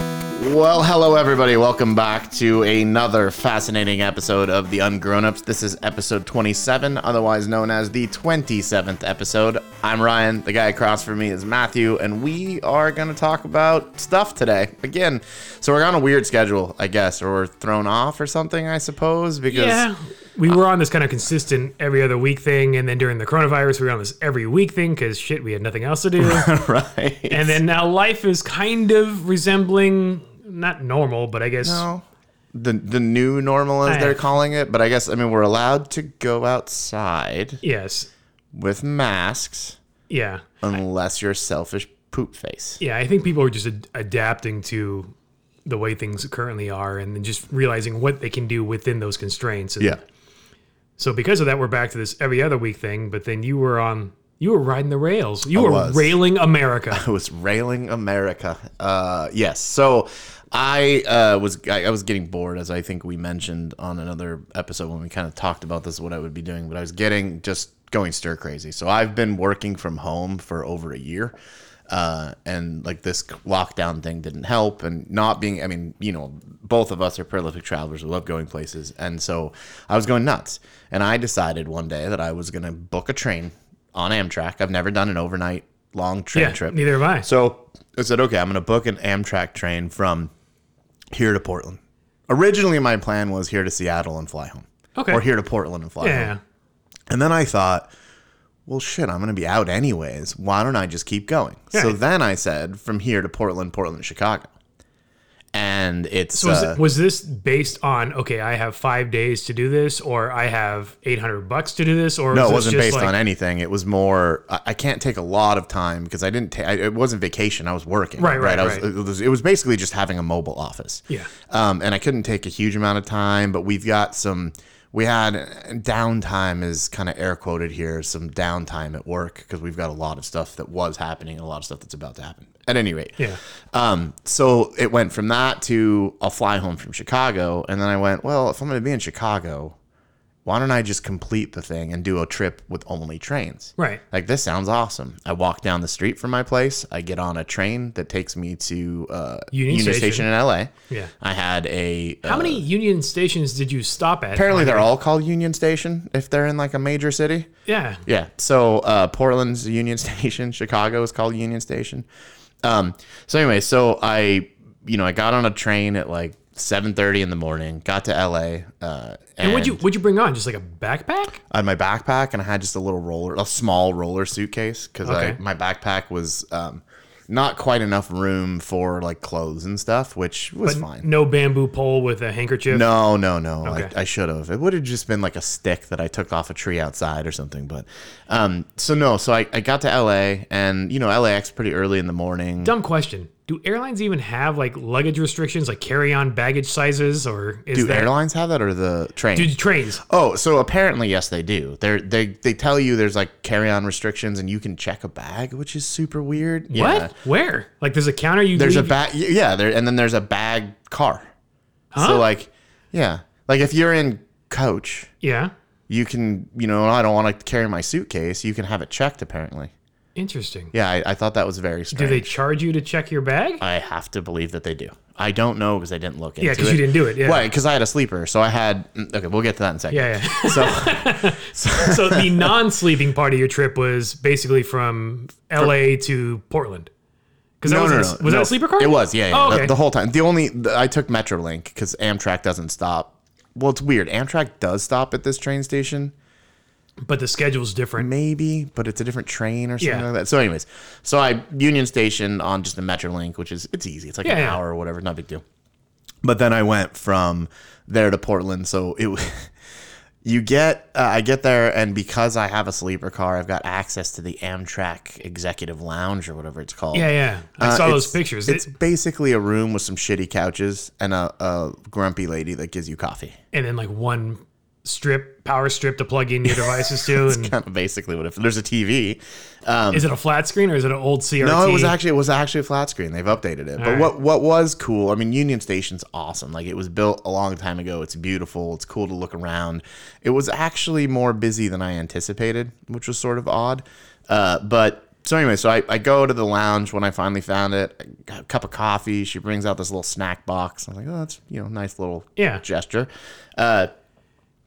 Well, hello everybody. Welcome back to another fascinating episode of The Ungrownups. This is episode 27, otherwise known as the 27th episode. I'm Ryan. The guy across from me is Matthew, and we are going to talk about stuff today again. So we're on a weird schedule, I guess, or we're thrown off or something, I suppose, because We were on this kind of consistent every other week thing, and then during the coronavirus, we were on this every week thing because shit, we had nothing else to do. right. and then now life is kind of resembling not normal, but I guess No. The, the new normal as I- they're calling it, but I guess I mean we're allowed to go outside yes, with masks. yeah, unless you're selfish poop face. yeah. I think people are just ad- adapting to the way things currently are, and then just realizing what they can do within those constraints. And So because of that, we're back to this every other week thing. But then you were on, you were riding the rails. You were was. railing America. I was railing America. Uh, yes. So I uh, was I, I was getting bored, as I think we mentioned on another episode when we kind of talked about this, what I would be doing. But I was getting just going stir crazy. So I've been working from home for over a year. Uh, and like this lockdown thing didn't help, and not being, I mean, you know, both of us are prolific travelers. We love going places. And so I was going nuts. And I decided one day that I was going to book a train on Amtrak. I've never done an overnight long train yeah, trip. neither have I. So I said, okay, I'm going to book an Amtrak train from here to Portland. Originally, my plan was here to Seattle and fly home, Okay. or here to Portland and fly home. yeah. And then I thought, well, shit, I'm going to be out anyways. Why don't I just keep going? So Right. then I said, from here to Portland, Portland, Chicago. And it's So was, uh, was this based on okay? I have five days to do this, or I have eight hundred bucks to do this, or No, was it this wasn't just based like, on anything. It was more. I, I can't take a lot of time because I didn't. Ta- I, it wasn't vacation. I was working. Right, right, I was, right. It, was, it was basically just having a mobile office. Yeah. Um, and I couldn't take a huge amount of time, but we've got some. We had and downtime is kind of air quoted here. Some downtime at work because we've got a lot of stuff that was happening and a lot of stuff that's about to happen. At any rate, Yeah. um, so it went from that to I'll fly home from Chicago, and then I went, well, if I'm going to be in Chicago, why don't I just complete the thing and do a trip with only trains? right? Like this sounds awesome. I walk down the street from my place. I get on a train that takes me to uh, Union Union Station. Station in LA. Yeah. I had a. uh, How many Union stations did you stop at? Apparently, they're all called Union Station if they're in like a major city. yeah, Yeah. So uh, Portland's Union Station, Chicago is called Union Station. Um, so anyway, so I, you know, I got on a train at like 7:30 in the morning, got to LA, uh, and what'd you what'd you bring on? Just like a backpack? I had my backpack and I had just a little roller, a small roller suitcase because Okay. I my backpack was um, not quite enough room for like clothes and stuff, which was fine. No bamboo pole with a handkerchief. No, no, no. Okay. I, I should have. It would have just been like a stick that I took off a tree outside or something. But um, so no. So I, I got to LA, and you know LAX pretty early in the morning. Dumb question. Do airlines even have like luggage restrictions, like carry on baggage sizes, or is Do that airlines have that or the train? do trains? oh, so apparently yes, they do. They're, they they tell you there's like carry on restrictions, and you can check a bag, which is super weird. Yeah. What? Where? Like there's a counter you There's a leave- bag. Yeah. There and then there's a bag car. Huh? So like, yeah, like if you're in coach, yeah. you can you know I don't want to carry my suitcase. You can have it checked apparently. Interesting. Yeah, I, I thought that was very Do strange. they charge you to check your bag? I have to believe that they do. I don't know because I didn't look into yeah, it. because you didn't do it. Yeah. Right, because I had a sleeper, so I had. mm, Okay, we'll get to that in a second. Yeah, yeah. So so the non-sleeping part of your trip was basically from LA to Portland. Because that no, was, no, no, a, was no. that a sleeper car? It was, yeah, yeah. Oh, the- okay. The, whole time. The only the, I took MetroLink because Amtrak doesn't stop. Well, it's weird. Amtrak does stop at this train station, but the schedule's different. maybe, but it's a different train or something Yeah. like that. So, anyways, so I Union Station on just the MetroLink, which is it's easy. It's like Yeah, an yeah. hour or whatever, not a big deal. But then I went from there to Portland, so it. w- You get, uh, I get there, and because I have a sleeper car, I've got access to the Amtrak Executive Lounge or whatever it's called. Yeah, yeah. I Uh, saw those it's- pictures. It's It- basically a room with some shitty couches and a, a grumpy lady that gives you coffee. and then like one strip, power strip to plug in your devices to. And Kind of basically what if there's a TV. is it a flat screen or is it an old CRT? No, it was actually it was actually a flat screen. They've updated it. but right. what what was cool? I mean, Union Station's awesome. Like it was built a long time ago. It's beautiful. It's cool to look around. It was actually more busy than I anticipated, which was sort of odd. Uh, but so anyway, so I, I go to the lounge when I finally found it. I got a cup of coffee. She brings out this little snack box. I'm like, oh, that's you know, nice little Yeah. gesture. Uh,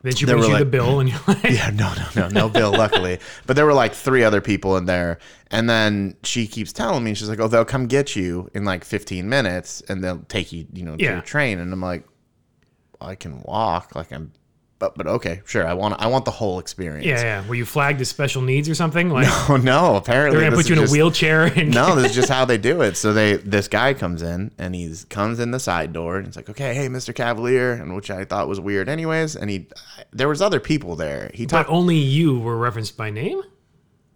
Then she They brings were you the like- bill, and you're like, yeah, no, no, no, no bill, luckily. But there were like three other people in there. And then she keeps telling me, she's like, oh, they'll come get you in like 15 minutes and they'll take you, you know, to Yeah. your train. And I'm like, I can walk. Like, I'm, but, but okay, sure. I want, I want the whole experience. yeah, yeah. Were you flagged as special needs or something? Like Oh, no, apparently. they're gonna this put you is in just- a wheelchair and no, this is just how they do it. So they this guy comes in and he's comes in the side door and it's like, okay, hey, Mr. Cavalier, and which I thought was weird, anyways. And he, there was other people there. He But talked. only you were referenced by name.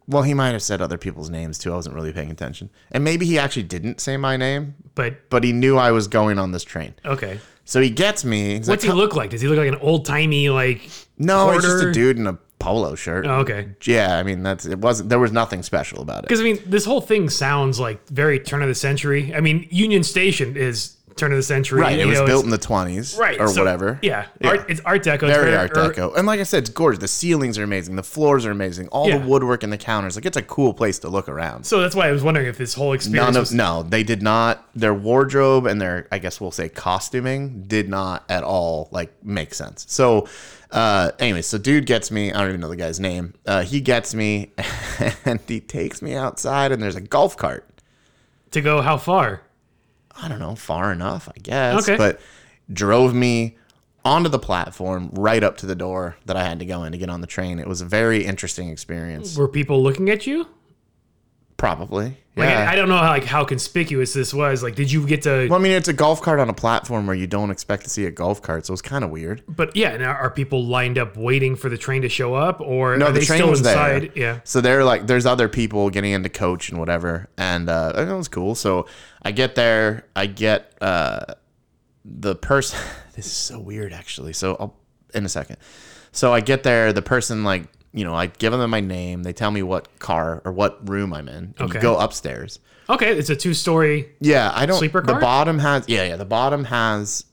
Well, he might have said other people's names too. I wasn't really paying attention, and maybe he actually didn't say my name, But but he knew I was going on this train. okay, So he gets me. He's what's like, he look like? Does he look like an old timey like? no, it's just a quarter? dude in a polo shirt. Oh, okay, Yeah, I mean that's it. Wasn't there was nothing special about it? because I mean, this whole thing sounds like very turn of the century. I mean, Union Station is turn of the century. Right, it you was know, built it's- in the twenties, right or so- whatever. Yeah, Art, it's Art Deco. it's Very Art or- Deco. And like I said, it's gorgeous. The ceilings are amazing. The floors are amazing. All Yeah. the woodwork and the counters. Like it's a cool place to look around. So that's why I was wondering if this whole experience None of was no, they did not. Their wardrobe and their, I guess we'll say, costuming did not at all like make sense. So, uh, anyway, so dude gets me. I don't even know the guy's name. Uh, he gets me, and he takes me outside. And there's a golf cart. to go how far. I don't know, far enough, I guess. Okay. But drove me onto the platform right up to the door that I had to go in to get on the train. It was a very interesting experience. Were people looking at you? Probably. Like, yeah. I, I don't know how, like how conspicuous this was. Like, did you get to? well, I mean, it's a golf cart on a platform where you don't expect to see a golf cart, so it's kind of weird. But yeah, and are, are people lined up waiting for the train to show up, or No, are the they train still was there. inside? Yeah. So they're like, there's other people getting into coach and whatever, and uh, and it was cool. So I get there, I get uh, the person. this is so weird, actually. So I'll in a second. So I get there, the person like, you know, I give them my name. They tell me what car or what room I'm in. And Okay. You go upstairs. Okay, it's a two-story. Yeah, I don't. Sleeper car? The bottom has yeah, yeah. The bottom has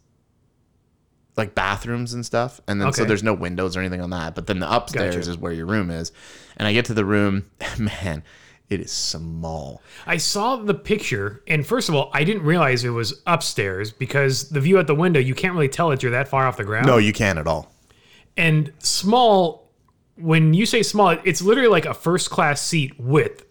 like bathrooms and stuff, and then so Okay. there's no windows or anything on that. But then the upstairs Gotcha. is where your room is, and I get to the room, man, it is small. I saw the picture, and first of all, I didn't realize it was upstairs because the view at the window you can't really tell that you're that far off the ground. No, you can't at all. And small. When you say small, it's literally like a first-class seat width.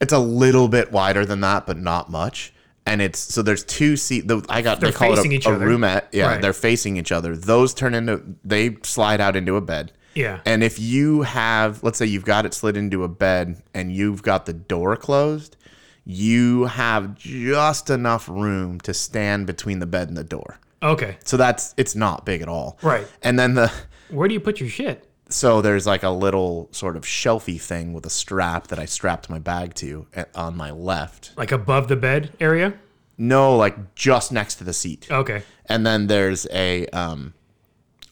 It's a little bit wider than that, but not much. And it's so there's two seat. The, I got they They're call it facing a, each a other. roomette. Yeah, Right. they're facing each other. Those turn into they slide out into a bed. Yeah. And if you have, let's say you've got it slid into a bed and you've got the door closed, you have just enough room to stand between the bed and the door. Okay. So that's it's not big at all. Right. And then the Where do you put your shit? so there's like a little sort of shelfy thing with a strap that I strapped my bag to at, on my left. Like above the bed area? No, like just next to the seat. Okay. And then there's a um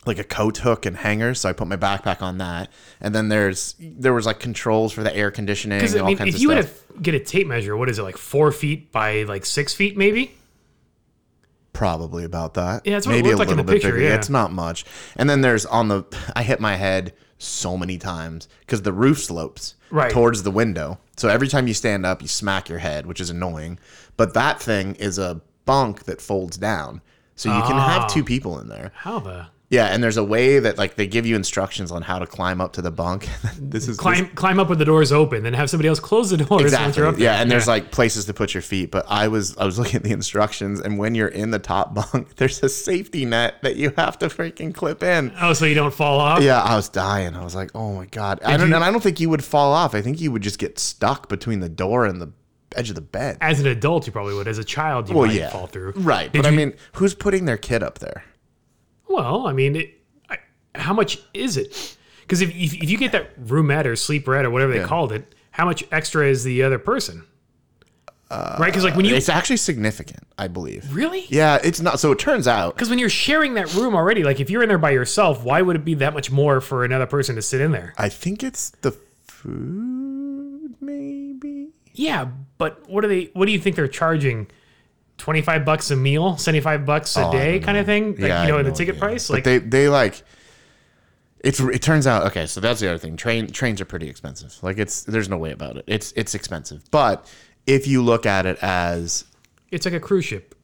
like a coat hook and hanger, so I put my backpack on that. And then there's there was like controls for the air conditioning Because and I all mean, kinds if of you stuff. were to get a tape measure, what is it like four feet by like six feet, maybe? Probably about that. Yeah, that's what it looked like in the picture, yeah. It's not much. And then there's on the I hit my head so many times because the roof slopes Right. towards the window. So every time you stand up, you smack your head, which is annoying. But that thing is a bunk that folds down. So you can have Ah. two people in there. How the Yeah, and there's a way that like they give you instructions on how to climb up to the bunk. this is climb climb up with the doors open, then have somebody else close the doors once you're up. Exactly. there. Yeah, and there's like places to put your feet, but I was I was looking at the instructions, and when you're in the top bunk, there's a safety net that you have to freaking clip in. Oh, so you don't fall off? Yeah, I was dying. I was like, oh my god. I don't, you- and I don't think you would fall off. I think you would just get stuck between the door and the edge of the bed. As an adult, you probably would. As a child, you Well, might yeah, fall through. right. Did but I you- mean, who's putting their kid up there? Well, I mean, it, I, how much is it? Because if, if if you get that roomette or sleeperette or whatever they called it, how much extra is the other person? right? Because like when you It's actually significant, I believe. really. Uh, Yeah, it's not. So it turns out Because when you're sharing that room already, like if you're in there by yourself, why would it be that much more for another person to sit in there? I think it's the food, maybe. Yeah, but what are they? What do you think they're charging? Twenty five bucks a Oh, meal, seventy five bucks a day, kind of thing. Like, Yeah, you know, I in the have no ticket idea. price. But Like, they they like It's it turns out okay. So that's the other thing. Train trains are pretty expensive. Like it's there's no way about it. It's it's expensive. But if you look at it as It's like a cruise ship.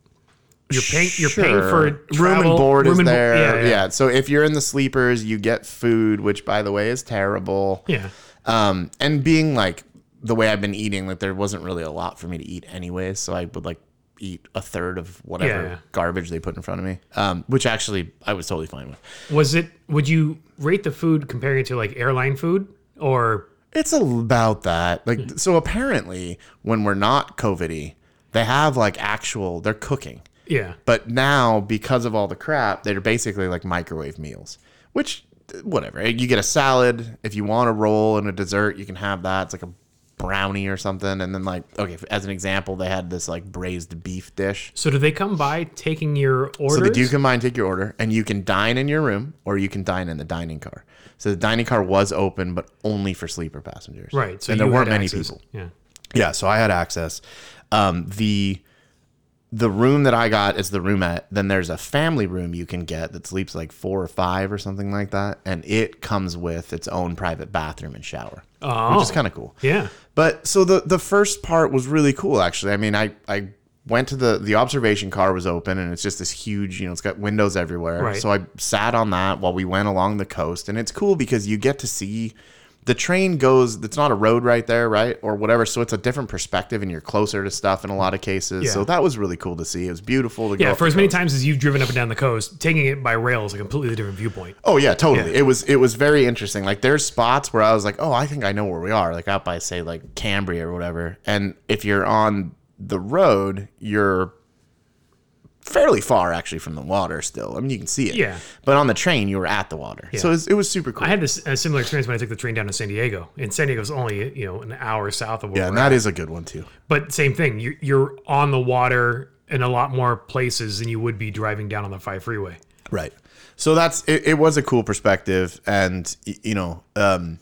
You're paying. You're paying Sure. for room travel, and board room is and bo- there. yeah, yeah, So if you're in the sleepers, you get food, which by the way is terrible. yeah. Um, and being like the way I've been eating, like there wasn't really a lot for me to eat anyways, so I would like eat a third of whatever Yeah. garbage they put in front of me. Um, which actually I was totally fine with. Was it? Would you rate the food comparing it to like airline food or? It's about that. Like so apparently when we're not COVIDy, they have like actual they're cooking. Yeah, But now, because of all the crap, they're basically like microwave meals, which, whatever. You get a salad. If you want a roll and a dessert, you can have that. It's like a brownie or something. And then, like, okay, as an example, they had this like braised beef dish. So do they come by taking your orders? So they do come by and take your order, and you can dine in your room or you can dine in the dining car. So the dining car was open, but only for sleeper passengers. right. So and there you weren't had many access. people. Yeah. Yeah, so I had access. Um, the the room that I got is the roomette. Then there's a family room you can get that sleeps like four or five or something like that, and it comes with its own private bathroom and shower, Oh. which is kind of cool. Yeah. But so the the first part was really cool actually. I mean, I I went to the the observation car was open and it's just this huge, you know, it's got windows everywhere. Right. So I sat on that while we went along the coast and it's cool because you get to see the train goes it's not a road right there, right? Or whatever, so it's a different perspective and you're closer to stuff in a lot of cases. Yeah. So that was really cool to see. It was beautiful to go. Yeah. up For the as many coast. times as you've driven up and down the coast, taking it by rail is a completely different viewpoint. Oh yeah, totally. It was it was very interesting. Like there's spots where I was like, oh, I think I know where we are. Like out by say like Cambria or whatever. And if you're on the road, you're fairly far actually from the water still. I mean, you can see it. Yeah. But on the train, you were at the water, so it was, it was super cool. I had this a similar experience when I took the train down to San Diego, and San Diego's only you know an hour south of where yeah, we're and that is a good one too. But same thing, you're, you're on the water in a lot more places than you would be driving down on the five freeway. Right. So that's it, it was a cool perspective and y- you know, um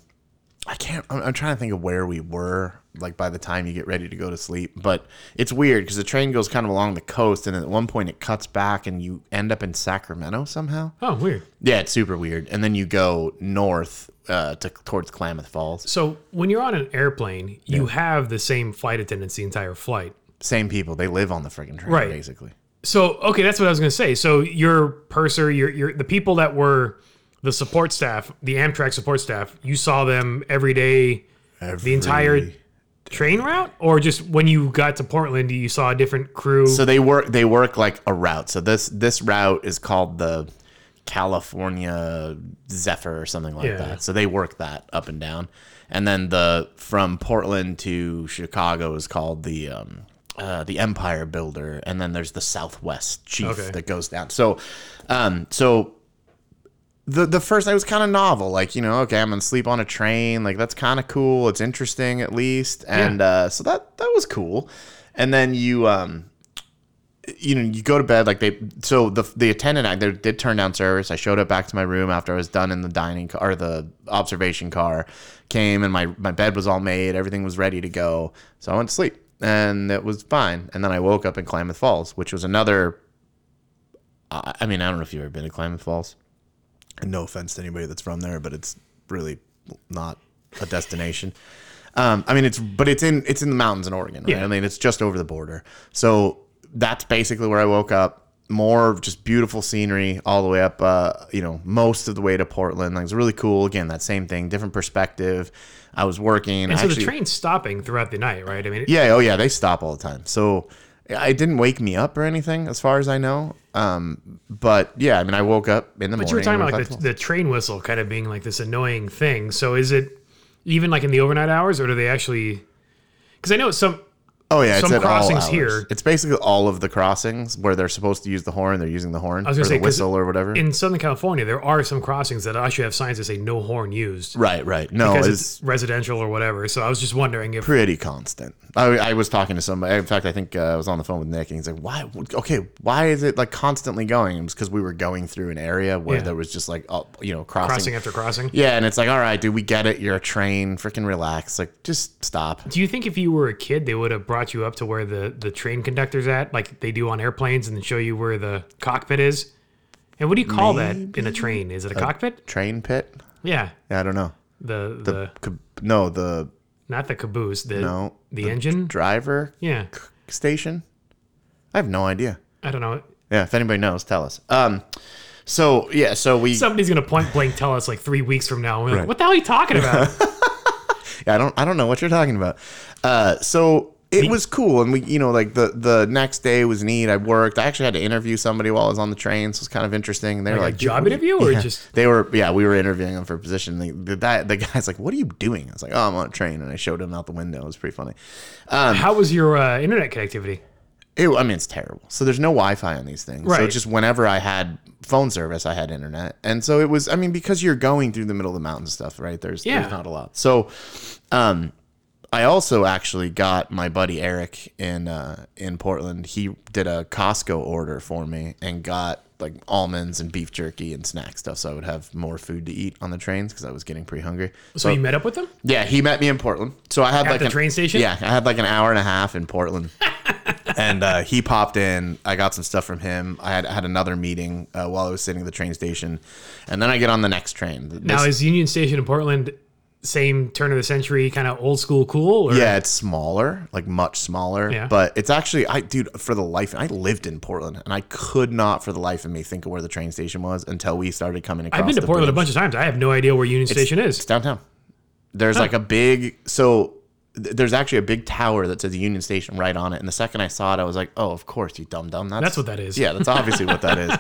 I can't I'm, I'm trying to think of where we were like by the time you get ready to go to sleep, but it's weird cuz the train goes kind of along the coast and at one point it cuts back and you end up in Sacramento somehow. Oh, weird. Yeah, it's super weird. And then you go north uh to towards Klamath Falls. So when you're on an airplane, you have the same flight attendants the entire flight. Same people, they live on the friggin' train Right. basically. So okay, that's what I was gonna say. So your purser, your your the people that were the support staff, the Amtrak support staff, you saw them every day, the entire train route, or just when you got to Portland, you saw a different crew. So they work they work like a route. So this this route is called the California Zephyr or something like Yeah. that. So they work that up and down. And then the from Portland to Chicago is called the um uh, the Empire Builder, and then there's the Southwest Chief Okay. that goes down. So, um, so the the first night was kind of novel. Like you know, okay, I'm gonna sleep on a train. Like that's kind of cool. It's interesting at least, and uh, so that that was cool. And then you um, you know, you go to bed like they. So the the attendant I they did turn down service. I showed up back to my room after I was done in the dining car or the observation car. Came and my my bed was all made. Everything was ready to go. So I went to sleep and it was fine. And then I woke up in Klamath Falls, which was another. I I mean, I don't know if you've ever been to Klamath Falls. And no offense to anybody that's from there, but it's really not a destination. Um, I mean, it's but it's in it's in the mountains in Oregon. Right? Yeah. I mean, it's just over the border. So that's basically where I woke up. More just beautiful scenery all the way up. Uh, you know, most of the way to Portland. Like it's really cool. Again, that same thing, different perspective. I was working. so the train's stopping throughout the night, right? I mean, Yeah, oh yeah, they stop all the time. So it didn't wake me up or anything, as far as I know. Um, but yeah, I mean, I woke up in the morning. But you were talking and about like went the, the train whistle kind of being like this annoying thing. So is it even like in the overnight hours, or do they actually? Because I know some. Oh yeah, it's some at all crossings hours. here- It's basically all of the crossings where they're supposed to use the horn. They're using the horn was or gonna say, the 'cause whistle or whatever. In Southern California, there are some crossings that actually have signs that say "no horn used" right, right. No, because it's, it's residential or whatever. So I was just wondering if pretty constant. I, I was talking to somebody. In fact, I think uh, I was on the phone with Nick, and he's like, "Why? Okay, why is it like constantly going?" It was because we were going through an area where Yeah. there was just like, uh, you know, crossing. crossing after crossing. Yeah, and it's like, all right, dude, we get it. You're a train. Freaking relax. Like, just stop. Do you think if you were a kid, they would have brought you up to where the the train conductor's at, like they do on airplanes, and then show you Uh, where the cockpit is? And what do you call that in a train? Is it a cockpit? Train pit. Yeah. Yeah, I don't know. The the, The, cab- no the not the caboose. The no the, engine. driver yeah. station. I have no idea. I don't know. Yeah, if anybody knows, tell us. Um, so yeah, so we. Somebody's gonna point blank tell us like three weeks from now. and We're like, what the hell are you talking about? Yeah, I don't I don't know what you're talking about. Uh, so it was cool, and we you know like the the next day was neat. I worked. I actually had to interview somebody while I was on the train, so it's kind of interesting. And they were like, like a job "Dude, what are interview you-" or Yeah. just- they were yeah we were interviewing them for a position. The, the, that, the guy's like, "What are you doing?" I was like, "Oh, I'm on a train," and I showed him out the window. It was pretty funny. How was your uh, internet connectivity? It, I mean, it's terrible. So there's no Wi-Fi on these things. So Right. it's just whenever I had phone service, I had internet, and so it was. I mean, because you're going through the middle of the mountain stuff, right? There's Yeah. there's not a lot. So, um, I also actually got my buddy Eric in uh, in Portland. He did a Costco order for me and got like almonds and beef jerky and snack stuff, so I would have more food to eat on the trains because I was getting pretty hungry. So you met up with them? Yeah, he met me in Portland. So I had like the an- train station? Yeah, I had like an hour and a half in Portland. and uh, he popped in. I got some stuff from him. I had had another meeting uh, while I was sitting at the train station, and then I get on the next train. This- Now is Union Station in Portland same turn of the century kind of old school cool? Or yeah, it's smaller, like much smaller. Yeah. But it's actually, I dude, for the life, I lived in Portland, and I could not, for the life of me, think of where the train station was until we started coming across. I've been to the Portland bridge. a bunch of times. I have no idea where Union Station It's is. downtown. There's like a big so th- there's actually a big tower that says Union Station right on it. And the second I saw it, I was like, "Oh, of course, you dumb dumb." That's what that is. Yeah, that's obviously what that is.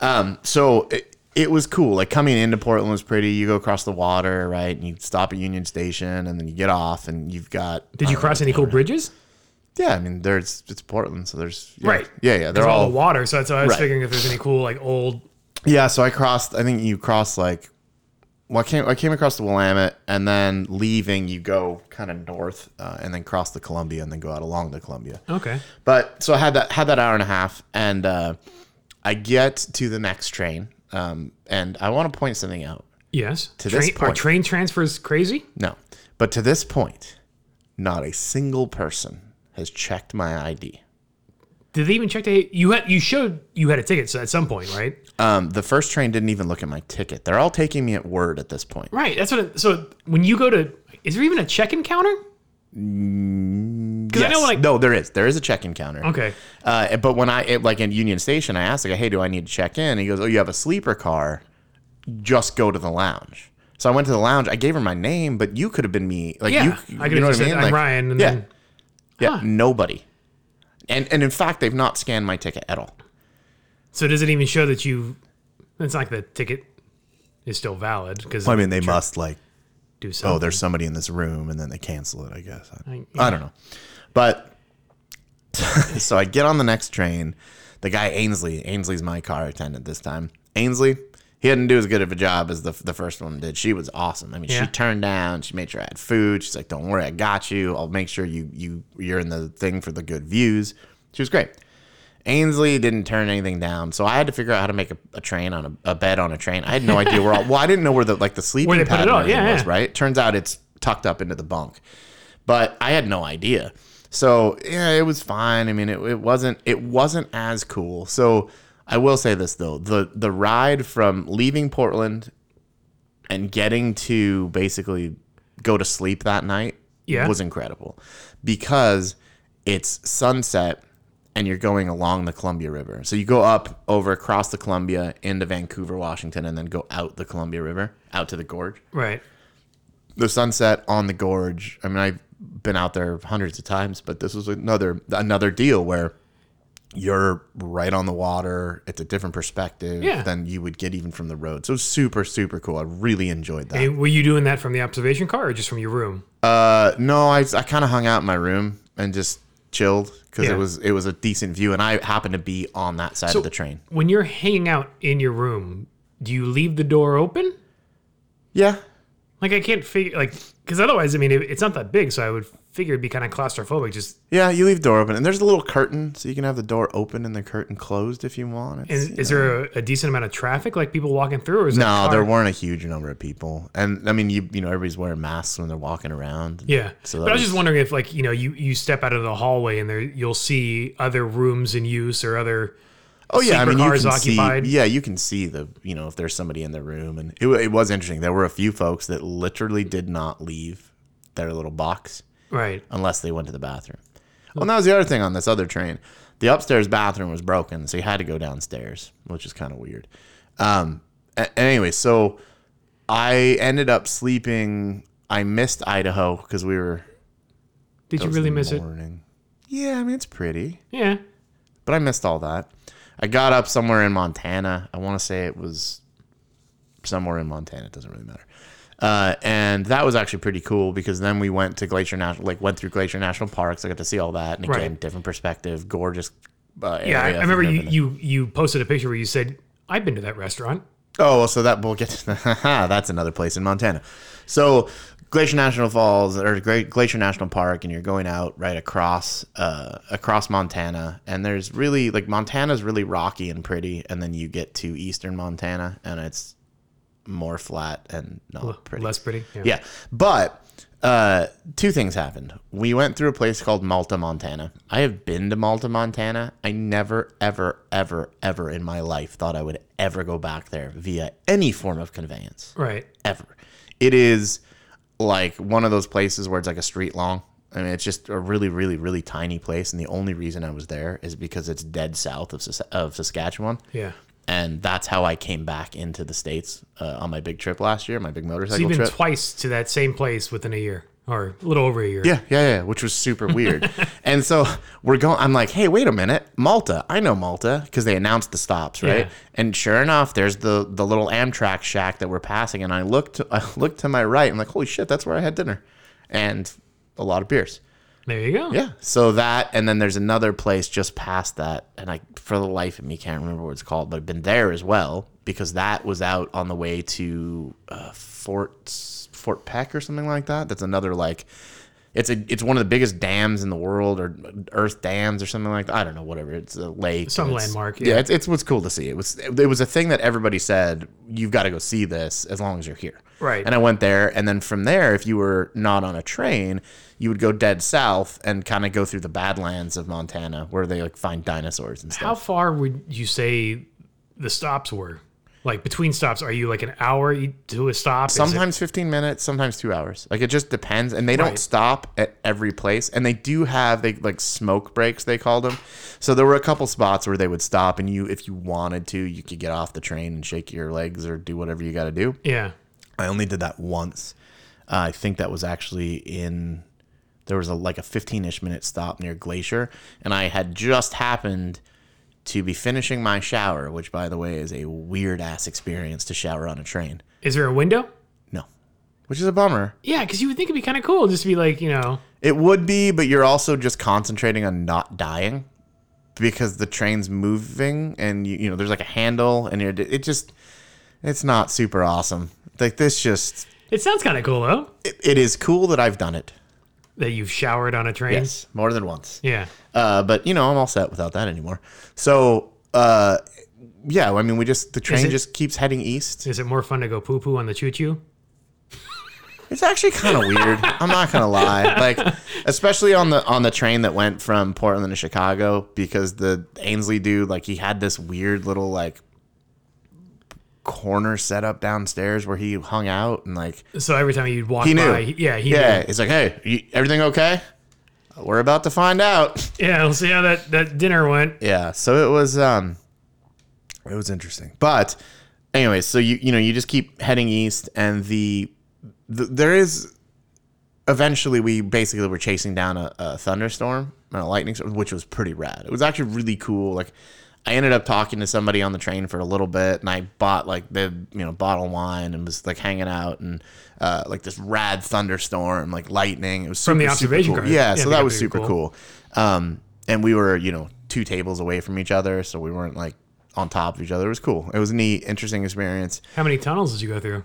Um, so it, it was cool. Like coming into Portland was pretty. You go across the water, right, and you stop at Union Station, and then you get off, and you've got. uh, Did you cross any cool bridges? Yeah, I mean, there's it's Portland, so there's yeah. Right. Yeah, yeah, There's they're all, all the water, so that's why I was Right. figuring if there's any cool like old. Yeah, so I crossed. I think you crossed like. Well, I came I came across the Willamette, and then leaving, you go kind of north, uh, and then cross the Columbia, and then go out along the Columbia. Okay. But so I had that had that hour and a half, and uh, I get to the next train, um, and I want to point something out. Yes. To this train, Are point. train transfers crazy? No, but to this point, not a single person has checked my ID. Did they even check the? You had you showed you had a ticket so at some point, right? Um, the first train didn't even look at my ticket. They're all taking me at word at this point. Right. That's what. It, so when you go to, is there even a check-in counter? Because I know like no, there is there is a check-in counter. okay, Uh, but when I it, like in Union Station, I asked like, "Hey, do I need to check in?" And he goes, "Oh, you have a sleeper car. Just go to the lounge." So I went to the lounge. I gave her my name, but you could have been me. Like yeah, you, I could you know what have I said mean? I'm Like, Ryan, and yeah, then yeah, Huh. nobody. And and in fact, they've not scanned my ticket at all. so does it even show that you? It's not like the ticket is still valid because must Oh, like, do so. there's somebody in this room, and then they cancel it. I guess. I- I don't know. But so I get on the next train. The guy Ainsley, Ainsley's my car attendant this time. Ainsley, he didn't do as good of a job as the, the first one did. She was awesome. I mean, Yeah. she turned down. She made sure I had food. She's like, "Don't worry, I got you. I'll make sure you you you're in the thing for the good views." She was great. Ainsley didn't turn anything down, so I had to figure out how to make a, a train on a, a bed on a train. I had no idea where. All, well, I didn't know where the like the sleeping they put it pattern on, and everything yeah, was. yeah. Right? Turns out it's tucked up into the bunk but I had no idea. So yeah, it was fine. I mean, it, it wasn't it wasn't as cool. So I will say this though the the ride from leaving Portland and getting to basically go to sleep that night Yeah. was incredible because it's sunset and you're going along the Columbia River. So you go up over across the Columbia into Vancouver, Washington, and then go out the Columbia River out to the gorge right. the sunset on the gorge. I mean, I've been out there hundreds of times, but this was another another deal where you're right on the water. It's a different perspective Yeah. than you would get even from the road. So super super cool. I really enjoyed that. Hey, were you doing that from the observation car or just from your room? Uh, no, I I kind of hung out in my room and just chilled because Yeah. it was it was a decent view, and I happened to be on that side of the train. When you're hanging out in your room, do you leave the door open? Yeah, Like I can't figure like because otherwise, I mean, it, it's not that big, so I would figure it'd be kind of claustrophobic. Just yeah. You leave the door open, and there's a little curtain, so you can have the door open and the curtain closed if you want. It's- is, is there a, a decent amount of traffic, like people walking through, or is that No, car- there weren't a huge number of people, and I mean, you you know, everybody's wearing masks when they're walking around. Yeah, So but that I was was- just wondering if, like, you know, you you step out of the hallway and there you'll see other rooms in use or other. Oh yeah, I Secret mean you cars can occupied. see. Yeah, you can see the you know if there's somebody in the room, and it, wa- it was interesting. There were a few folks that literally did not leave their little box right? unless they went to the bathroom. Well, and that was the other thing on this other train. The upstairs bathroom was broken, so you had to go downstairs, which is kind of weird. Um, a- anyway, so I ended up sleeping. I missed Idaho because we were. Did you really miss it? morning. Yeah, I mean it's pretty Yeah, but I missed all that. I got up somewhere in Montana. I want to say it was somewhere in Montana. It doesn't really matter. Uh, and that was actually pretty cool because then we went to Glacier National, like went through Glacier National Parks. I got to see all that, and again, Right. different perspective, gorgeous. Uh, area yeah. I, I if remember you've you, never been. you you posted a picture where you said, "I've been to that restaurant." Oh, well, so that we'll get to that's another place in Montana. So Glacier National Falls or Gla- Glacier National Park, and you're going out right across uh, across Montana, and there's really like Montana's really rocky and pretty, and then you get to eastern Montana, and it's more flat and not pretty. Less pretty. Yeah, but uh, two things happened. We went through a place called Malta, Montana. I have been to Malta, Montana. I never, ever, ever, ever in my life thought I would ever go back there via any form of conveyance Right. ever. It is like one of those places where it's like a street long. I mean, it's just a really, really, really tiny place, and the only reason I was there is because it's dead south of Sas- of Saskatchewan Yeah. and that's how I came back into the states uh, on my big trip last year, my big So motorcycle you've been trip. twice to that same place within a year, or a little over a year. yeah, yeah, yeah, which was super weird. and so we're going. I'm like, hey, wait a minute, Malta. I know Malta because they announced the stops, right? Yeah. And sure enough, there's the the little Amtrak shack that we're passing, and I looked I looked to my right. I'm like, holy shit, that's where I had dinner, and a lot of beers. There you go. Yeah. So that, and then there's another place just past that, and I, for the life of me, can't remember what it's called, but I've been there as well because that was out on the way to uh, Fort Fort Peck or something like that. That's another like, it's a it's one of the biggest dams in the world or Earth dams or something like that. I don't know, whatever. It's a lake. Some and it's- landmark, Yeah. yeah. It's it's what's cool to see. It was it was a thing that everybody said you've got to go see this as long as you're here. Right. And I went there, and then from there, if you were not on a train, you would go dead south and kind of go through the badlands of Montana, where they like find dinosaurs and stuff. How far would you say the stops were? Like between stops, are you like an hour e- to a stop? Is it- sometimes 15 minutes sometimes two hours like it just depends and they don't Right. stop at every place and they do have they like smoke breaks they called them so there were a couple spots where they would stop and you if you wanted to you could get off the train and shake your legs or do whatever you got to do yeah. i only did that once uh, i think that was actually in there was a like a 15ish minute stop near glacier and i had just happened to be finishing my shower which by the way is a weird ass experience to shower on a train Is there a window? no which is a bummer Yeah, because you would think it'd be kind of cool just to be like, you know, It would be, but you're also just concentrating on not dying because the train's moving and you, you know there's like a handle and you're, it just it's not super awesome. Like this just it sounds kind of cool though it, it is cool that I've done it. that you've showered on a train. more than once. Yeah. Uh, but you know I'm all set without that anymore. So uh, yeah, I mean we just the train it- just keeps heading east. Is it more fun to go poo poo on the choo choo? It's actually kind of weird. I'm not gonna lie. Like, especially on the on the train that went from Portland to Chicago, because the Ainsley dude, like, he had this weird little like corner set up downstairs where he hung out and like So every time you'd walk he knew. by, yeah, he yeah. knew. He's like, hey, you, everything okay? We're about to find out. Yeah, we'll see how that, that dinner went. Yeah. So it was um it was interesting. But anyway, so you you know, you just keep heading east and the, the there is eventually we basically were chasing down a, a thunderstorm and a lightning storm, which was pretty rad. It was actually really cool. Like I ended up talking to somebody on the train for a little bit and I bought like the you know bottle of wine and was like hanging out and uh, like this rad thunderstorm, like lightning. It was super, From the super observation cool. car. Yeah, so Yeah, I think that that'd was be super cool. cool cool. Um, and we were, you know, two tables away from each other, so we weren't like on top of each other. It was cool. It was a neat, interesting experience. How many tunnels did you go through?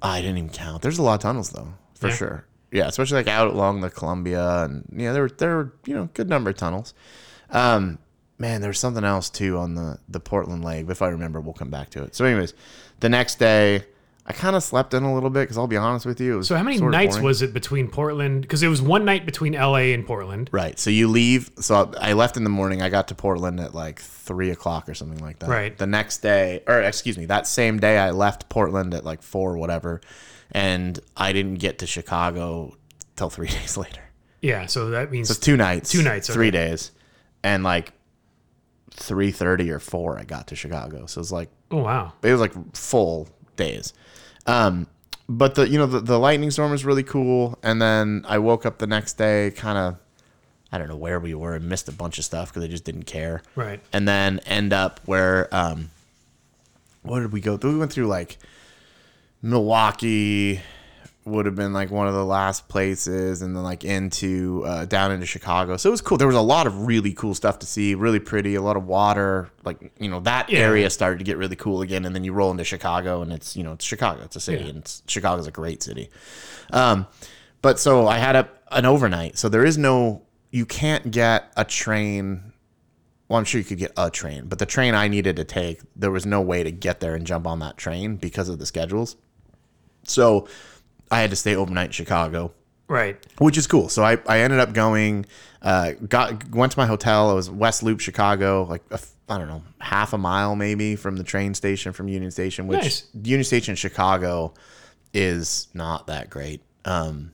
I didn't even count. There's a lot of tunnels though, for Yeah. sure. Yeah, especially like out along the Columbia, and yeah, there were there were you know good number of tunnels. Um, man, there was something else too on the the Portland leg. If I remember, we'll come back to it. So, anyways, the next day. I kind of slept in a little bit because I'll be honest with you. It was So how many sort of nights boring. was it between Portland? Because it was one night between L.A. and Portland, Right. So you leave. So I left in the morning. I got to Portland at like three o'clock or something like that. Right. The next day, or excuse me, that same day, I left Portland at like four, whatever. And I didn't get to Chicago till three days later. yeah. So that means So two nights. Two nights, Three okay. days. And like 3.30 or 4, I got to Chicago. So it's like oh wow, it was like full days. Um, but the you know the, the lightning storm was really cool, and then I woke up the next day, kind of I don't know where we were, and missed a bunch of stuff because I just didn't care. Right. And then end up where um, what did we go through? We went through like Milwaukee would have been like one of the last places and then like into uh, down into Chicago. So it was cool. There was a lot of really cool stuff to see, really pretty, a lot of water. Like, you know, that area started to get really cool again and then you roll into Chicago and it's, you know, it's Chicago. It's a city and it's, Chicago's a great city. Um but so I had a an overnight. So there is no you can't get a train well, I'm sure you could get a train, but the train I needed to take, there was no way to get there and jump on that train because of the schedules. So I had to stay overnight in Chicago, right? which is cool. So I, I ended up going, uh, got went to my hotel. It was West Loop, Chicago, like a f- I don't know, half a mile maybe from the train station from Union Station, which Nice. Union Station in Chicago is not that great. Um,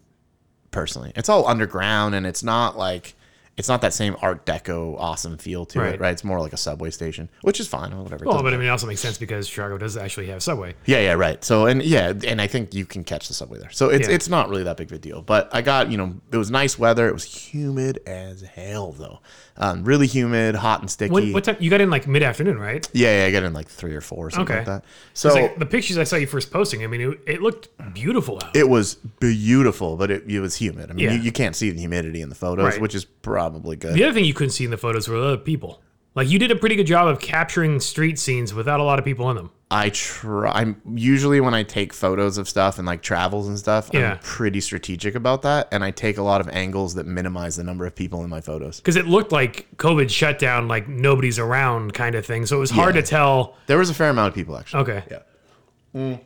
personally, it's all underground and it's not like it's not that same Art Deco awesome feel to Right. it, right? It's more like a subway station, which is fine, whatever. it Well, doesn't- but I mean, it also makes sense because Chicago does actually have subway. yeah, yeah, right. So and yeah, and I think you can catch the subway there. So it's Yeah. it's not really that big of a deal. But I got you know it was nice weather. It was humid as hell though, um, really humid, hot and sticky. What, what time? You got in like mid afternoon, right? yeah, yeah, I got in like three or four or something Okay. like that. So 'Cause, like, the pictures I saw you first posting, I mean, it, it looked beautiful out. it was beautiful, but it, it was humid. I mean, Yeah. you, you can't see the humidity in the photos, Right. which is probably good. the other thing you couldn't see in the photos were other people. Like you did a pretty good job of capturing street scenes without a lot of people in them. I try. I'm usually when I take photos of stuff and like travels and stuff, Yeah. I'm pretty strategic about that, and I take a lot of angles that minimize the number of people in my photos. because it looked like COVID shutdown, like nobody's around kind of thing. So it was hard Yeah. to tell. There was a fair amount of people actually. Okay. Mm. Yeah.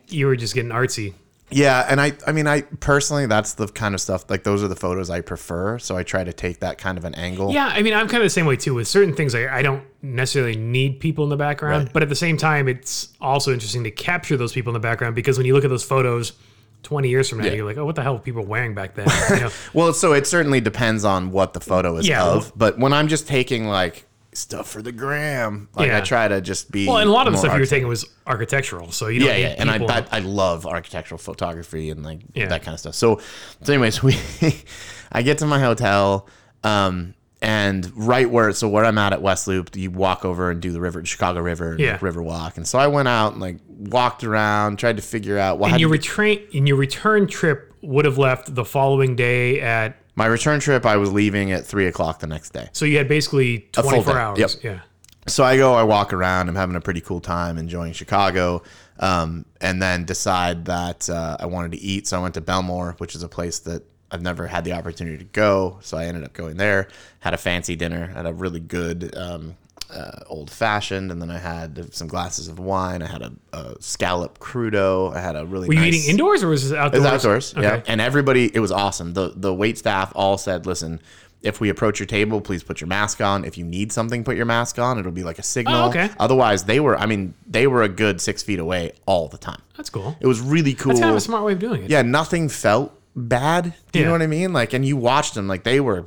You were just getting artsy. Yeah, and I I mean I personally that's the kind of stuff like those are the photos I prefer, so I try to take that kind of an angle. Yeah. I mean, I'm kind of the same way too with certain things. I, I don't necessarily need people in the background, but at the same time, it's also interesting to capture those people in the background because when you look at those photos 20 years from now, you're like, oh, what the hell were people wearing back then? You know? Well, so it certainly depends on what the photo is Yeah. of, but when I'm just taking like stuff for the gram, like Yeah. I try to just be well, and a lot of the more stuff you were arch- taking was architectural. So you don't yeah, need yeah, and I, people. I I love architectural photography and like Yeah. that kind of stuff. So, so anyways, we I get to my hotel, um, and right where so where I'm at at West Loop, you walk over and do the river, Chicago River, and Yeah. like, River Walk, and so I went out and like walked around, tried to figure out what and your retrain and your return trip would have left the following day at my return trip. I was leaving at three o'clock the next day. so you had basically full 24 day. hours. Yep. Yeah. so I go, I walk around, I'm having a pretty cool time, enjoying Chicago, um, and then decide that uh, I wanted to eat. So I went to Belmore, which is a place that I've never had the opportunity to go. So I ended up going there, had a fancy dinner, had a really good um, uh, old fashioned, and then I had some glasses of wine. I had a, a scallop crudo. I had a really Were you nice- eating indoors or was it it outdoors? was outdoors, yeah. Okay. And everybody, it was awesome. The the wait staff all said, "Listen, if we approach your table, please put your mask on. If you need something, put your mask on. It'll be like a signal. Oh, okay. Otherwise, they were. I mean, they were a good six feet away all the time. That's cool. It was really cool. That's kind of a smart way of doing it. yeah, nothing felt bad. Do you Yeah. know what I mean? Like, and you watched them, like they were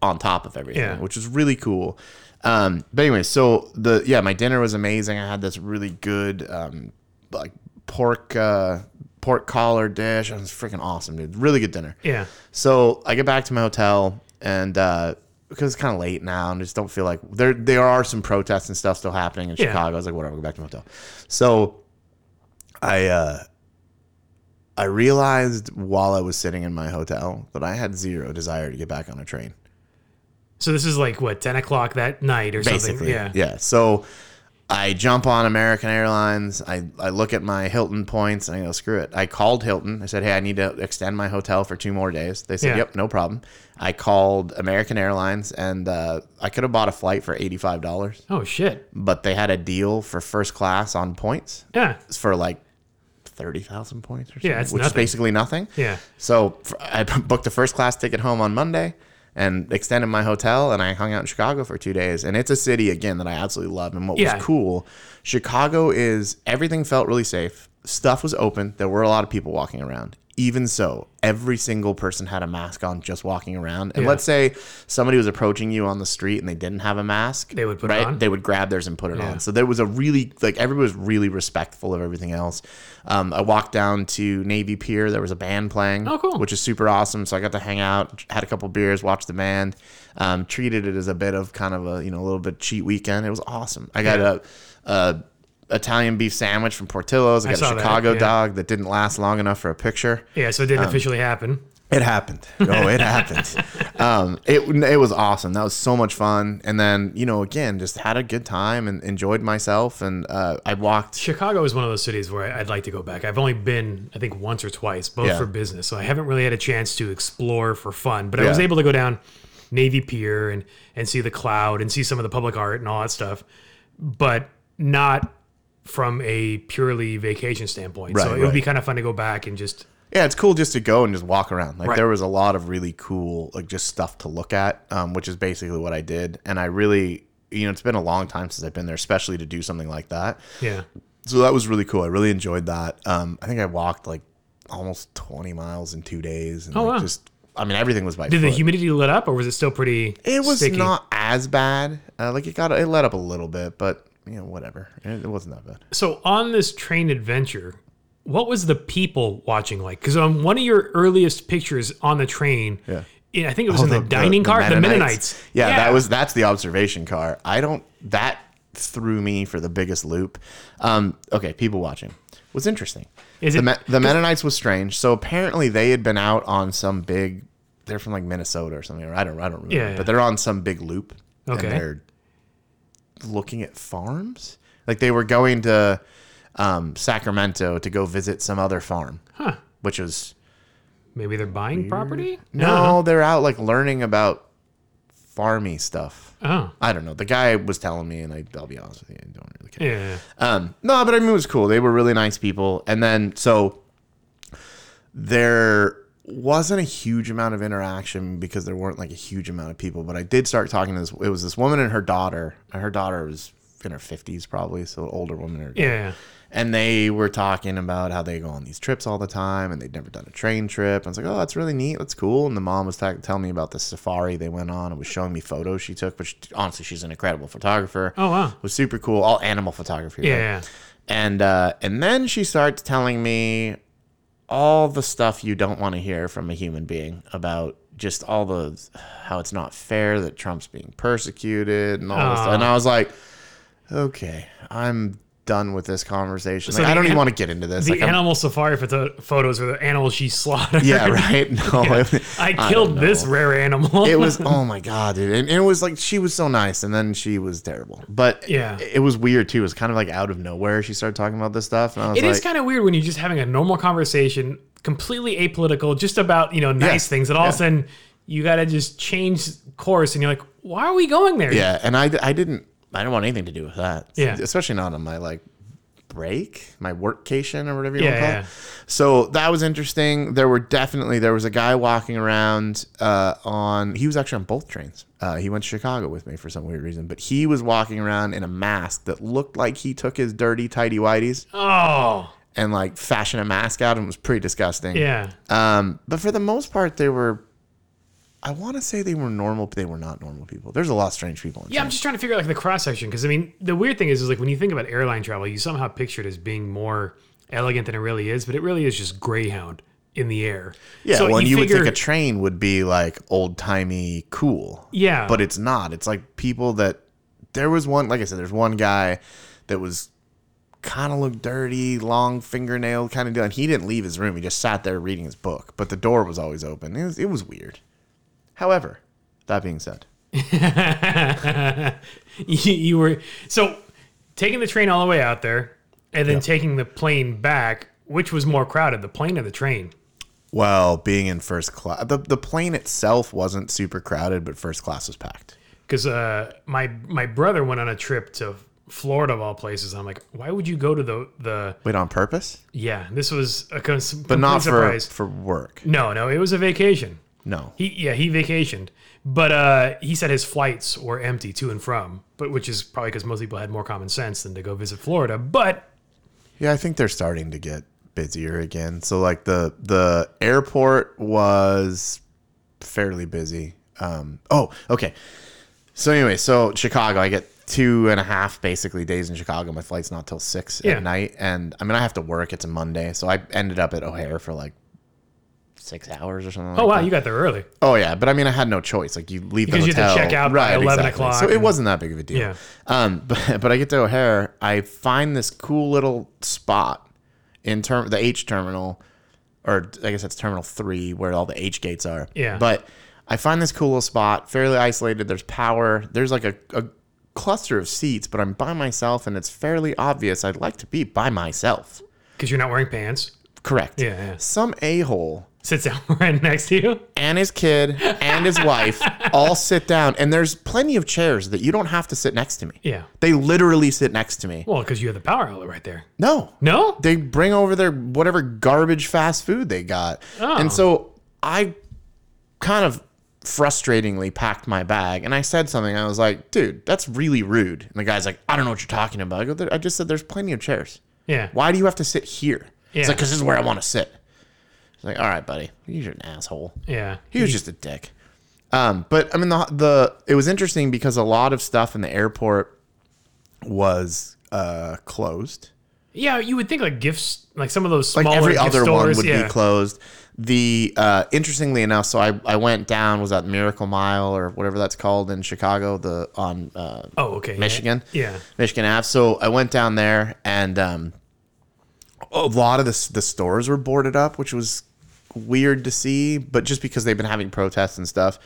on top of everything, Yeah. which is really cool. Um, but anyway, so the yeah, my dinner was amazing. I had this really good um, like pork uh, pork collar dish. It was freaking awesome, dude. Really good dinner. Yeah. So I get back to my hotel and uh, because it's kind of late now and I just don't feel like there there are some protests and stuff still happening in Yeah. Chicago. I was like, whatever, I'll go back to my hotel. So I uh, I realized while I was sitting in my hotel that I had zero desire to get back on a train. So this is like what 10 o'clock that night or something. Basically, Yeah. yeah. So I jump on American Airlines. I, I look at my Hilton points and I go, screw it. I called Hilton. I said, hey, I need to extend my hotel for two more days. They said, Yeah. yep, no problem. I called American Airlines and uh, I could have bought a flight for $85, Oh shit. but they had a deal for first class on points Yeah. for like thirty thousand points or something, it's which is nothing. basically nothing. Yeah. So f- I b- booked a first class ticket home on Monday and extended my hotel, and I hung out in Chicago for two days. And it's a city again that I absolutely love. And what Yeah. was cool, Chicago is everything felt really safe. Stuff was open. There were a lot of people walking around. Even so, every single person had a mask on just walking around. And Yeah. let's say somebody was approaching you on the street and they didn't have a mask. They would put it on? They would grab theirs and put it Yeah. on. So there was a really like everybody was really respectful of everything else. Um, I walked down to Navy Pier. There was a band playing. Oh, cool. Which is super awesome. So I got to hang out, had a couple beers, watched the band. Um, treated it as a bit of kind of a you know a little bit cheat weekend. It was awesome. I got a, a Italian beef sandwich from Portillo's. I got saw a that, Chicago yeah. dog that didn't last long enough for a picture. Yeah, so it Um, didn't officially happen. It happened. Oh, it happened. Um, it it was awesome. That was so much fun. And then you know, again, just had a good time and enjoyed myself. And uh, I walked. Chicago is one of those cities where I'd like to go back. I've only been, I think, once or twice, both Yeah. for business. So I haven't really had a chance to explore for fun. But I was Yeah. able to go down Navy Pier and and see the cloud and see some of the public art and all that stuff, but not from a purely vacation standpoint. so it Right, would be right. kind of fun to go back and just Yeah, it's cool just to go and just walk around. Like Right. there was a lot of really cool, like just stuff to look at, um, which is basically what I did. And I really, you know, it's been a long time since I've been there, especially to do something like that. yeah. So that was really cool. I really enjoyed that. Um, I think I walked like almost twenty miles in two days. And, Oh, like, wow. Just, I mean, everything was by Did the foot. humidity let up, or was it still pretty? It was sticky? not as bad. Uh, like it got it let up a little bit, but you know whatever. It, it wasn't that bad. So on this train adventure, what was the people watching like? Because on one of your earliest pictures on the train, Yeah. Oh, yeah, I think it was in the, dining car, the Mennonites. Yeah, that was that's the observation car. I don't that threw me for the biggest loop. Um, okay, people watching was interesting. Is the, it- Me- the Mennonites was strange. So apparently they had been out on some big. They're from like Minnesota or something. Or I don't. I don't remember. Yeah, yeah. But they're on some big loop. Okay. And they're looking at farms. Like they were going to um, Sacramento to go visit some other farm, Huh. which was Maybe they're buying property. no, they're out like learning about farmy stuff. Oh, I don't know. The guy was telling me, and I, I'll be honest with you, I don't really care. yeah. Um, no, but I mean, it was cool. They were really nice people. And then, so there wasn't a huge amount of interaction because there weren't like a huge amount of people. But I did start talking to this. It was this woman and her daughter. And her daughter was in her 50s, probably. So, an older woman. and her Yeah. and they were talking about how they go on these trips all the time and they'd never done a train trip. I was like, oh, that's really neat. That's cool. And the mom was ta- telling me about the safari they went on and was showing me photos she took, which honestly, she's an incredible photographer. Oh, wow. Was super cool. All animal photography. right? Yeah. yeah. And, uh, and then she starts telling me all the stuff you don't want to hear from a human being about just all the how it's not fair that Trump's being persecuted and all this stuff. And I was like, okay, I'm done with this conversation. So Like, the I don't even an- want to get into this. The Like, I'm- animal safari photo- photos are the animals she slaughtered. yeah, right. No, it- I killed don't this know. rare animal. It was oh my god, dude, and, and it was like she was so nice, and then she was terrible. But Yeah. it, it was weird too. It was kind of like out of nowhere. She started talking about this stuff, and I was It is like, kind of weird when you're just having a normal conversation, completely apolitical, just about you know nice Yeah, things, and all of a sudden you got to just change course, and you're like, why are we going there? Yeah, and I, I didn't I didn't want anything to do with that. Yeah. especially not on my like break, my workcation or whatever you Yeah, want to call yeah. it. So that was interesting. There were definitely there was a guy walking around uh, on he was actually on both trains. Uh, he went to Chicago with me for some weird reason, but he was walking around in a mask that looked like he took his dirty tidy whities Oh, and like fashioned a mask out and it was pretty disgusting. yeah. Um, but for the most part, they were. I want to say they were normal, but they were not normal people. There's a lot of strange people. In Yeah, I'm just trying to figure out like the cross section because I mean the weird thing is is like when you think about airline travel, you somehow picture it as being more elegant than it really is, but it really is just Greyhound in the air. Yeah, so well, and you would figure- think a train would be like old timey cool. Yeah. But it's not. It's like people that there was one like I said, there's one guy that was kind of looked dirty, long fingernail kind of deal, and he didn't leave his room. He just sat there reading his book. But the door was always open. It was it was weird. However, that being said. you, you were so taking the train all the way out there, and then taking the plane back. Which was more crowded, the plane or the train? Well, being in first class the, the plane itself wasn't super crowded, but first class was packed. because uh, my my brother went on a trip to Florida of all places. I'm like, why would you go to the the? Wait, on purpose? Yeah, this was a cons- But not for, surprise. for work. no, no, it was a vacation. No. He yeah, he vacationed, but uh, he said his flights were empty to and from, but which is probably because most people had more common sense than to go visit Florida. But Yeah, I think they're starting to get busier again. So like the the airport was fairly busy. Um, oh, okay. So anyway, so Chicago, I get two and a half basically days in Chicago. My flight's not till six Yeah. at night, and I mean I have to work. It's a Monday, so I ended up at O'Hare for like six hours or something. like oh wow, that. you got there early. Oh yeah, but I mean, I had no choice. Like you leave Because the you had to hotel, check out by 11 o'clock So it and- wasn't that big of a deal. Yeah. Um, but but I get to O'Hare, I find this cool little spot in term the H terminal, or I guess that's Terminal Three, where all the H gates are. Yeah. But I find this cool little spot, fairly isolated. There's power. There's like a. a cluster of seats but i'm by myself and it's fairly obvious i'd like to be by myself Because you're not wearing pants. correct Yeah, yeah. some a-hole Sits down right next to you. and his kid and his wife all sit down and there's plenty of chairs that you don't have to sit next to me Yeah. they literally sit next to me Well, because you have the power outlet right there. no No. they bring over their whatever garbage fast food they got Oh. and so i kind of frustratingly packed my bag and i said something i was like dude that's really rude and the guy's like i don't know what you're talking about i go "There- i just said there's plenty of chairs Yeah. why do you have to sit here Yeah. it's like because this is where i want to sit it's like all right buddy you're an asshole Yeah. he was just a dick. Um, but I mean, the, the it was interesting because a lot of stuff in the airport was uh, closed. Yeah, you would think like gifts, like some of those smaller Like every gift other one stores. would yeah. be closed. The uh, interestingly enough, so I, I went down was that Miracle Mile or whatever that's called in Chicago, the on uh, Oh, okay. yeah. Michigan. Yeah. Michigan Ave. So I went down there, and um, a lot of the s- the stores were boarded up, which was weird to see. But just because they've been having protests and stuff,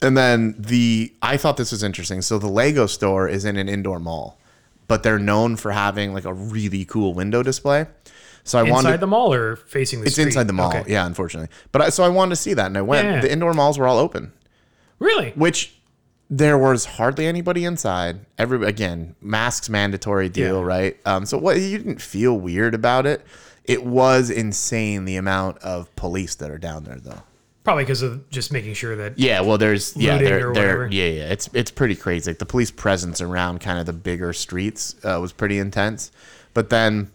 and then the I thought this was interesting. So the Lego store is in an indoor mall, but they're known for having like a really cool window display. So I wanted Inside the mall or facing the it's inside the mall, yeah, unfortunately. But I, so I wanted to see that, and I went. Yeah. The indoor malls were all open Really? which there was hardly anybody inside. Every again, masks mandatory deal, Yeah. right? Um, so what you didn't feel weird about it. It was insane the amount of police that are down there, though. Probably because of just making sure that Yeah, well, there's yeah, Looting there, or there, whatever. yeah, yeah. It's it's pretty crazy. Like the police presence around kind of the bigger streets uh, was pretty intense. But then,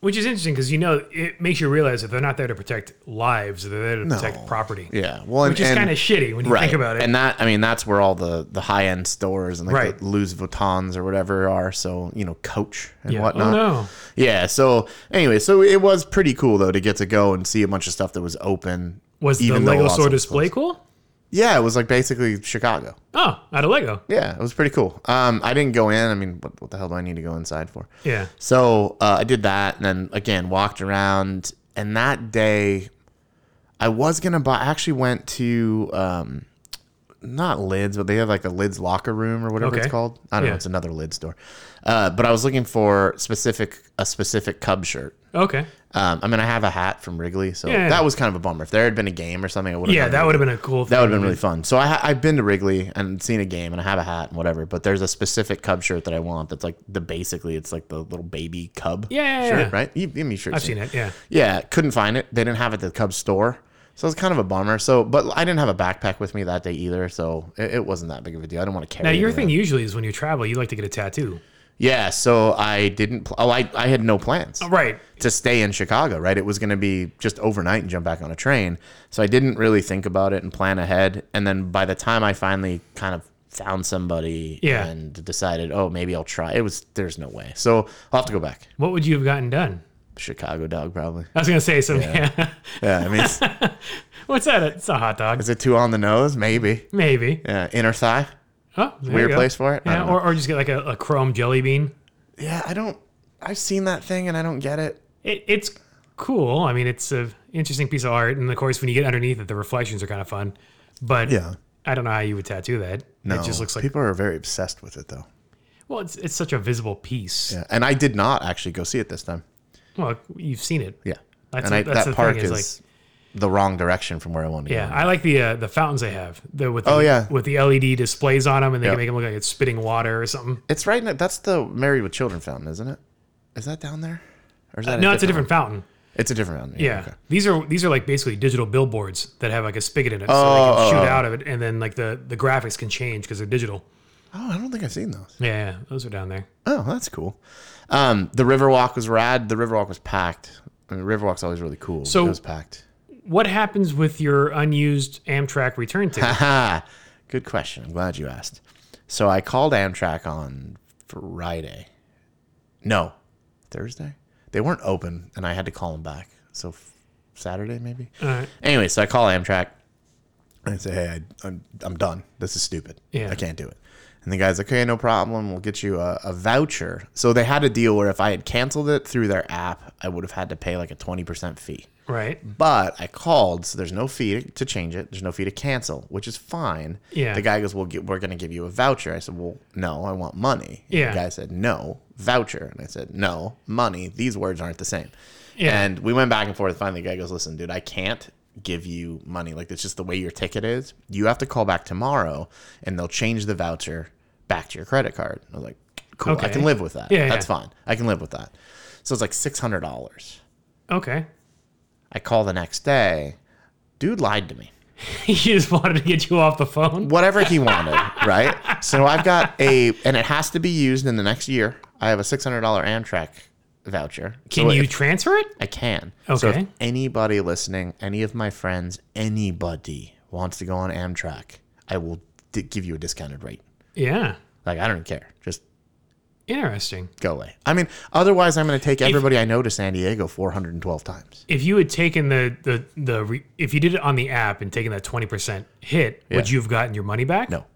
Which is interesting because you know it makes you realize that they're not there to protect lives; they're there to protect property, yeah, well, and, which is and- kind of shitty when you right, think about it. and that I mean that's where all the the high end stores and like Right. the Louis Vuittons or whatever are. So you know, Coach and yeah. whatnot. Oh no! Yeah. So anyway, so it was pretty cool though to get to go and see a bunch of stuff that was open. Was even though the Lego lots store of- display cool? Yeah, it was like basically Chicago. Oh, out of Lego. Yeah, it was pretty cool. Um, I didn't go in. I mean, what, what the hell do I need to go inside for? Yeah, So uh, I did that, and then again walked around. And that day, I was gonna buy. I actually went to um, not Lids, but they have like a Lids locker room or whatever Okay. it's called. I don't Yeah. know. It's another Lids store. Uh, but I was looking for specific a specific Cub shirt. okay. Um, I mean, I have a hat from Wrigley, so Yeah. that was kind of a bummer. If there had been a game or something, I would have. Yeah, that, that would have been a cool. Thing. that would have been really fun. So I, ha- I've been to Wrigley and seen a game, and I have a hat and whatever. But there's a specific Cub shirt that I want. That's like the basically, it's like the little baby Cub. Yeah, yeah, shirt, yeah. right. You, you mean sure? I've seen it. Yeah, Yeah, couldn't find it. They didn't have it at the Cub store, so it was kind of a bummer. So, but I didn't have a backpack with me that day either, so it, it wasn't that big of a deal. I didn't want to carry. now it your around. thing usually is when you travel, you like to get a tattoo, Yeah, so I didn't. Pl- oh, I I had no plans right? to stay in Chicago, right? It was going to be just overnight and jump back on a train. So I didn't really think about it and plan ahead. And then by the time I finally kind of found somebody Yeah. and decided, oh, maybe I'll try, it was, there's no way. So I'll have to go back. What would you have gotten done? Chicago dog, probably. I was gonna say something. Yeah. Yeah. I mean, is- What's that? It's a hot dog, is it too on the nose? Maybe. maybe. Yeah. Inner thigh? Oh, there you Weird go. place for it? I Yeah, don't know. or, or just get like a, a chrome jelly bean. Yeah. I don't, I've seen that thing and I don't get it. It, it's cool. I mean, it's a interesting piece of art, and of course, when you get underneath it, the reflections are kind of fun. But Yeah. I don't know how you would tattoo that. No. It just looks like people are very obsessed with it though. well, it's it's such a visible piece. Yeah. And I did not actually go see it this time. Well, you've seen it. Yeah. That's and it- I, that's the that thing park is, is, like- the wrong direction from where I wanted to Yeah, go. I like the uh, the fountains they have. The, with the, Oh, yeah. with the LED displays on them, and they Yep. can make them look like it's spitting water or something. It's right. ne- That's the Married with Children fountain, isn't it? Is that down there? Or is that Uh, No, it's a different fountain. one? It's a different fountain. Yeah, okay. these are these are like basically digital billboards that have like a spigot in it, so Oh, they can oh, shoot out of it, and then like the the graphics can change because they're digital. Oh, I don't think I've seen those. Yeah, yeah, those are down there. Oh, that's cool. Um, the Riverwalk was rad. The Riverwalk was packed. I mean, Riverwalk's always really cool. So- it was packed. What happens with your unused Amtrak return ticket? Haha. Good question. I'm glad you asked. So I called Amtrak on Friday. No, Thursday. They weren't open, and I had to call them back. So f- Saturday, maybe. All right. Anyway, so I call Amtrak and I say, "Hey, I, I'm I'm done. This is stupid. Yeah. I can't do it." And the guy's like, "Okay, no problem. We'll get you a, a voucher." So they had a deal where if I had canceled it through their app, I would have had to pay like a twenty percent fee. Right. But I called, so there's no fee to change it. There's no fee to cancel, which is fine. Yeah. The guy goes, "Well, get, we're going to give you a voucher." I said, "Well, no, I want money." And Yeah. The guy said, "No, voucher," and I said, "No, money. These words aren't the same." Yeah. And we went back and forth. Finally, the guy goes, "Listen, dude, I can't give you money. Like it's just the way your ticket is. You have to call back tomorrow, and they'll change the voucher back to your credit card." I was like, "Cool, I Okay. can live with that. Yeah, that's yeah. fine. I can live with that." So it's like six hundred dollars. Okay. I call the next day. Dude lied to me. he just wanted to get you off the phone. Whatever he wanted, right? So I've got a, and it has to be used in the next year. I have a six hundred dollar Amtrak voucher. Can So you if- transfer it? I can. So if Okay. anybody listening, any of my friends, anybody wants to go on Amtrak, I will d- give you a discounted rate. Yeah. Like I don't care. Just Interesting. go away. I mean, otherwise I'm going to take everybody I know to San Diego 412 times. If you had taken the the the re, if you did it on the app and taken that twenty percent hit, would Yeah. you have gotten your money back? No.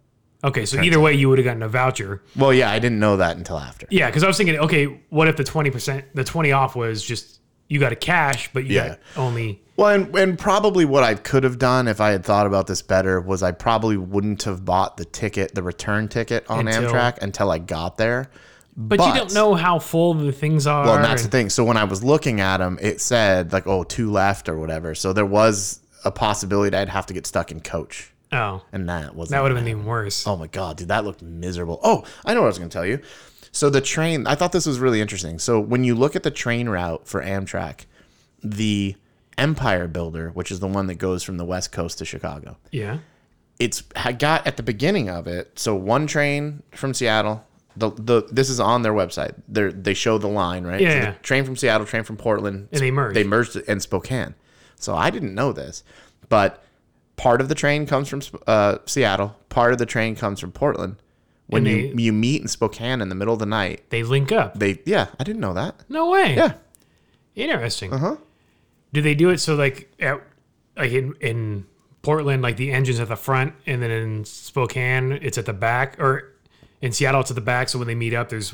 Okay, so either way, you would have gotten a voucher. Well, yeah, I didn't know that until after. Yeah, because I was thinking, okay, what if the twenty percent, the twenty off was just you got a cash, but you Yeah. got only Well, and, and probably what I could have done if I had thought about this better was I probably wouldn't have bought the ticket, the return ticket on Until- Amtrak until I got there. But, you don't know how full the things are. Well, and that's the and- thing. So when I was looking at them, it said like, oh, two left or whatever. So there was a possibility that I'd have to get stuck in coach. oh, And that wasn't. that would have been even worse. Oh my god, dude, that looked miserable. Oh, I know what I was going to tell you. So the train, I thought this was really interesting. So when you look at the train route for Amtrak, the Empire Builder, which is the one that goes from the West Coast to Chicago, Yeah. it's had got at the beginning of it. So one train from Seattle. The, the this is on their website. They they show the line right. Yeah, So the yeah. train from Seattle, train from Portland, And they merged. They merged it in Spokane. So I didn't know this, but part of the train comes from Sp- uh, Seattle. Part of the train comes from Portland. When And you they- you meet in Spokane in the middle of the night, They link up. they yeah, I didn't know that. no way. Yeah, Uh-huh. Interesting. Uh huh. Do they do it so like at like in, in Portland, like the engine's at the front, and then in Spokane it's at the back, or in Seattle it's at the back. So when they meet up, there's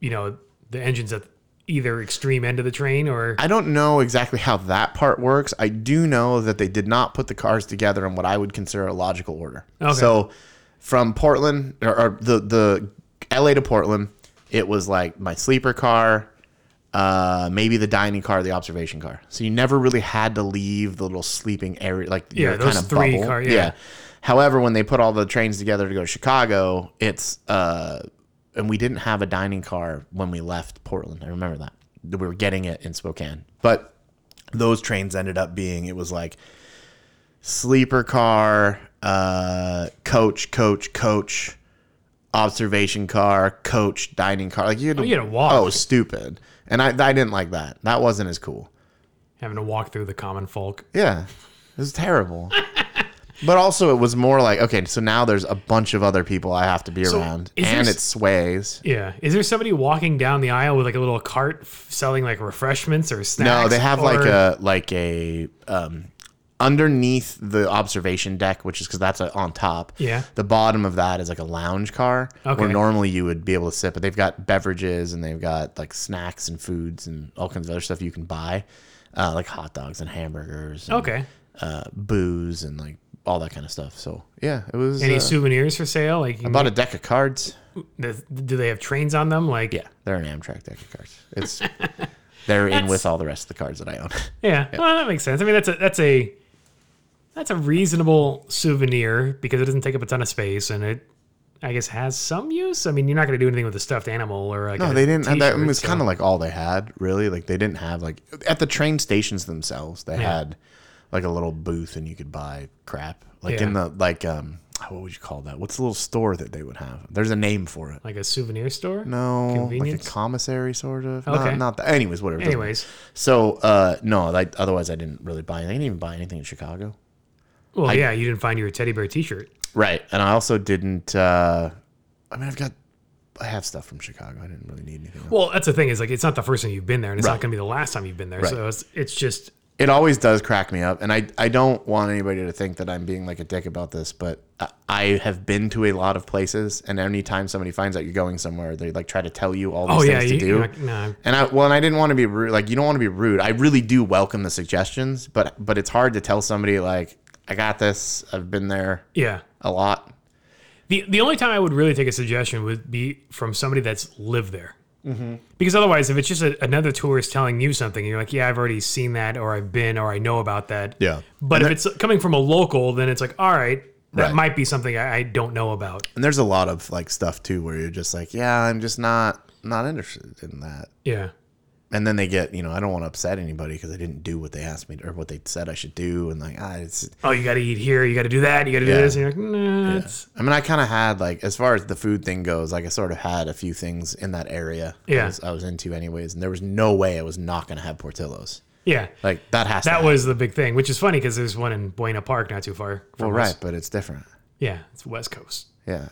you know the engine's at either extreme end of the train, or I don't know exactly how that part works. I do know that they did not put the cars together in what I would consider a logical order. Okay. So from Portland or, or the the LA to Portland, it was like my sleeper car, uh, maybe the dining car, the observation car. So you never really had to leave the little sleeping area, like Yeah, your those kind of three bubble. car- yeah. However, when they put all the trains together to go to Chicago, it's uh, and we didn't have a dining car when we left Portland. I remember that we were getting it in Spokane, but those trains ended up being it was like sleeper car, uh, coach, coach, coach, observation car, coach, dining car. Like you had to, you had to walk. Oh, stupid! And I, I didn't like that. That wasn't as cool. having to walk through the common folk. Yeah, it was terrible. but also, it was more like okay, so now there's a bunch of other people I have to be around, is and there- it sways. Yeah. Is there somebody walking down the aisle with like a little cart f- selling like refreshments or snacks? No, they have like or- a like a um, underneath the observation deck, which is because that's uh on top. Yeah. The bottom of that is like a lounge car where Okay. normally you would be able to sit, but they've got beverages and they've got like snacks and foods and all kinds of other stuff you can buy, uh, like hot dogs and hamburgers, and, okay. uh, booze and like all that kind of stuff. So yeah, it was. Any uh, souvenirs for sale? Like, you can bought a deck of cards. The- do they have trains on them? Like, Yeah, they're an Amtrak deck of cards. It's they're in with all the rest of the cards that I own. yeah. Well, that makes sense. I mean, that's a that's a that's a reasonable souvenir because it doesn't take up a ton of space and it I guess has some use. I mean, you're not going to do anything with a stuffed animal or like No, a they didn't. Have that, t-shirt, it was so- kind of like all they had, really. Like they didn't have like at the train stations themselves. They Yeah. had like a little booth, and you could buy crap. Like in Yeah. the like um, what would you call that? What's the little store that they would have? There's a name for it. like a souvenir store. No, like a convenience. commissary, sort of. Okay. Not, not that. Anyways, whatever. doesn't matter. Anyways, so uh, no, I, otherwise I didn't really buy. anything. I didn't even buy anything in Chicago. well, yeah, you didn't find your teddy bear T-shirt. Right, and I also didn't. Uh, I mean, I've got. I have stuff from Chicago. I didn't really need anything. else. Well, that's the thing is like it's not the first time you've been there, and it's not Right. going to be the last time you've been there. Right. So it's it's just it always does crack me up and I, I don't want anybody to think that i'm being like a dick about this but I, I have been to a lot of places and anytime somebody finds out you're going somewhere they like try to tell you all these oh yeah, things you, to you're do not- no, and i well and i didn't want to be rude like you don't want to be rude i really do welcome the suggestions but but it's hard to tell somebody like i got this i've been there yeah. a lot The the only time I would really take a suggestion would be from somebody that's lived there. Mm-hmm. Because otherwise, if it's just a, another tourist telling you something, you're like, yeah, I've already seen that, or I've been, or I know about that. Yeah. But if it's coming from a local, then it's like, all right, that Right. might be something I, I don't know about. and there's a lot of like stuff too where you're just like yeah i'm just not not interested in that Yeah. and then they get you know i don't want to upset anybody because i didn't do what they asked me to, or what they said i should do and like ah, it's Oh, you got to eat here. You got to do that. You got to do Yeah. this. And you're like, nah. it's- i mean i kind of had like as far as the food thing goes like i sort of had a few things in that area Yeah. I, was, I was into anyways and there was no way i was not going to have portillos Yeah. like that has to That happen. was the big thing, which is funny because there's one in Buena Park not too far from well, us. right but it's different Yeah. It's West Coast. yeah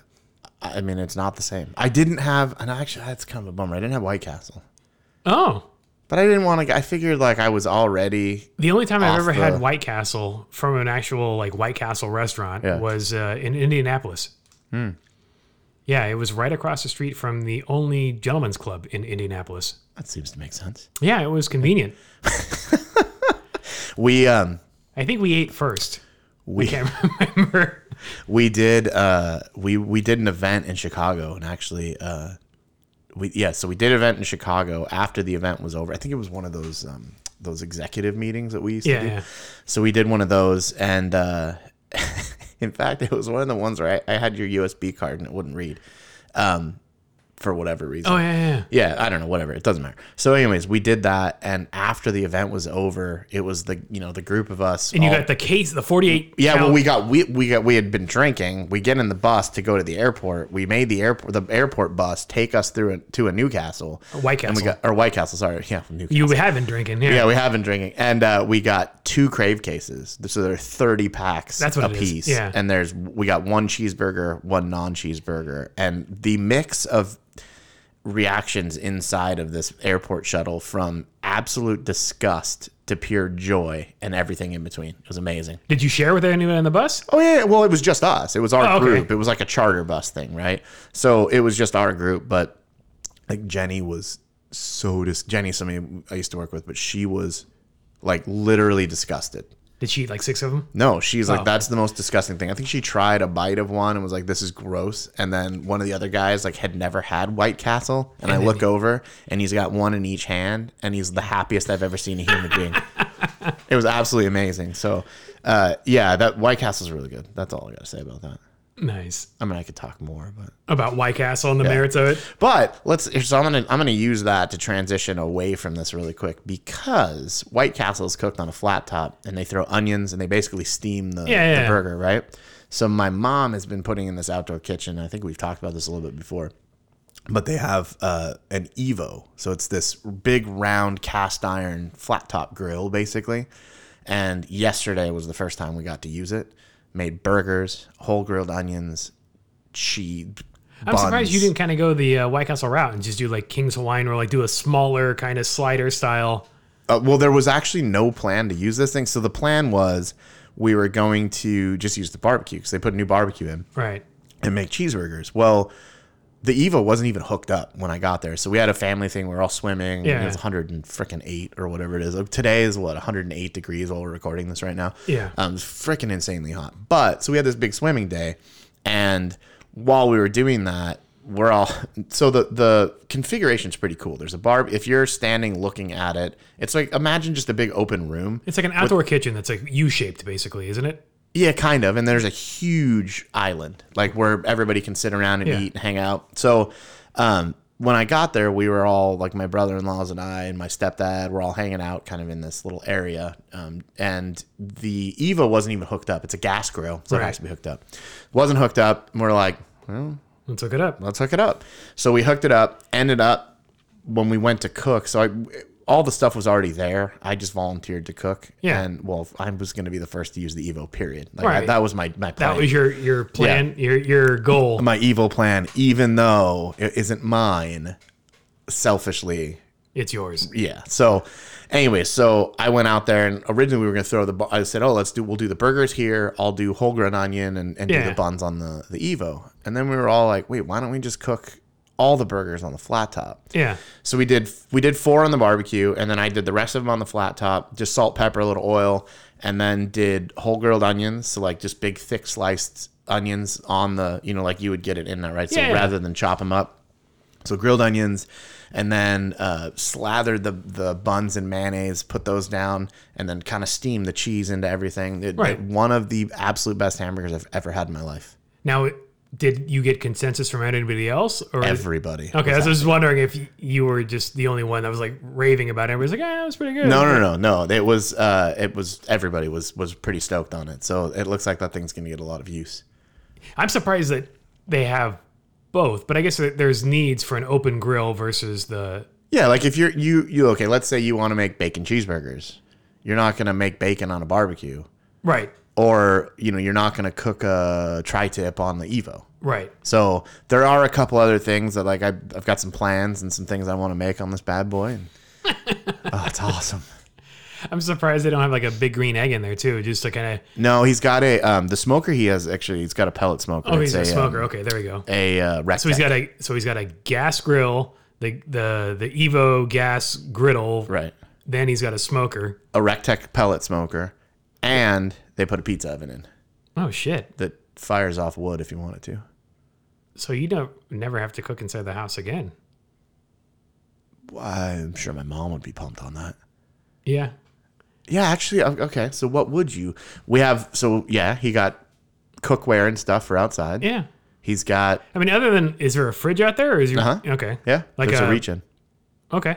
i I mean it's not the same i didn't have and actually that's kind of a bummer i didn't have white castle Oh. but i didn't want to i figured like i was already The only time I've Off ever the- had White Castle from an actual like White Castle restaurant Yeah. Hmm. was uh, in Indianapolis. Yeah, it was right across the street from the only gentleman's club in Indianapolis. that seems to make sense Yeah, it was convenient. we um I think we ate first. we I can't remember. we did uh we we did an event in chicago and actually uh we yeah so we did an event in chicago after the event was over i think it was one of those um those executive meetings that we used Yeah, to do yeah. so we did one of those and uh in fact it was one of the ones where I, I had your usb card and it wouldn't read um for whatever reason Oh yeah, yeah, yeah. yeah, I don't know, whatever. It doesn't matter. So, anyways, we did that, and after the event was over, it was the you know the group of us. And you all- got the case, the forty-eight. Oh. yeah, well, count- we got we we got we had been drinking. We get in the bus to go to the airport. We made the airport the airport bus take us through a, to a Newcastle, White Castle. and we got or White Castle. Sorry, yeah, Newcastle. you have been drinking. Yeah, yeah, we have been drinking, and uh, we got two crave cases. So there are thirty packs That's what a it is. piece. Yeah. and there's we got one cheeseburger, one non cheeseburger, and the mix of reactions inside of this airport shuttle from absolute disgust to pure joy and everything in between. It was amazing. Did you share with anyone on the bus? Oh yeah, yeah, well it was just us. It was our Oh, okay. group. It was like a charter bus thing, right? So it was just our group, but like Jenny was so dis Jenny, somebody I used to work with, but she was like literally disgusted. Did she eat like six of them? No, she's like, that's the most disgusting thing. I think she tried a bite of one and was like, this is gross. And then one of the other guys like had never had White Castle. And, I look over and he's got one in each hand and he's the happiest I've ever seen a human being. It was absolutely amazing. So, uh, yeah, that White Castle's really good. That's all I got to say about that. Nice. I mean, I could talk more, but About White Castle and the merits of it. but let's. So I'm gonna I'm gonna use that to transition away from this really quick because White Castle is cooked on a flat top and they throw onions and they basically steam the, Yeah, yeah, the yeah. burger, right? So my mom has been putting in this outdoor kitchen. I think we've talked about this a little bit before, but they have uh, an Evo, so it's this big round cast iron flat top grill basically. And yesterday was the first time we got to use it. Made burgers, whole grilled onions, cheese. I'm surprised you didn't kind of go the uh, White Castle route and just do like King's Hawaiian or like do a smaller kind of slider style. Uh, well, there was actually no plan to use this thing. So the plan was we were going to just use the barbecue because they put a new barbecue in Right. and make cheeseburgers. Well, the Evo wasn't even hooked up when I got there. So we had a family thing. We were all swimming. Yeah. It was 108 or whatever it is. Uh, Today is what, 108 degrees while we're recording this right now. Yeah. Um, it's freaking insanely hot. But so we had this big swimming day. And while we were doing that, we're all so the the configuration's pretty cool. There's a bar. If you're standing looking at it, it's like imagine just a big open room. It's like an outdoor kitchen that's like U shaped, basically, isn't it? Yeah, kind of. And there's a huge island, like where everybody can sit around and Yeah. eat and hang out. So um, when I got there, we were all like my brother in laws and I and my stepdad were all hanging out kind of in this little area. Um, and the Eva wasn't even hooked up. It's a gas grill, so it Right. has to be hooked up. Wasn't hooked up. And we're like, Let's hook it up. let's hook it up. So we hooked it up, ended up when we went to cook. So I, all the stuff was already there. I just volunteered to cook. Yeah. And well, I was going to be the first to use the Evo period. Like Right. that was my, my plan. That was your your plan, your your goal. my evil plan, even though it isn't mine selfishly. It's yours. Yeah. So anyway, so I went out there and originally we were going to throw the, bu- I said, oh, let's do, we'll do the burgers here. I'll do whole grain onion and, and do Yeah. the buns on the, the Evo. And then we were all like, wait, why don't we just cook all the burgers on the flat top? Yeah. So we did we did four on the barbecue, and then I did the rest of them on the flat top, just salt, pepper, a little oil, and then did whole grilled onions, so like just big thick sliced onions on the you know like you would get it in that right, so Yeah. rather than chop them up. So grilled onions, and then uh, slathered the the buns in mayonnaise, put those down, and then kind of steam the cheese into everything. It- Right. one of the absolute best hamburgers I've ever had in my life. Now, did you get consensus from anybody else? Or Everybody. okay, I was just wondering if you were just the only one that was like raving about it. Everybody's like, "Ah, it was pretty good." No, no, no, no. It was uh, it was everybody was was pretty stoked on it. So it looks like that thing's gonna get a lot of use. I'm surprised that they have both, but I guess that there's needs for an open grill versus the Yeah, like if you're you you okay, let's say you want to make bacon cheeseburgers, you're not gonna make bacon on a barbecue, right, or you know you're not gonna cook a tri-tip on the Evo. right. So there are a couple other things that like I, I've got some plans and some things I want to make on this bad boy. And, oh, it's awesome. I'm surprised they don't have like a big green egg in there too, just to kind of. No, he's got a um, the smoker. He has actually he's got a pellet smoker. Oh, It's he's a um, smoker. okay, there we go. a uh, rectangle. So he's got a so he's got a gas grill, the the the Evo gas griddle. right. Then he's got a smoker. a Rectech pellet smoker, and they put a pizza oven in Oh shit! that fires off wood if you want it to. So you don't never have to cook inside the house again. Well, I'm sure my mom would be pumped on that. Yeah, Yeah, actually, o- okay. So what would you? We have so yeah, he got cookware and stuff for outside. yeah. He's got I mean, other than is there a fridge out there? Or is your Uh-huh. okay? yeah, Like there's a, a- reach in. Okay.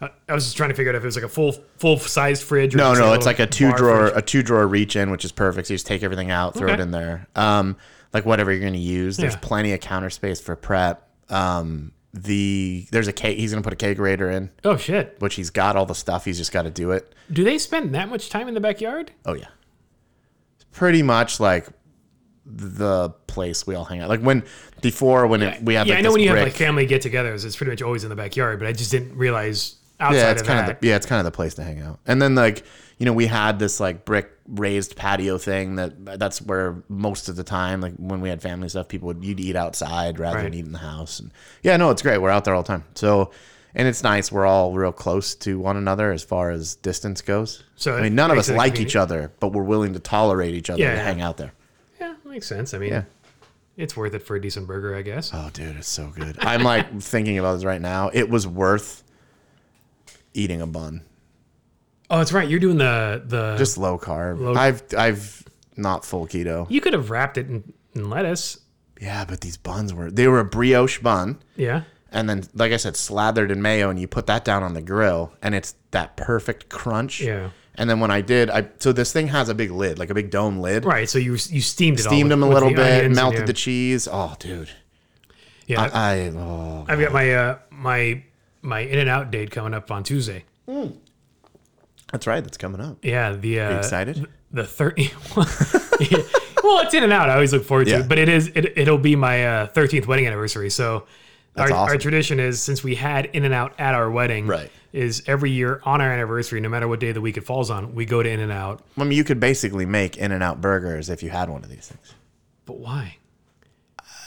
Uh, I was just trying to figure out if it was like a full full sized fridge. Or No, just no, little it's like a two bar drawer fridge. a two drawer reach in, which is perfect. So you just take everything out, throw it Okay. in there. Um, like whatever you're gonna use. There's Yeah. plenty of counter space for prep. Um, the there's a cake. He's gonna put a kegerator in, Oh shit! which he's got all the stuff. He's just got to do it. Do they spend that much time in the backyard? Oh yeah. It's pretty much like the place we all hang out. Like when before when it, we have yeah, like I know this when you brick, have like family get-togethers, it's pretty much always in the backyard. But I just didn't realize outside yeah, it's of kind that. of the, yeah, it's kind of the place to hang out. And then like you know we had this like brick raised patio thing that that's where most of the time like when we had family stuff people would you'd eat outside rather Right. than eat in the house. And yeah, no, it's great. We're out there all the time. So. And it's nice. We're all real close to one another as far as distance goes. So I it mean, none of makes us it a like convenient- each other, but we're willing to tolerate each other Yeah, to yeah. hang out there. yeah, makes sense. I mean, Yeah. it's worth it for a decent burger, I guess. Oh, dude, it's so good. I'm like thinking about this right now. It was worth eating a bun, Oh, that's right. You're doing the the. just low carb. Low- I've I've not full keto. you could have wrapped it in, in lettuce. Yeah, but these buns were they were a brioche bun, Yeah. and then like I said, slathered in mayo, and you put that down on the grill, and it's that perfect crunch. Yeah. And then when I did, I so this thing has a big lid, like a big dome lid. Right. So you you steamed it. all Steamed with- them a with little the bit, onions and melted yeah. the cheese. Oh, dude, Yeah. I oh, I've got my uh, my my in and out date coming up on Tuesday. that's right, that's coming up. Yeah, the uh, Excited? the thirty. well, it's in and out. I always look forward to Yeah. it, but it is it, it'll be my uh, thirteenth wedding anniversary. So. Our, our awesome. tradition is since we had in and out at our wedding Right. is every year on our anniversary no matter what day of the week it falls on we go to in and out I mean, you could basically make in and out burgers if you had one of these things. but why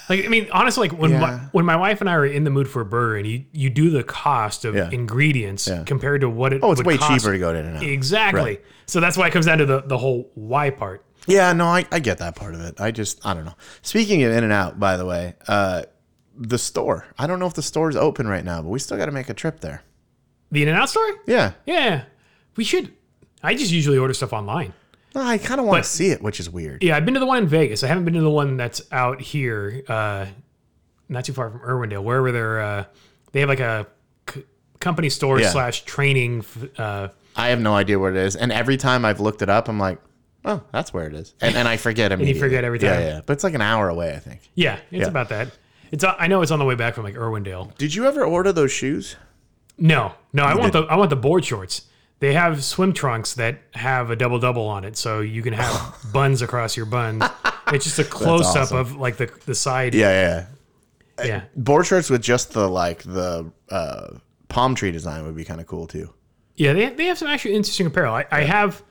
like i mean honestly like when my, Yeah. when my wife and i were in the mood for a burger and you you do the cost of Yeah. ingredients compared to what it Oh, it's would way cost- cheaper to go to In-N-Out. Exactly. So that's why it comes down to the, the whole why part. Yeah, no, I, I get that part of it. I just I don't know. Speaking of In and Out, by the way, uh, the store. I don't know if the store's open right now, but we still got to make a trip there. The In and Out story? Yeah, Yeah. We should. I just usually order stuff online. I kind of want to see it, which is weird. Yeah, I've been to the one in Vegas. I haven't been to the one that's out here, uh, not too far from Irwindale, wherever they're. Uh, they have like a c- company store Yeah. slash training. f- Uh, I have no idea what it is, and every time I've looked it up, I'm like, oh, that's where it is, and, and I forget immediately. forget every time. Yeah, yeah, but it's like an hour away, I think. yeah, it's about that. It's. uh, I know it's on the way back from like Irwindale. Did you ever order those shoes? No, no, I want the I want the board shorts. They have swim trunks that have a double double on it, so you can have buns across your buns. It's just a close up awesome. of like the the side. Yeah, yeah. yeah. yeah. Board shorts with just the like the uh, palm tree design would be kind of cool too. Yeah, they, they have some actually interesting apparel. I, I have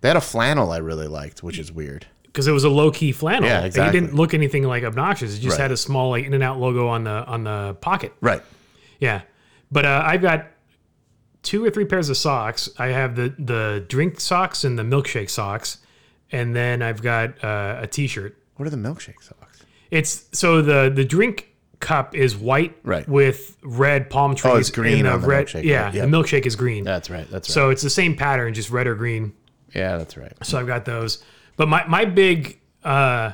They had a flannel I really liked, which is weird. because it was a low key flannel. Yeah, Like, exactly. It didn't look anything like obnoxious. It just Right. had a small like In and Out logo on the on the pocket. Right. Yeah, but uh, I've got two or three pairs of socks. I have the the drink socks and the milkshake socks, and then I've got uh, a t shirt. What are the milkshake socks? It's so the the drink cup is white Right. Oh, with red palm it's trees. green and on the red. milkshake, yeah, right? the milkshake is green. That's right. That's right. So it's the same pattern, just red or green. yeah, that's right. So I've got those. But my my big uh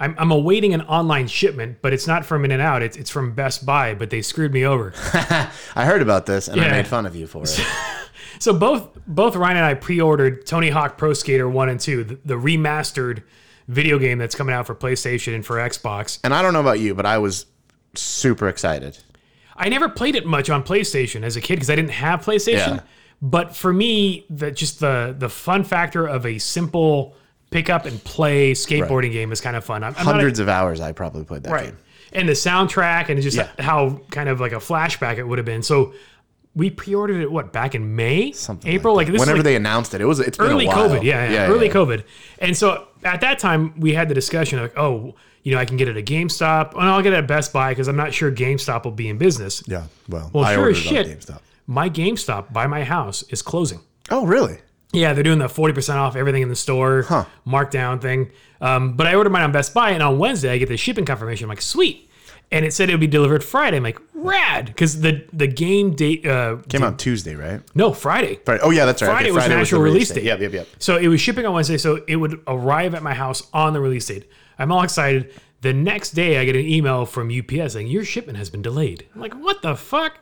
I'm, I'm awaiting an online shipment, but it's not from In and Out. It's it's from Best Buy, but they screwed me over. I heard about this and I Yeah. made fun of you for it. so both both Ryan and I pre-ordered Tony Hawk Pro Skater One and Two, the, the remastered video game that's coming out for PlayStation and for Xbox. and I don't know about you, but I was super excited. I never played it much on PlayStation as a kid because I didn't have PlayStation. Yeah. But for me, the just the the fun factor of a simple pick up and play skateboarding game is kind of fun. I'm, I'm not a- Hundreds of hours I probably played that right game. and the soundtrack and just Yeah. how kind of like a flashback it would have been so we pre-ordered it what back in may Something april like, this whenever is like they announced it, it was it's early been a while. covid yeah, yeah, early covid and so at that time we had the discussion like oh you know i can get it at gamestop and i'll get it at best buy because i'm not sure gamestop will be in business Yeah, well, Well, I sure ordered as it on shit. GameStop. my gamestop by my house is closing Oh, really? yeah, they're doing the forty percent off everything in the store markdown thing. Um, but I ordered mine on Best Buy, and on Wednesday I get the shipping confirmation. I'm like, sweet, and it said it would be delivered Friday. I'm like, rad, because the the game date uh, Came out Tuesday, right? no Friday. Friday. Oh, yeah, that's right. Friday was an actual the release date. Yep, yep, yep. So it was shipping on Wednesday, so it would arrive at my house on the release date. I'm all excited. The next day, I get an email from UPS saying your shipment has been delayed. I'm like, what the fuck?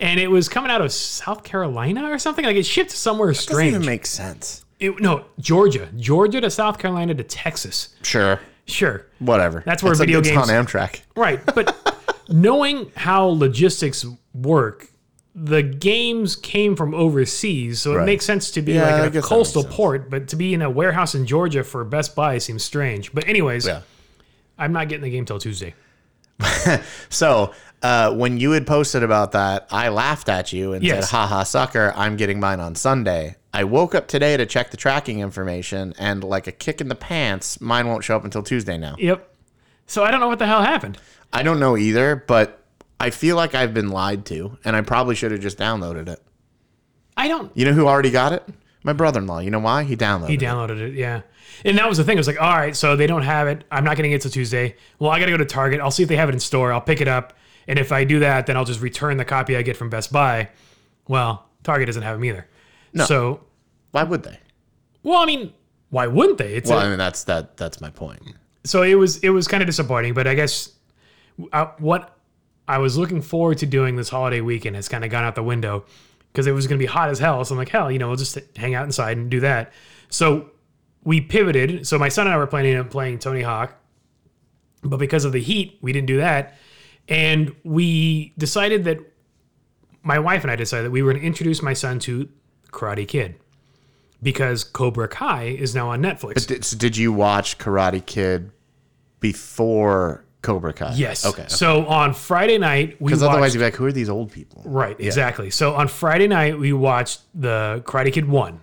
And it was coming out of South Carolina or something. Like it shipped somewhere Doesn't strange. even make sense. It, no, Georgia, Georgia to South Carolina to Texas. Sure, Sure, whatever. That's where it's like- video games- It's on Amtrak. right, but knowing how logistics work, the games came from overseas, so it Right. makes sense to be Yeah, I like guess in a that coastal makes sense. port, but to be in a warehouse in Georgia for Best Buy seems strange. But anyways, Yeah. I'm not getting the game till Tuesday. So uh, when you had posted about that, I laughed at you and Yes. said, haha, sucker, I'm getting mine on Sunday. I woke up today to check the tracking information, and like a kick in the pants, mine won't show up until Tuesday now. Yep. So I don't know what the hell happened. I don't know either, but I feel like I've been lied to, and I probably should have just downloaded it. I don't. You know who already got it? My brother in law. You know why? He downloaded He it. downloaded it, yeah. And that was the thing. It was like, all right, so they don't have it. I'm not getting it till Tuesday. Well, I got to go to Target. I'll see if they have it in store. I'll pick it up. And if I do that, then I'll just return the copy I get from Best Buy. Well, Target doesn't have them either. So, Why would they? well, I mean, why wouldn't they? It's Well, a- I mean that's that that's my point. so it was it was kind of disappointing, but I guess I, what I was looking forward to doing this holiday weekend has kind of gone out the window because it was going to be hot as hell. So I'm like, hell, you know, we'll just hang out inside and do that. So we pivoted. So my son and I were planning on playing Tony Hawk, but because of the heat, we didn't do that, and we decided that my wife and I decided that we were going to introduce my son to Karate Kid because Cobra Kai is now on Netflix. Did, so did you watch Karate Kid before Cobra Kai? Yes. Okay. So on Friday night, we Because watched, otherwise you'd be like, who are these old people? right exactly. So on Friday night, we watched the Karate Kid one,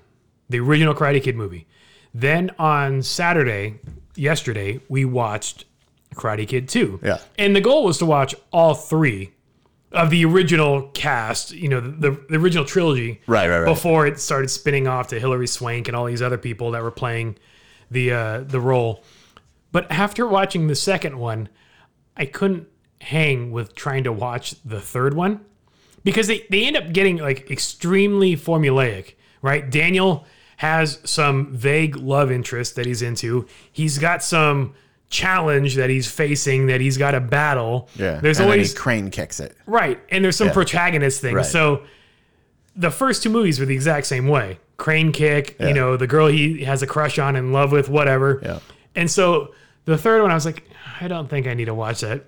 the original Karate Kid movie. Then on Saturday, yesterday, we watched Karate Kid two. Yeah. And the goal was to watch all three of the original cast, you know, the, the original trilogy, Right, right, right. Before it started spinning off to Hilary Swank and all these other people that were playing the uh, the role. But after watching the second one, I couldn't hang with trying to watch the third one because they, they end up getting like extremely formulaic, right? Daniel has some vague love interest that he's into. He's got some challenge that he's facing that he's got a battle. Yeah. There's and then always he crane kicks it. right, and there's some Yeah. protagonist things. Right. So the first two movies were the exact same way. Crane kick, Yeah. you know, the girl he has a crush on in love with, whatever. Yeah. And so the third one, I was like, I don't think I need to watch that.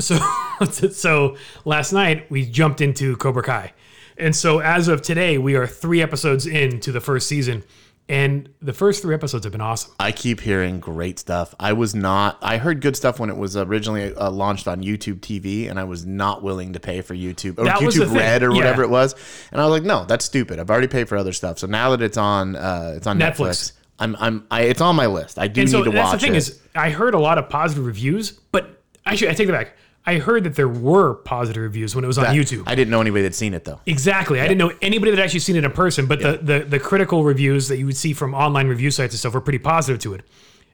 So, so last night we jumped into Cobra Kai, and so as of today, we are three episodes into the first season, and the first three episodes have been awesome. I keep hearing great stuff. I was not. I heard good stuff when it was originally uh, launched on YouTube TV, and I was not willing to pay for YouTube or That was the YouTube thing, Red or yeah. whatever it was. And I was like, no, that's stupid. I've already paid for other stuff. So now that it's on, uh, it's on Netflix. Netflix. I'm, I'm, I, it's on my list. I do And need so to that's watch the thing it. is, I heard a lot of positive reviews, but actually, I take that back. I heard that there were positive reviews when it was on YouTube. I didn't know anybody that'd seen it though. Exactly. I didn't know anybody that actually seen it in person, but the, the the critical reviews that you would see from online review sites and stuff were pretty positive to it.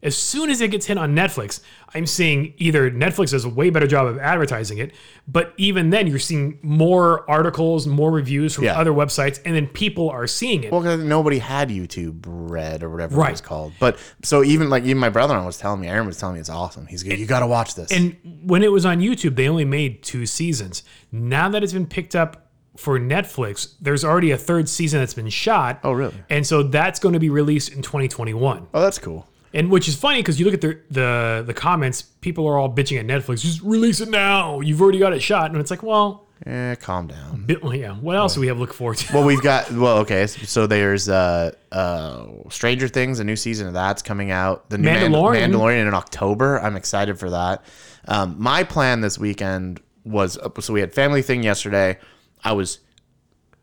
As soon as it gets hit on Netflix, I'm seeing either Netflix does a way better job of advertising it, but even then you're seeing more articles, more reviews from Yeah. other websites, and then people are seeing it. Well, 'cause nobody had YouTube Red or whatever it was Right. called. But so even like even my brother-in-law was telling me, Aaron was telling me it's awesome. He's like, you got to watch this. and when it was on YouTube, they only made two seasons. Now that it's been picked up for Netflix, there's already a third season that's been shot. Oh, really? And so that's going to be released in 2021. oh, that's cool. And which is funny because you look at the, the the comments, people are all bitching at Netflix. Just release it now. You've already got it shot, and it's like, well, Eh, calm down. bit, well, yeah. What else do we have to look forward to? Well, we've got well, okay. So there's uh, uh, Stranger Things, a new season of that's coming out. The new Mand- Mandalorian. Mandalorian in October. I'm excited for that. Um, my plan this weekend was uh, so we had family thing yesterday. I was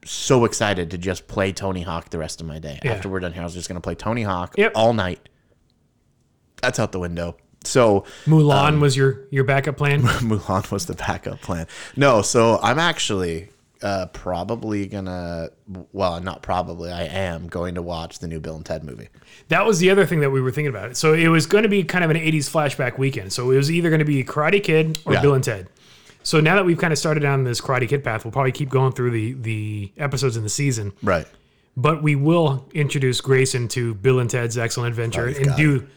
so excited to just play Tony Hawk the rest of my day. Yeah. After we're done here, I was just gonna play Tony Hawk Yep. all night. That's out the window. So Mulan was your your backup plan. Mulan was the backup plan. No, so I'm actually uh, probably gonna. Well, not probably. I am going to watch the new Bill and Ted movie. That was the other thing that we were thinking about. So it was going to be kind of an 80s flashback weekend. So it was either going to be Karate Kid or Yeah. Bill and Ted. So now that we've kind of started down this Karate Kid path, we'll probably keep going through the the episodes in the season. Right. but we will introduce Grayson to Bill and Ted's Excellent Adventure he's and got do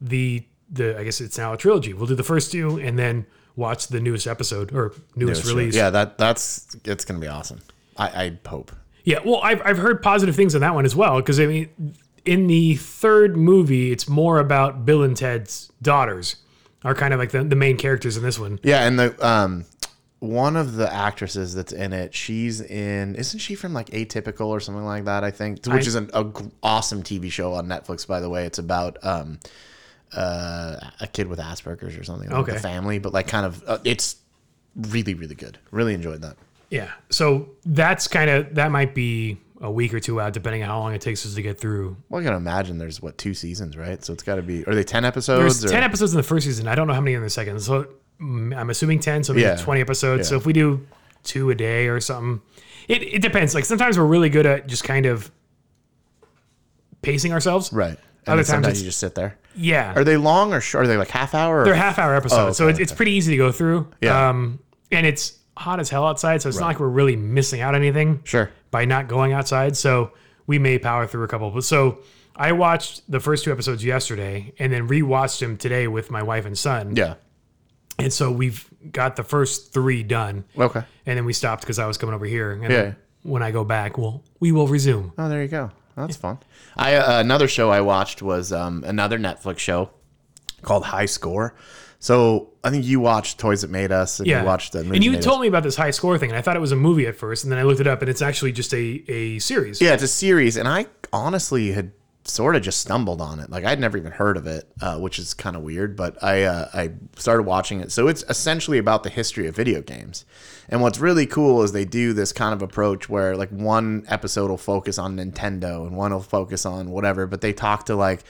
the the I guess it's now a trilogy. We'll do the first two and then watch the newest episode or newest release. Yeah. That that's it's gonna be awesome. I, I hope. Yeah, well, I've, I've heard positive things on that one as well. Because, I mean, in the third movie, it's more about Bill and Ted's daughters are kind of like the, the main characters in this one. Yeah, and the um, one of the actresses that's in it, she's in. Isn't she from like Atypical or something like that? I think, which is an a g- awesome TV show on Netflix. By the way, it's about um, uh, a kid with Asperger's or something. Like the Okay. family, but like kind of, uh, it's really really good. Really enjoyed that. Yeah. So that's kind of, that might be a week or two out, depending on how long it takes us to get through. Well, I can imagine there's what two seasons, right? So it's got to be. Are they ten episodes? There's or, 10 episodes in the first season. I don't know how many in the second. So mm, I'm assuming 10, so maybe Yeah. 20 episodes. So Yeah. if we do two a day or something, it, it depends. Like sometimes we're really good at just kind of pacing ourselves. Right. And then Other times sometimes it's- you just sit there. Yeah. Are they long or short? Are they like half hour? Or They're half hour episodes, Oh, so okay, it's, it's pretty easy to go through. Yeah. Um, and it's hot as hell outside, so it's not like we're really missing out on anything sure. by not going outside. So we may power through a couple. But so I watched the first two episodes yesterday, and then rewatched them today with my wife and son. Yeah. And so we've got the first three done, Okay. and then we stopped because I was coming over here. And Yeah. When I go back, well, we will resume. Oh, there you go. That's fun. I uh, another show I watched was um, another Netflix show called High Score. So I think you watched Toys That Made Us and Yeah. you watched the movie. and you told me about this high score thing, and I thought it was a movie at first, and then I looked it up, and it's actually just a, a series. yeah, it's a series, and I honestly had sort of just stumbled on it. Like I'd never even heard of it, uh, which is kind of weird. But I uh, I started watching it. So it's essentially about the history of video games. And what's really cool is they do this kind of approach where like one episode will focus on Nintendo and one will focus on whatever, but they talk to like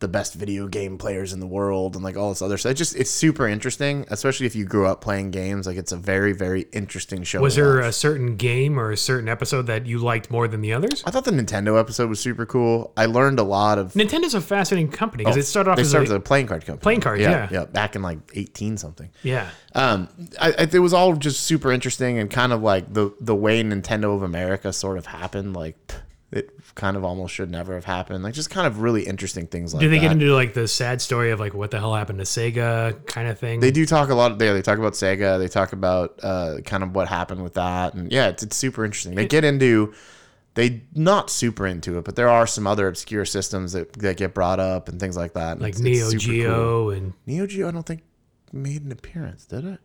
the best video game players in the world and like all this other stuff. It's just it's super interesting, especially if you grew up playing games. Like it's a very very interesting show. Was to there a certain game or a certain episode that you liked more than the others? I thought the Nintendo episode was super cool. I learned a lot of Nintendo's a fascinating company because it started off Oh, they as started a, as a playing card company. Playing cards, yeah. yeah, back in like eighteen something. yeah, Um, I, I, it was all just super interesting and kind of like the the way Nintendo of America sort of happened. Like, pff, it kind of almost should never have happened. Like just kind of really interesting things like Do they that. get into like the sad story of like what the hell happened to Sega kind of thing? they do talk a lot. Yeah, they talk about Sega. They talk about uh, kind of what happened with that, and yeah, it's, it's super interesting. They get into they not super into it, but there are some other obscure systems that, that get brought up and things like that. and like it's- it's Neo super cool. Geo and Neo Geo, I don't think made an appearance, did it?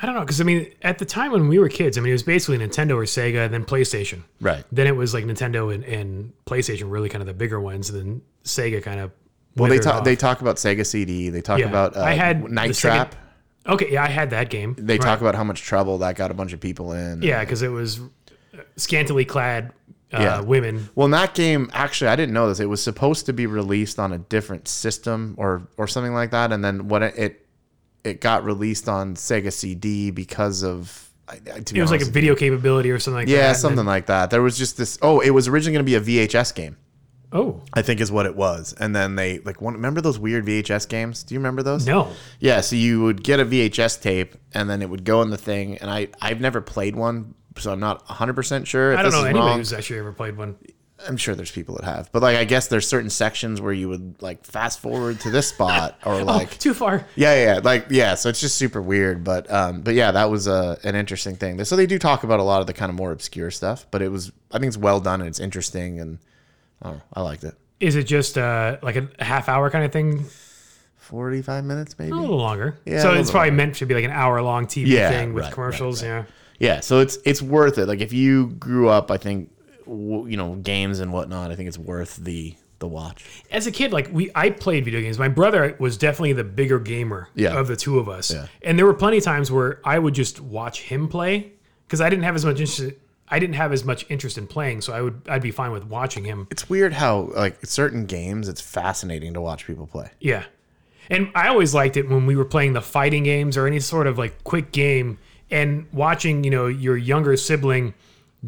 I don't know because I mean at the time when we were kids, I mean it was basically Nintendo or Sega and then PlayStation. Right. Then it was like Nintendo and, and PlayStation really kind of the bigger ones, and then Sega kind of. Well, they withered talk off. they talk about Sega CD. They talk Yeah. about uh, I had Night the Sega- Trap. Okay, yeah, I had that game. they talk about how much trouble that got a bunch of people in. Yeah, because it was uh, scantily clad uh, Yeah. women. Well, in that game, actually, I didn't know this. It was supposed to be released on a different system or or something like that, and then what it it, it got released on Sega CD because of I, I, to be It was like a honest- video capability or something like that. yeah and something then- like that. There was just this. Oh, it was originally going to be a VHS game. oh I think is what it was, and then they like one. Remember those weird VHS games? Do you remember those? no, Yeah, so you would get a VHS tape and then it would go in the thing and I I've never played one, so I'm not 100% sure if I don't this know is anybody wrong. who's actually ever played one. I'm sure there's people that have. But like I guess there's certain sections where you would like fast forward to this spot Oh. or like Too far. yeah, yeah, yeah, like yeah. So it's just super weird, but um, but yeah, that was a an interesting thing. So they do talk about a lot of the kind of more obscure stuff, but it was I think it's well done and it's interesting and I, don't know, I liked it. Is it just uh, like a half hour kind of thing? Forty five minutes maybe. A little longer. Yeah, a so little it's bit probably meant to be like an hour long TV Yeah, thing with right, commercials. Yeah. Yeah, so it's it's worth it. Like if you grew up, I think w- you know games and whatnot. I think it's worth the the watch. as a kid, like we, I played video games. My brother was definitely the bigger gamer Yeah. of the two of us, Yeah. and there were plenty of times where I would just watch him play because I didn't have as much interest. I didn't have as much interest in playing, so I would I'd be fine with watching him. It's weird how like certain games, it's fascinating to watch people play. Yeah, and I always liked it when we were playing the fighting games or any sort of like quick game and watching you know your younger sibling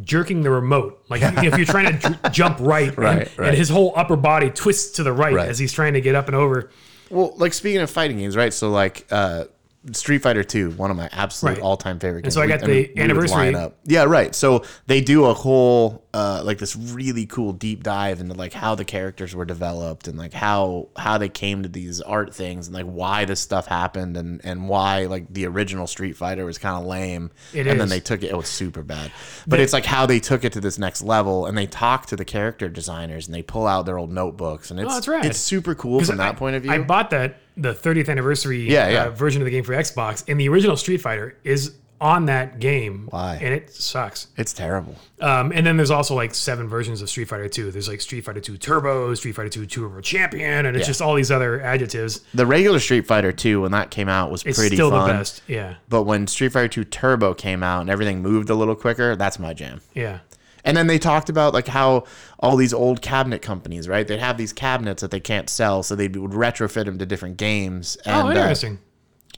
jerking the remote like if you're trying to j- jump right, Right, and, right. and his whole upper body twists to the right Right. as he's trying to get up and over Well, like speaking of fighting games, right? So like uh Street Fighter Two, one of my absolute Right. all time favorite games. so I got the would anniversary. Yeah, right. So they do a whole uh like this really cool deep dive into like how the characters were developed and like how how they came to these art things and like why this stuff happened and and why like the original Street Fighter was kind of lame. It and then is. they took it it was super bad. But it's like how they took it to this next level and they talk to the character designers and they pull out their old notebooks and it's Oh, that's rad. it's super cool from that point of view. I bought that the 30th anniversary Yeah, yeah. Uh, version of the game for Xbox, and the original Street Fighter is on that game. Why? And it sucks. it's terrible. Um, and then there's also like seven versions of Street Fighter 2. There's like Street Fighter 2 Turbo, Street Fighter 2 Turbo Champion, and it's just all these other adjectives. the regular Street Fighter 2 when that came out was It's pretty still fun. the best. Yeah, But when Street Fighter 2 Turbo came out and everything moved a little quicker, that's my jam. yeah. And then they talked about like how all these old cabinet companies, right? They'd have these cabinets that they can't sell, so they would retrofit them to different games. And, Oh, uh, interesting.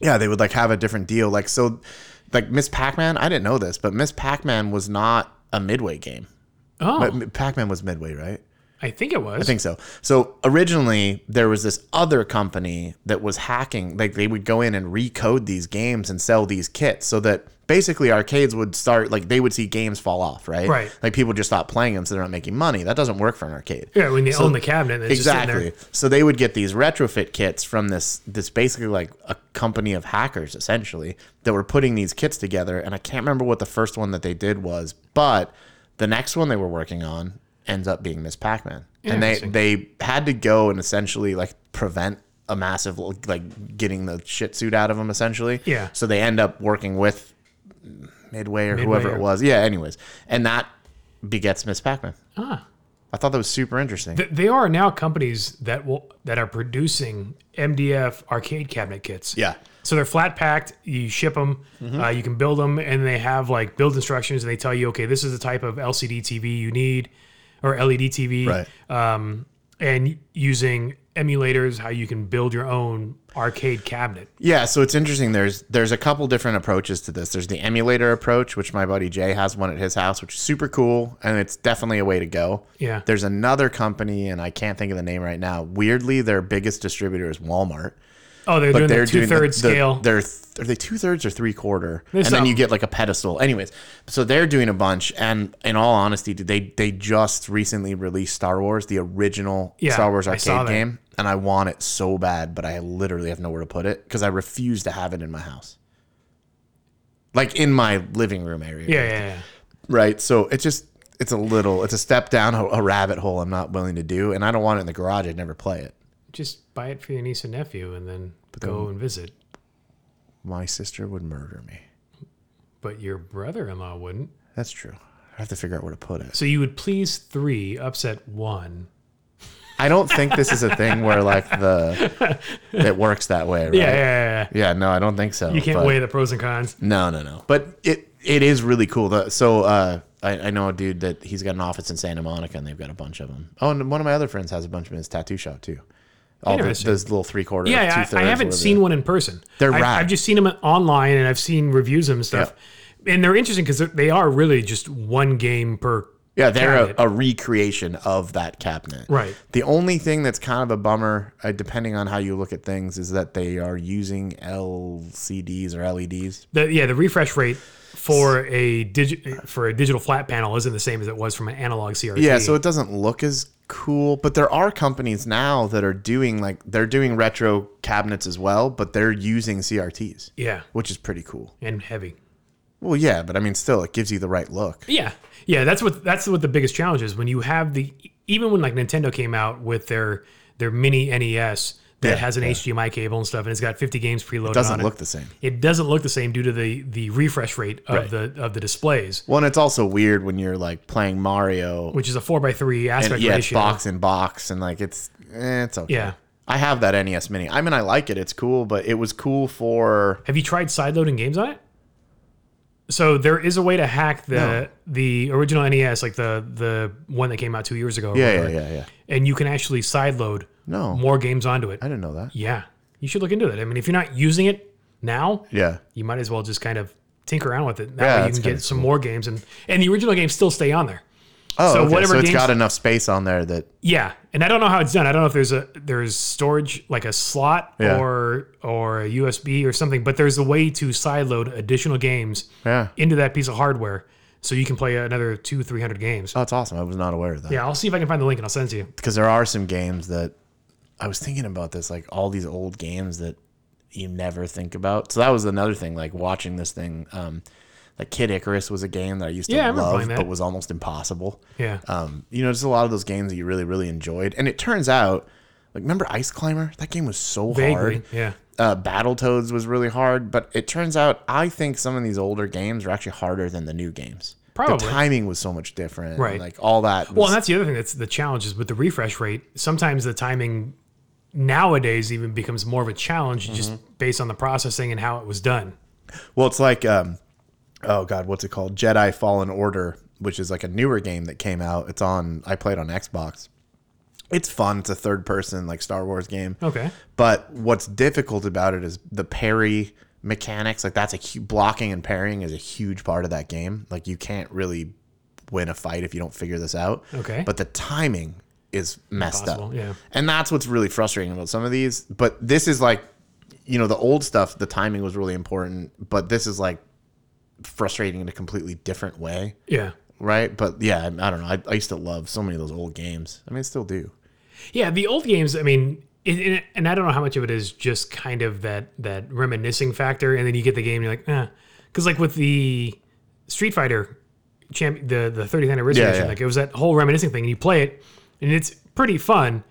yeah, they would like have a different deal. Like so, like Miss Pac-Man. I didn't know this, but Miss Pac-Man was not a midway game. oh, But Pac-Man was midway, right? I think it was. I think so. So originally there was this other company that was hacking. Like they would go in and recode these games and sell these kits so that basically arcades would start like they would see games fall off, right? Right. Like people just stop playing them so they're not making money. That doesn't work for an arcade. yeah, when they own the cabinet, it's just sitting Exactly. there. So they would get these retrofit kits from this this basically like a company of hackers essentially that were putting these kits together and I can't remember what the first one that they did was, but the next one they were working on ends up being Miss Pac-Man. And they Interesting. they had to go and essentially like prevent a massive like getting the shit suit out of them essentially. Yeah. So they end up working with Midway or whoever or- it was. Yeah, anyways. And that begets Miss Pac-Man. Ah. I thought that was super interesting. Th- They are now companies that will that are producing MDF arcade cabinet kits. yeah. So they're flat packed. You ship them. Uh, you can build them, and they have like build instructions, and they tell you, okay, this is the type of LCD TV you need, or E LED TV, Right. Um, and using emulators, how you can build your own arcade cabinet. Yeah, so it's interesting. There's there's a couple different approaches to this. There's the emulator approach, which my buddy Jay has one at his house, which is super cool, and it's definitely a way to go. Yeah. There's another company, and I can't think of the name right now. Weirdly, their biggest distributor is Walmart, Oh, they're doing the two-third the- the- scale. They're th- are they two thirds or three quarter? There's and then some. you get like a pedestal. Anyways, so they're doing a bunch. And in all honesty, dude, they they just recently released Star Wars, the original Yeah, Star Wars I saw arcade that. game, and I want it so bad, but I literally have nowhere to put it because I refuse to have it in my house, like in my living room area. Yeah, yeah, yeah. Right. So it's just it's a little it's a step down a, a rabbit hole I'm not willing to do, and I don't want it in the garage. I'd never play it. Just buy it for your niece and nephew, and then go and visit. My sister would murder me. But your brother-in-law wouldn't. That's true. I have to figure out where to put it. So you would please three, upset one. I don't think this is a thing where like the it works that way, right? Yeah, yeah, yeah, yeah. Yeah, no, I don't think so. You can't but- weigh the pros and cons. No, no, no. But it it is really cool. The- So uh, I, I know a dude that he's got an office in Santa Monica, and they've got a bunch of them. Oh, and one of my other friends has a bunch of them in his tattoo shop too. All the, those Interesting. little three quarter. Yeah, two-thirds, I, I haven't whatever. seen one in person. They're I, rad. I've just seen them online, and I've seen reviews of them and stuff, and they're interesting because they are really just one game per. Yeah, they're a, cabinet. a recreation of that cabinet. Right. The only thing that's kind of a bummer, uh, depending on how you look at things, is that they are using LCDs or E LEDs. The, yeah, the refresh rate for a digi- for a digital flat panel isn't the same as it was from an analog CRT. Yeah, so it doesn't look as cool, but there are companies now that are doing like they're doing retro cabinets as well, but they're using CRTs, yeah, which is pretty cool. and heavy. Well, yeah, but I mean, still, it gives you the right look. Yeah, yeah. That's what that's what the biggest challenge is when you have the even when like Nintendo came out with their their mini NES that Yeah, has an HDMI cable and stuff, and it's got 50 games preloaded. It doesn't on look It. the same. It doesn't look the same due to the the refresh rate of the of the displays, Well, and it's also weird when you're like playing Mario. which is a four by three aspect yeah, it's ratio. box in box, and like it's eh, it's okay. Yeah. I have that NES Mini. I mean, I like it. It's cool, but it was cool for Have you tried side loading games on it? So there is a way to hack the the original NES, like the the one that came out two years ago. or yeah, yeah, whatever, yeah, yeah. And you can actually side load No, more games onto it. I didn't know that. Yeah, you should look into it. I mean, if you're not using it now, Yeah, you might as well just kind of tinker around with it. That Yeah, way you that's can kinda get some more games, and and the original games still stay on there. Oh, So okay. whatever so it's games- got enough space on there that Yeah, and I don't know how it's done. I don't know if there's a there's storage like a slot Yeah. or or a USB or something, but there's a way to side load additional games yeah. into that piece of hardware, so you can play another two three hundred games. Oh, that's awesome. I was not aware of that. yeah, I'll see if I can find the link and I'll send it to you. Because there are some games that I was thinking about this, like all these old games that you never think about. So that was another thing, like watching this thing. Um, like Kid Icarus was a game that I used to Yeah, I remember love, playing that. but was almost impossible. Yeah, Um, you know, just a lot of those games that you really, really enjoyed. And it turns out, like, remember Ice Climber? That game was so vaguely. hard. Yeah, Uh, Battletoads was really hard, but it turns out I think some of these older games are actually harder than the new games. The Probably. timing was so much different. Right. Like all that. Well, was- and that's the other thing that's the challenge is with the refresh rate. Sometimes the timing nowadays even becomes more of a challenge Mm-hmm. just based on the processing and how it was done. Well, it's like, um, oh god, what's it called? Jedi Fallen Order, which is like a newer game that came out. It's on. I played on Xbox. It's fun. It's a third person like Star Wars game. Okay. But what's difficult about it is the parry mechanics. Like that's a hu- blocking and parrying is a huge part of that game. Like you can't really win a fight if you don't figure this out. Okay. But the timing is messed up. Impossible, yeah. And that's what's really frustrating about some of these. But this is like, you know, the old stuff. The timing was really important. But this is like frustrating in a completely different way, Yeah. right? But yeah, I, I don't know. I, I used to love so many of those old games. I mean, I still do. Yeah, the old games, I mean, it, it- and I don't know how much of it is just kind of that that reminiscing factor and then you get the game and you're like, "Uh." Cuz like with the Street Fighter champ the the 30th anniversary Yeah, edition, yeah. like it was that whole reminiscing thing and you play it and it's pretty fun.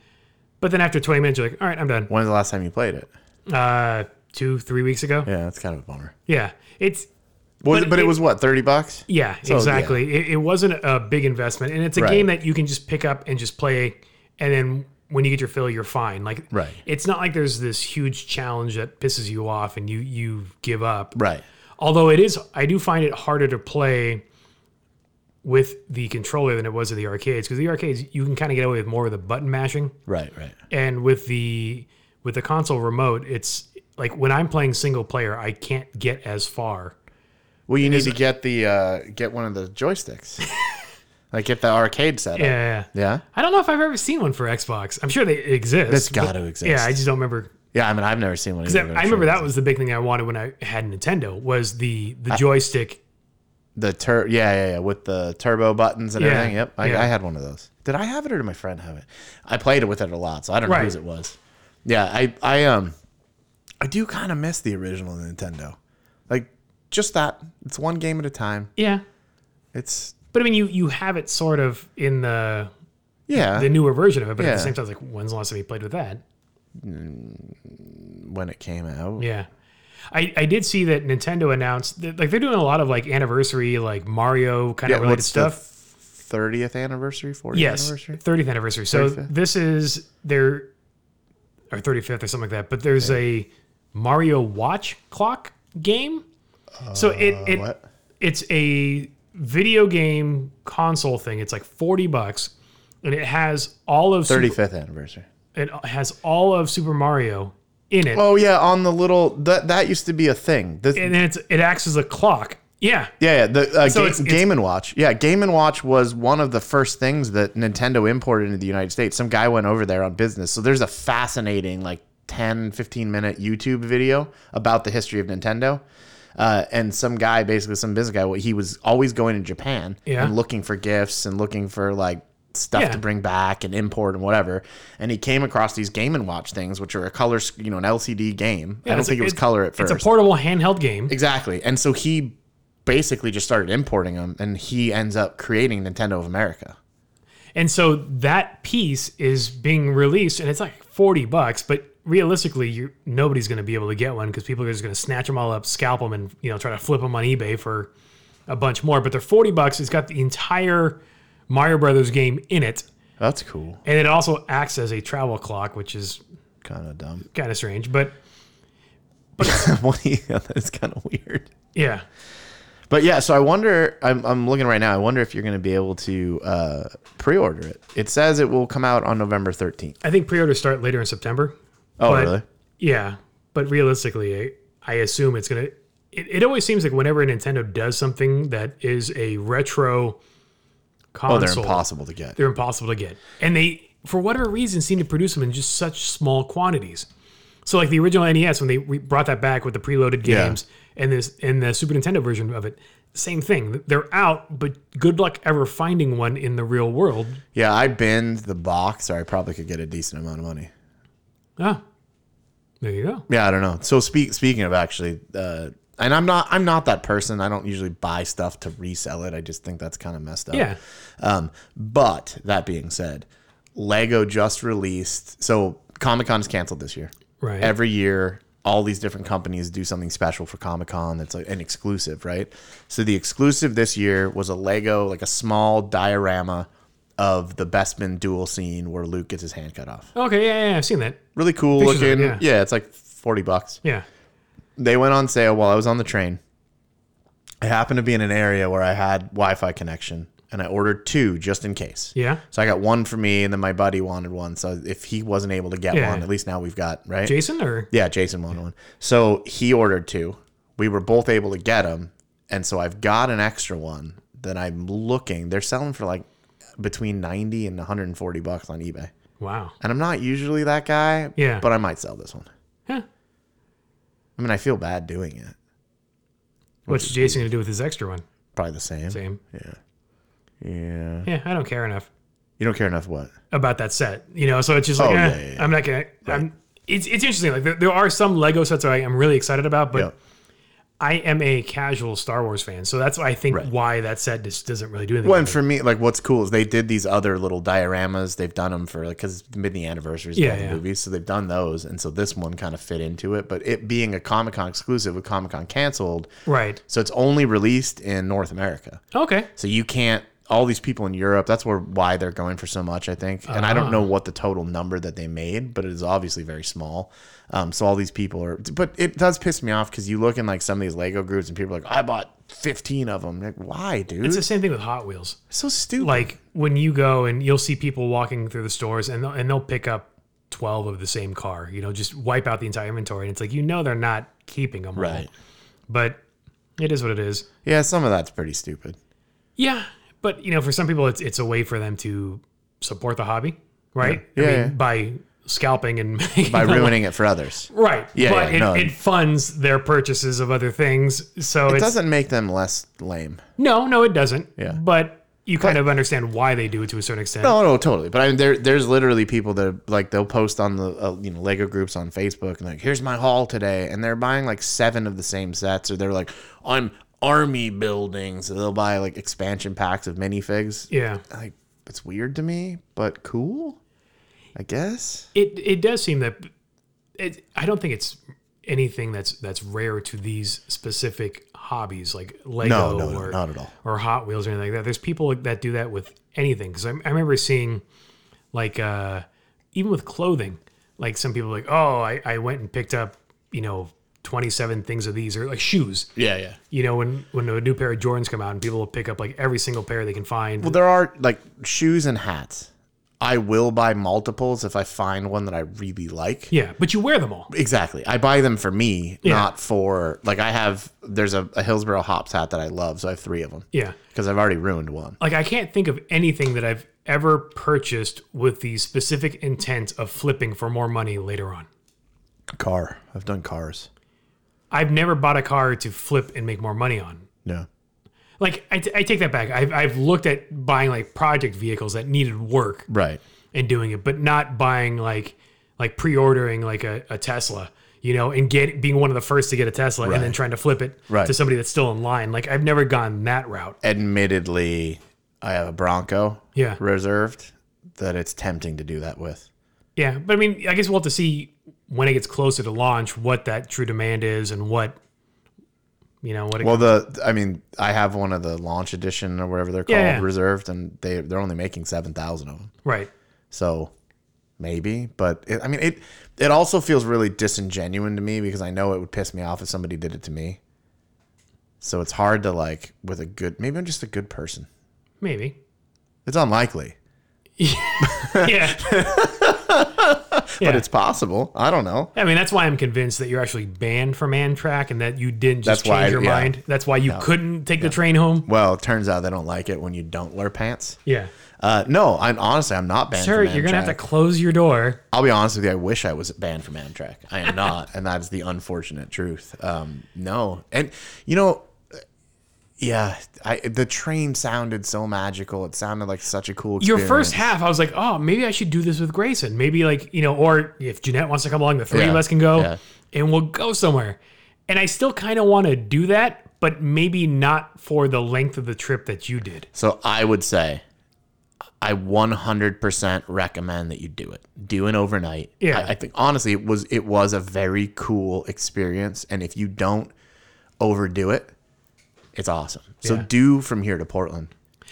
But then after 20 minutes you're like, "All right, I'm done." When's the last time you played it? Uh 2 3 weeks ago. Yeah, that's kind of a bummer. Yeah, it's Was But but, it, it- was what thirty bucks? yeah, yeah. exactly. It, it wasn't a big investment, and it's a Right. game that you can just pick up and just play, and then when you get your fill, you're fine. Like, Right. It's not like there's this huge challenge that pisses you off and you you give up. Right. Although it is, I do find it harder to play with the controller than it was in the arcades because the arcades you can kind of get away with more of the button mashing, Right. Right. and with the with the console remote, it's like when I'm playing single player, I can't get as far. Well, you need to get the uh, get one of the joysticks, like get the arcade setup. Yeah. Yeah. I don't know if I've ever seen one for Xbox. I'm sure they exist. It's but- got to exist. Yeah, I just don't remember Yeah, I mean, I've never seen one. Because I, I remember that was the big thing I wanted when I had Nintendo was the Ah. the joystick. the tur. Yeah, yeah, yeah, with the turbo buttons and Yeah, everything. Yep, I, yeah. I had one of those. Did I have it or did my friend have it? I played it with it a lot, so I don't know Right. whose it was. Yeah, I, I, um, I do kind of miss the original Nintendo, like just that. It's one game at a time. Yeah, It's but I mean, you you have it sort of in the yeah. the newer version of it, but at Yeah. the same time, it's like when's the last time you played with that? when it came out, Yeah. I, I did see that Nintendo announced that, like they're doing a lot of like anniversary like Mario kind yeah, of related what's the stuff. thirtieth anniversary, 40th yes, anniversary. 30th anniversary. So 35th? this is their or 35th or something like that. But there's a Mario Watch Clock game. So it it Uh, what? it's a video game console thing. It's like 40 bucks and it has all of Thirty Super, fifth anniversary. it has all of Super Mario in it. Oh yeah, on the little that that used to be a thing. This, and then it's it acts as a clock. Yeah. yeah, yeah, the uh, Ga- it's- it's- Game and Watch. Yeah, Game and Watch was one of the first things that Nintendo imported into the United States. Some guy went over there on business. So there's a fascinating like 10, 15 minute YouTube video about the history of Nintendo. Uh, and some guy, basically some business guy, he was always going to Japan Yeah. and looking for gifts and looking for like stuff Yeah. to bring back and import and whatever. And he came across these Game and Watch things, which are a color, sc- you know, an LCD game. I don't it's- think it was color at first. It's a portable handheld game. Exactly. And so he basically just started importing them and he ends up creating Nintendo of America. And so that piece is being released and it's like 40 bucks, but realistically, you nobody's going to be able to get one because people are just going to snatch them all up, scalp them and, you know, try to flip them on eBay for a bunch more, but they're 40 bucks. It's got the entire Mario Brothers game in it. That's cool. And it also acts as a travel clock, which is Kind of dumb. kind of strange, but yeah, that's kind of weird. yeah. But yeah, so I wonder. I'm, I'm looking right now. I wonder if you're going to be able to uh, pre-order it. It says it will come out on November 13th. I think pre-orders start later in September. Oh, But- really? Yeah, but realistically, I, I assume it's gonna. It, it always seems like whenever Nintendo does something that is a retro console, Oh, they're impossible to get. they're impossible to get, and they for whatever reason seem to produce them in just such small quantities. So like the original NES when they re- brought that back with the preloaded Yeah. games and this and the Super Nintendo version of it, same thing. They're out, but good luck ever finding one in the real world. Yeah, I binned the box, or I probably could get a decent amount of money. Ah, there you go. Yeah, I don't know. So speak, speaking of actually, uh, and I'm not I'm not that person. I don't usually buy stuff to resell it. I just think that's kind of messed up. Yeah. Um, but that being said, Lego just released. So Comic Con's canceled this year. Right. Every year, all these different companies do something special for Comic Con. That's like an exclusive, right? So the exclusive this year was a Lego, like a small diorama of the Bestman duel scene where Luke gets his hand cut off. Okay. Yeah, yeah, I've seen that. Really cool Pictures of it, looking. yeah. yeah, it's like forty bucks Yeah. they went on sale while I was on the train. I happened to be in an area where I had Wi-Fi connection, and I ordered two just in case. Yeah. So I got one for me, and then my buddy wanted one. So if he wasn't able to get Yeah. one, at least now we've got right. Jason or yeah, Jason wanted one, so he ordered two. We were both able to get them, and so I've got an extra one that I'm looking. They're selling for like between ninety and one hundred and forty bucks on eBay, Wow. and I'm not usually that guy. Yeah. but I might sell this one. Huh. I mean, I feel bad doing it. What's Jason going to do with his extra one? Probably the same. Same. Yeah. Yeah. Yeah, I don't care enough You don't care enough what? about that set. You know, so it's just like, Oh, eh, yeah, yeah, yeah. I'm not going to. I'm. It's, it's interesting. Like there, there are some Lego sets that I am really excited about, but Yeah. I am a casual Star Wars fan, so that's I think why that set just doesn't really do anything. Well, and for me, like, what's cool is they did these other little dioramas. They've done them for like because mid anniversaries of Yeah, all the yeah. movies, so they've done those, and so this one kind of fit into it. But it being a Comic Con exclusive with Comic Con canceled, right? so it's only released in North America. Okay. So you can't. All these people in Europe. That's where why they're going for so much, I think. And I Ah. don't know what the total number that they made, but it is obviously very small. Um, so all these people are. But it does piss me off because you look in like some of these Lego groups and people are like, I bought fifteen of them. Like, why, dude? It's the same thing with Hot Wheels. so stupid. Like when you go and you'll see people walking through the stores and they'll, and they'll pick up twelve of the same car. You know, just wipe out the entire inventory, and it's like you know they're not keeping them all. Right. But it is what it is. yeah, some of that's pretty stupid. Yeah, but you know, for some people, it's it's a way for them to support the hobby, right? Yeah. I Yeah, mean, by scalping and by ruining it for others. Right. Yeah, But yeah, it, no. it funds their purchases of other things. So It it's doesn't make them less lame. no, no, it doesn't. Yeah. But you kind of understand why they do it to a certain extent. No, no, totally. But I mean, there, there's literally people that are, like they'll post on the uh, you know Lego groups on Facebook and like, here's my haul today, and they're buying like seven of the same sets, or they're like, I'm army building, so they'll buy like expansion packs of minifigs. Yeah. Like it's weird to me, but cool, I guess. It it does seem that it, I don't think it's anything that's that's rare to these specific hobbies like Lego No, no, no, or not at all. or Hot Wheels or anything like that. There's people that do that with anything because I, I remember seeing like uh, even with clothing, like some people like oh I, I went and picked up you know 27 things of these or like shoes. Yeah, yeah. You know when when a new pair of Jordans come out and people will pick up like every single pair they can find. Well, there are like shoes and hats. I will buy multiples if I find one that I really like. yeah, but you wear them all. Exactly. I buy them for me, not for like I have. There's a, a Hillsborough Hops hat that I love, so I have three of them Yeah. because I've already ruined one. like I can't think of anything that I've ever purchased with the specific intent of flipping for more money later on. Car. I've done cars. I've never bought a car to flip and make more money on. No. Like I, t- I take that back. I've, I've looked at buying like project vehicles that needed work Right. and doing it, but not buying like like pre-ordering like a, a Tesla, you know, and get being one of the first to get a Tesla and then Right. trying to flip it Right. to somebody that's still in line. Like I've never gone that route. Admittedly, I have a Bronco Yeah. reserved that it's tempting to do that with. Yeah, but I mean, I guess we'll have to see when it gets closer to launch what that true demand is and what you know what. It, Well, the I mean, I have one of the launch edition or whatever they're called Yeah, yeah. reserved, and they they're only making seven thousand of them. right. So maybe, but it, I mean it. It also feels really disingenuous to me because I know it would piss me off if somebody did it to me. So it's hard to like with a good. Maybe I'm just a good person. Maybe. It's unlikely, Yeah. but it's possible. I don't know. I mean, that's why I'm convinced that you're actually banned from Amtrak and that you didn't That's just change why I- your yeah. mind. That's why you couldn't take the train home. Well, it turns out they don't like it when you don't wear pants. Yeah. Uh, no, I'm honestly I'm not banned. Sir, from you're going to Amtrak. have to close your door. I'll be honest with you. I wish I was banned from Amtrak. I am not, and that is the unfortunate truth. Um, no, and you know, yeah, I, the train sounded so magical. It sounded like such a cool. Your Experience. first half, I was like, oh, maybe I should do this with Grayson. Maybe, like, you know, or if Jeanette wants to come along, the three Yeah. of us can go Yeah. and we'll go somewhere. And I still kind of want to do that, but maybe not for the length of the trip that you did. So I would say, I 100% recommend that you do it. Do an overnight. Yeah. I, I think honestly, it was it was a very cool experience, and if you don't overdo it, it's awesome. So Yeah. do from here to Portland.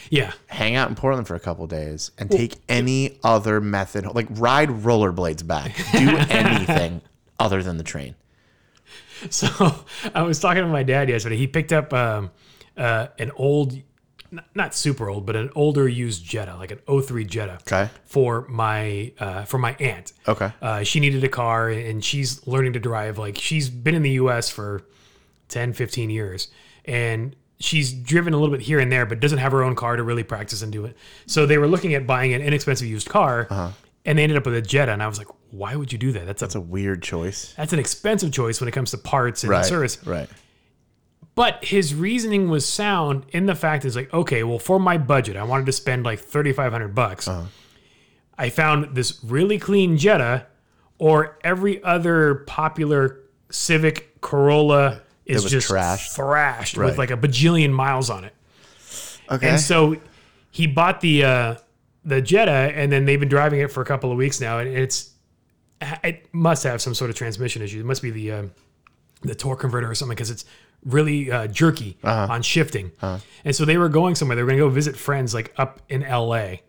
Yeah. hang out in Portland for a couple days and take any other method, like ride rollerblades back, do anything other than the train. So I was talking to my dad yesterday. He picked up um, uh, an old, n- not super old, but an older used Jetta, like an 03 Jetta. Okay. For my uh, for my aunt. Okay. Uh, she needed a car and she's learning to drive. Like she's been in the US for 10, 15 years and she's driven a little bit here and there, but doesn't have her own car to really practice and do it. So they were looking at buying an inexpensive used car and they ended up with a Jetta. And I was like, why would you do that? Uh-huh. That's a It's a weird choice. that's an expensive choice when it comes to parts and service. Right. But his reasoning was sound in the fact is like, okay, well, for my budget, I wanted to spend like thirty five hundred bucks. Uh-huh. I found this really clean Jetta, or every other popular Civic Corolla is was just trashed. thrashed Right. with like a bajillion miles on it. Okay. And so he bought the uh, the Jetta, and then they've been driving it for a couple of weeks now, and it's it must have some sort of transmission issue. It must be the uh, the torque converter or something because it's really uh, jerky Uh-huh. on shifting. And so they were going somewhere. They were going to go visit friends like up in L.A.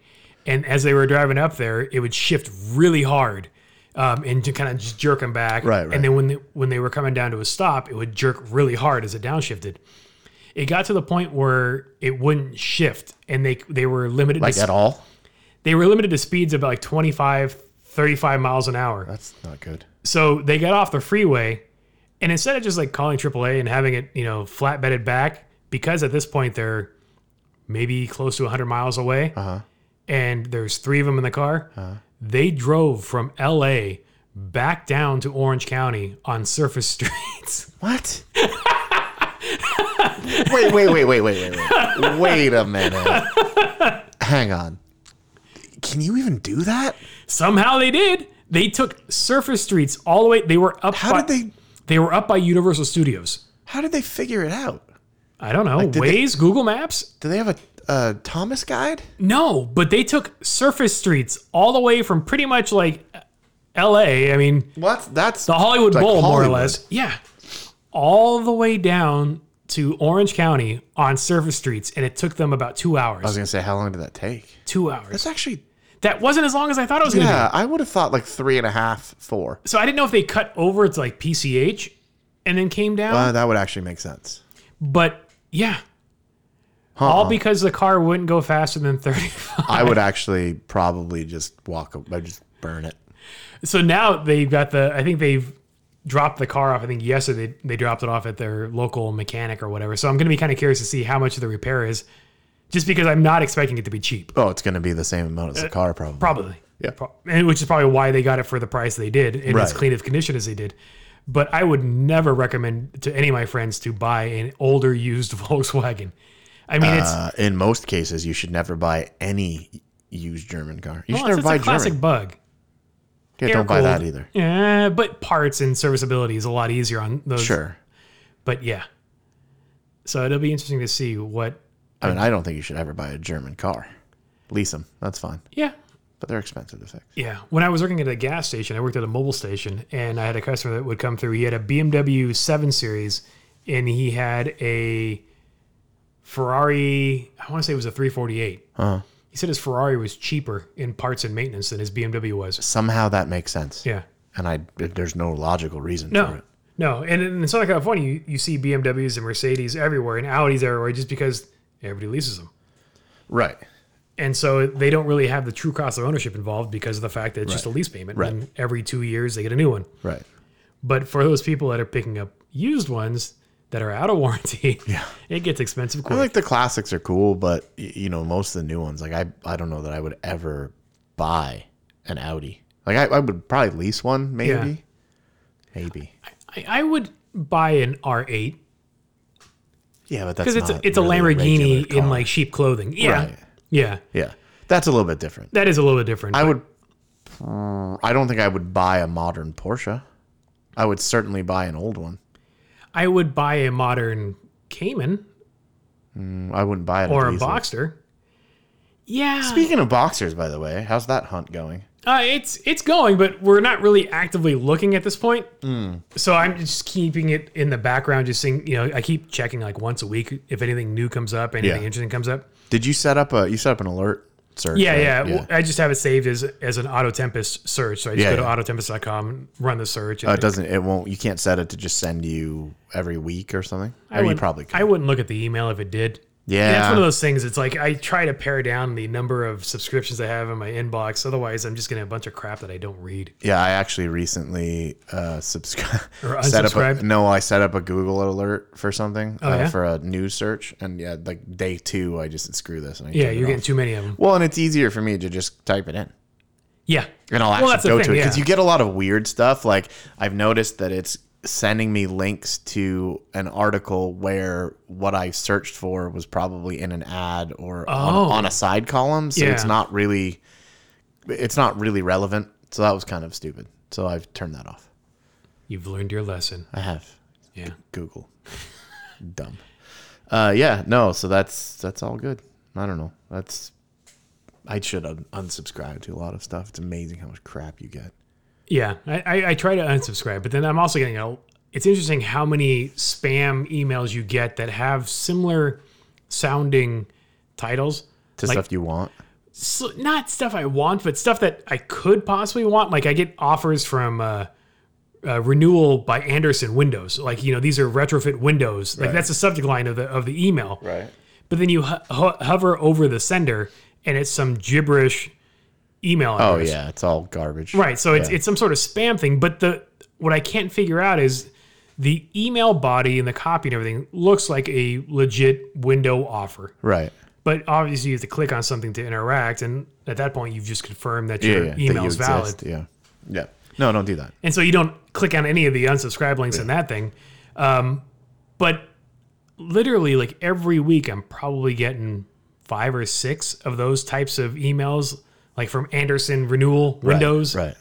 And as they were driving up there, it would shift really hard. Um, and to kind of just jerk them back, Right, right. And then when they, when they were coming down to a stop, it would jerk really hard as it downshifted it got to the point where it wouldn't shift and they they were limited like to, at all? they were limited to speeds of like 25 35 miles an hour That's not good. so they got off the freeway and instead of just like calling AAA and having it you know flatbedded back because at this point they're Uh-huh. maybe close to 100 miles away and there's three of them in the car They drove from L.A. back down to Orange County on surface streets. What? wait, wait, wait, wait, wait, wait, wait. Wait a minute. Hang on. Can you even do that? Somehow they did. They took surface streets all the way. They were up. How by, did they They were up by Universal Studios. how did they figure it out? I don't know. did they- Waze, Google Maps? Do they have a, a Thomas guide? No, but they took surface streets all the way from pretty much like L.A. I mean, What? That's the Hollywood like Bowl, more or Hollywood. less. Yeah, all the way down to Orange County on surface streets, and it took them about two hours. I was gonna say, how long did that take? Two hours. It's actually That wasn't as long as I thought it was going to yeah. I would have thought like three and a half, four. be. So I didn't know if they cut over to like PCH and then came down, Uh, that would actually make sense. but yeah. All because the car wouldn't go faster than 35. I would actually probably just walk. I would just burn it. So now they've got the, I think they've dropped the car off. I think yesterday they dropped it off at their local mechanic or whatever. So I'm going to be kind of curious to see how much the repair is just because I'm not expecting it to be cheap. Oh, it's gonna be the same amount Uh, as the car, probably. Probably. Yeah. Pro- and which is probably why they got it for the price they did in as Right. clean of condition as they did. But I would never recommend to any of my friends to buy an older used Volkswagen. I mean, it's, Uh, in most cases, you should never buy any used German car. You should well, it's, never it's buy a classic German. bug. Yeah, don't buy Air-cooled. that either. Yeah, but parts and serviceability is a lot easier on those. Sure. But yeah. So it'll be interesting to see what. I mean, I don't think you should ever buy a German car. Lease them. That's fine. Yeah. But they're expensive to fix. Yeah. When I was working at a gas station, I worked at a mobile station and I had a customer that would come through. He had a BMW 7 Series and he had a Ferrari, I want to say it was a 348. Uh-huh. He said his Ferrari was cheaper in parts and maintenance than his BMW was. Somehow that makes sense. Yeah. And I there's no logical reason for No, it. no. And in Southern California, you, you see BMWs and Mercedes everywhere and Audis everywhere just because everybody leases them. Right. And so they don't really have the true cost of ownership involved because of the fact that it's just a lease payment. Right. And every two years they get a new one. Right. But for those people that are picking up used ones that are out of warranty, it gets expensive I quick. think the classics are cool, but y- you know, most of the new ones, like I, I don't know that I would ever buy an Audi. Like I, I would probably lease one, maybe. Yeah. Maybe. I, I would buy an R8 Yeah, but that's because it's a, not it's a really regular Lamborghini car. in like sheep clothing. Yeah, Right. yeah, Yeah. That's a little bit different. that is a little bit different. I would I don't think I would buy a modern Porsche. I would certainly buy an old one. I would buy a modern Cayman I wouldn't buy it or a diesel. Boxster. Yeah, Speaking of boxers, by the way, how's that hunt going? uh, it's it's going, but we're not really actively looking at this point. Hmm. So I'm just keeping it in the background, just seeing. You know, I keep checking like once a week if anything new comes up, anything Yeah. interesting comes up. Did you set up a you set up an alert search? Yeah, right? yeah, Well, I just have it saved as as an Auto Tempest search. So I just Yeah, go to yeah. autotempest.com, run the search. Uh, And it doesn't it won't you can't set it to just send you every week or something? I or you wouldn't- probably could. I wouldn't look at the email if it did. yeah. That's one of those things. It's like I try to pare down the number of subscriptions I have in my inbox. Otherwise, I'm just gonna have a bunch of crap that I don't read. yeah, I actually recently uh subscribe Or set up a, unsubscribed? Oh, no, I set up a Google alert for something uh, yeah? for a news search and yeah, like day 2 I just said, screw this and I Yeah, turned it you're off. getting too many of them. Well, and it's easier for me to just type it in. Yeah, and I'll Well, that's actually the go to thing, it because yeah. you get a lot of weird stuff. Like I've noticed that it's sending me links to an article where what I searched for was probably in an ad or on, Oh. on a side column, so it's Yeah. not really it's not really relevant. So that was kind of stupid. So I've turned that off. you've learned your lesson. I have Yeah. Google. Dumb. Uh, yeah, no. So that's that's all good. I don't know. That's I should un- unsubscribe to a lot of stuff. It's amazing how much crap you get. Yeah, I, I, I try to unsubscribe, but then I'm also getting a. It's interesting how many spam emails you get that have similar sounding titles. to Like- stuff you want. So, not stuff I want, but stuff that I could possibly want. Like I get offers from uh, uh, renewal by Anderson Windows. Like you know, these are retrofit windows. Like that's the subject line of the of the email. Right. But then you ho- ho- hover over the sender, and it's some gibberish email. Oh address. yeah, it's all garbage. Right. So it's it's some sort of spam thing, but the what I can't figure out is the email body and the copy and everything looks like a legit window offer. Right. But obviously, you have to click on something to interact, and at that point, you've just confirmed that your yeah, that email you is valid. exist, Yeah. Yeah. No, don't do that. And so you don't click on any of the unsubscribe links in that thing. Um, but literally, like every week, I'm probably getting five or six of those types of emails, like from Anderson Renewal Windows. Right.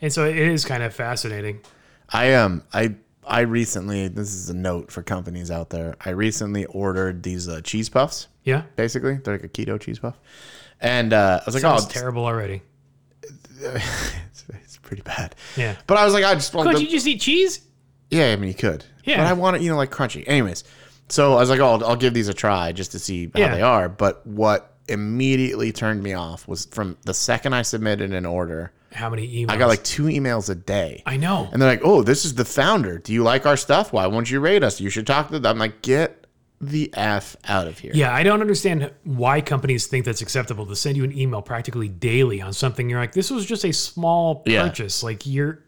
And so it is kind of fascinating. I am. I I recently. This is a note for companies out there. I recently ordered these uh, cheese puffs. Yeah. Basically, they're like a keto cheese puff. And uh, I was like, Sounds oh, terrible already. it's, it's pretty bad. Yeah. But I was like, I just want Could the, you just eat cheese? Yeah, I mean, you could. Yeah. But I want it, you know, like crunchy. Anyways, so I was like, oh, I'll, I'll give these a try just to see how Yeah. they are. But what immediately turned me off was from the second I submitted an order, How many emails? I got like two emails a day. I know. And they're like, oh, this is the founder. Do you like our stuff? Why won't you rate us? You should talk to them. I'm like, get the F out of here. Yeah, I don't understand why companies think that's acceptable to send you an email practically daily on something. You're like, this was just a small Yeah. purchase. Like you're,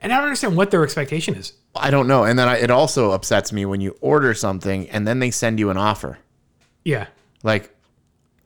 and I don't understand what their expectation is. I don't know. And then I, it also upsets me when you order something and then they send you an offer. Yeah, Like,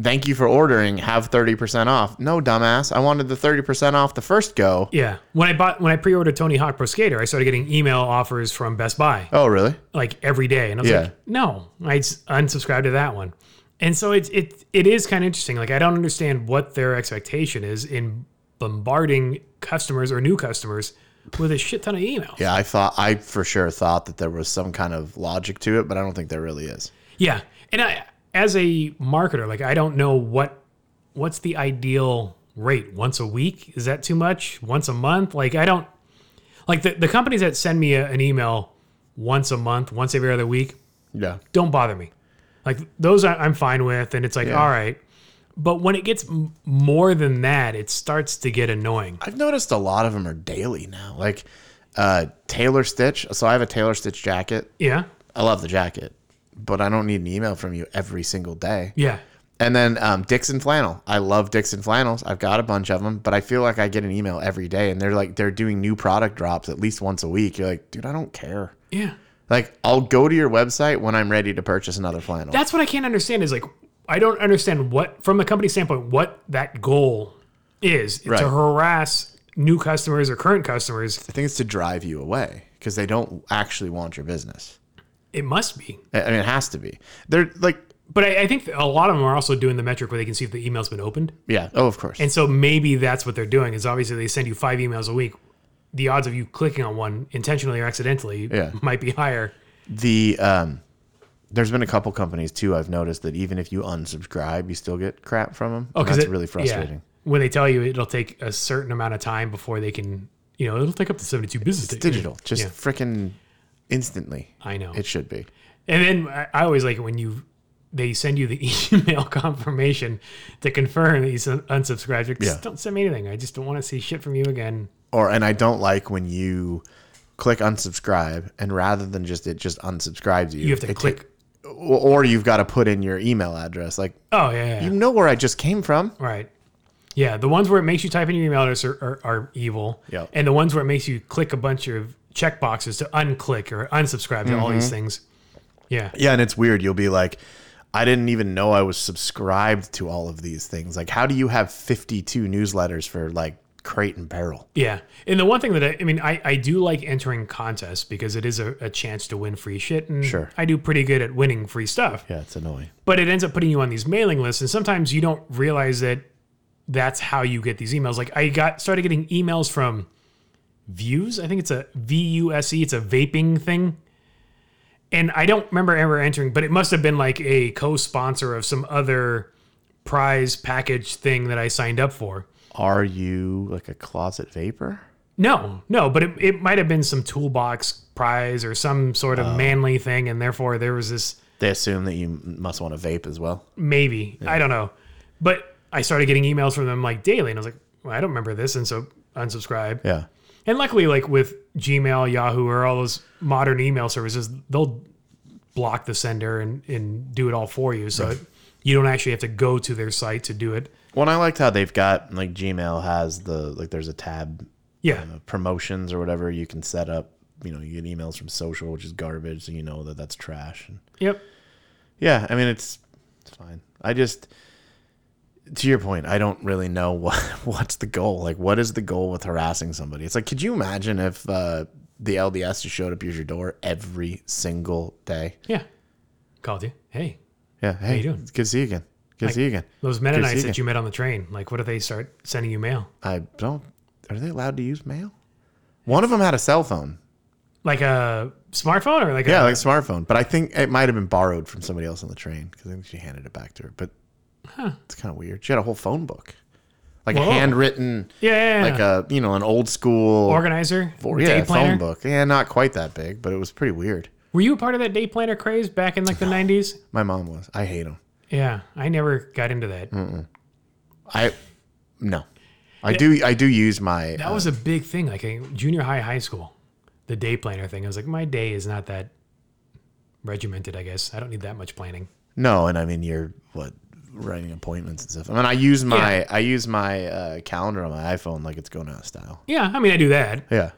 thank you for ordering. Have 30% off. No, dumbass. I wanted the 30% off the first go. yeah. When I bought, when I pre-ordered Tony Hawk Pro Skater, I started getting email offers from Best Buy Oh, really? like every day, and I was Yeah. like, no, I s- unsubscribed to that one. And so it's it it is kind of interesting. Like I don't understand what their expectation is in bombarding customers or new customers with a shit ton of email. Yeah, I thought I for sure thought that there was some kind of logic to it, but I don't think there really is. Yeah, and I, as a marketer, like I don't know what what's the ideal rate. Once a week is that too much? Once a month? Like I don't like the the companies that send me a, an email once a month, once every other week, Yeah. don't bother me. Like those I, I'm fine with, and it's like all right. But when it gets m- more than that, it starts to get annoying. I've noticed a lot of them are daily now. Like uh Taylor Stitch. So I have a Taylor Stitch jacket. Yeah, I love the jacket, but I don't need an email from you every single day. yeah, And then um, Dixon Flannel. I love Dixon Flannels. I've got a bunch of them, but I feel like I get an email every day and they're like they're doing new product drops at least once a week. You're like, dude, I don't care. yeah. Like I'll go to your website when I'm ready to purchase another flannel. That's what I can't understand. Is like I don't understand what, from a company standpoint, what that goal is Right. to harass new customers or current customers. I think it's to drive you away because they don't actually want your business. It must be, I I mean, it has to be. They're like, but I, I think a lot of them are also doing the metric where they can see if the email's been opened, yeah, oh, of course. and so maybe that's what they're doing. Is obviously they send you five emails a week. The odds of you clicking on one intentionally or accidentally Yeah. might be higher. the um, there's been a couple companies too. I've noticed that even if you unsubscribe, you still get crap from them. Oh, 'Cause that's it- really yeah. frustrating. when they tell you it'll take a certain amount of time before they can, you know, it'll take up to seventy-two business days. Digital, just Yeah. frickin' instantly. I know. It should be. And then I- I always like it when you they send you the email confirmation to confirm that you sun- unsubscribed. Like, Just Yeah. don't send me anything. I just don't want to see shit from you again. Or and I don't like when you click unsubscribe and rather than just it just unsubscribes you. You have to it click. ta- or you've got to put in your email address. Like oh yeah, yeah, yeah. you know where I just came from. right. Yeah, the ones where it makes you type in your email address are, are, are evil. Yep. And the ones where it makes you click a bunch of checkboxes to unclick or unsubscribe to all these Mm-hmm. things. Yeah. Yeah, and it's weird. You'll be like, I didn't even know I was subscribed to all of these things. Like, how do you have 52 newsletters for like crate and barrel? Yeah. And the one thing that I, I mean, I, I do like entering contests because it is a, a chance to win free shit. And Sure. I do pretty good at winning free stuff. Yeah, it's annoying. but it ends up putting you on these mailing lists and sometimes you don't realize that that's how you get these emails like i got started getting emails from views i think it's a v-u-s-e E, it's a vaping thing and i don't remember ever entering but it must have been like a co-sponsor of some other prize package thing that i signed up for Are you like a closet vapor? no no but it, it might have been some toolbox prize or some sort of manly thing and therefore there was this They assume that you m- must want to vape as well. maybe i don't know but i started getting emails from them like daily and i was like well, i don't remember this and so unsubscribe Yeah. and luckily like with gmail yahoo or all those modern email services they'll block the sender and, and do it all for you so you don't actually have to go to their site to do it Well, and I liked how they've got like Gmail has the like there's a tab yeah uh, promotions or whatever you can set up. You know, you get emails from social, which is garbage, so you know that that's trash. And yep yeah, I mean it's it's fine. I just to your point, I don't really know what what's the goal. Like, what is the goal with harassing somebody? It's like, could you imagine if uh, the LDS just showed up at your door every single day? Yeah. Called you. Hey, Yeah. Hey, you doing? it's good to see you again. Good to see you again. those Good Mennonites seeing that you met on the train. Like, what if they start sending you mail? I don't. Are they allowed to use mail? One of them had a cell phone. Like a smartphone or like Yeah, a, like a smartphone. But I think it might have been borrowed from somebody else on the train because I think she handed it back to her. But it's kind of weird. She had a whole phone book, like Whoa. a handwritten, yeah, yeah, like a you know an old school organizer, or, day yeah planner. phone book. Yeah, not quite that big, but it was pretty weird. Were you a part of that day planner craze back in like the nineties? My mom was. I hate them. Yeah, I never got into that. I no. I do. I do use my. That uh, was a big thing, like in junior high, high school, the day planner thing. I was like, my day is not that regimented. I guess I don't need that much planning. No, and I mean you're what writing appointments and stuff. I mean I use my I use my uh, calendar on my iPhone like it's going out of style. Yeah, I mean, I do that. Yeah.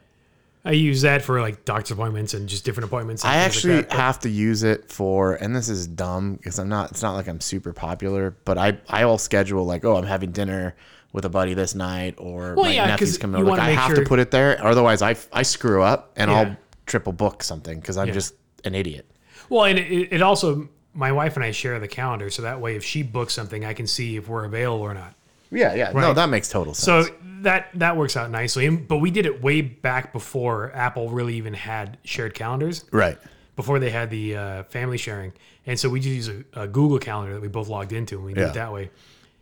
I use that for like doctor's appointments and just different appointments. And I things actually like that. have to use it for and this is dumb because I'm not it's not like I'm super popular, but I I will schedule like, oh, I'm having dinner with a buddy this night or Well, my yeah, 'cause nephew's coming you over. Like, wanna I make have sure- to put it there. Otherwise I I screw up and Yeah. I'll triple book something because I'm just an idiot. well, and it, it also my wife and I share the calendar, so that way if she books something, I can see if we're available or not. Yeah, yeah. No, that makes total sense. So that that works out nicely. And, but we did it way back before Apple really even had shared calendars. right. before they had the uh, family sharing, and so we just use a, a Google Calendar that we both logged into, and we did Yeah. it that way.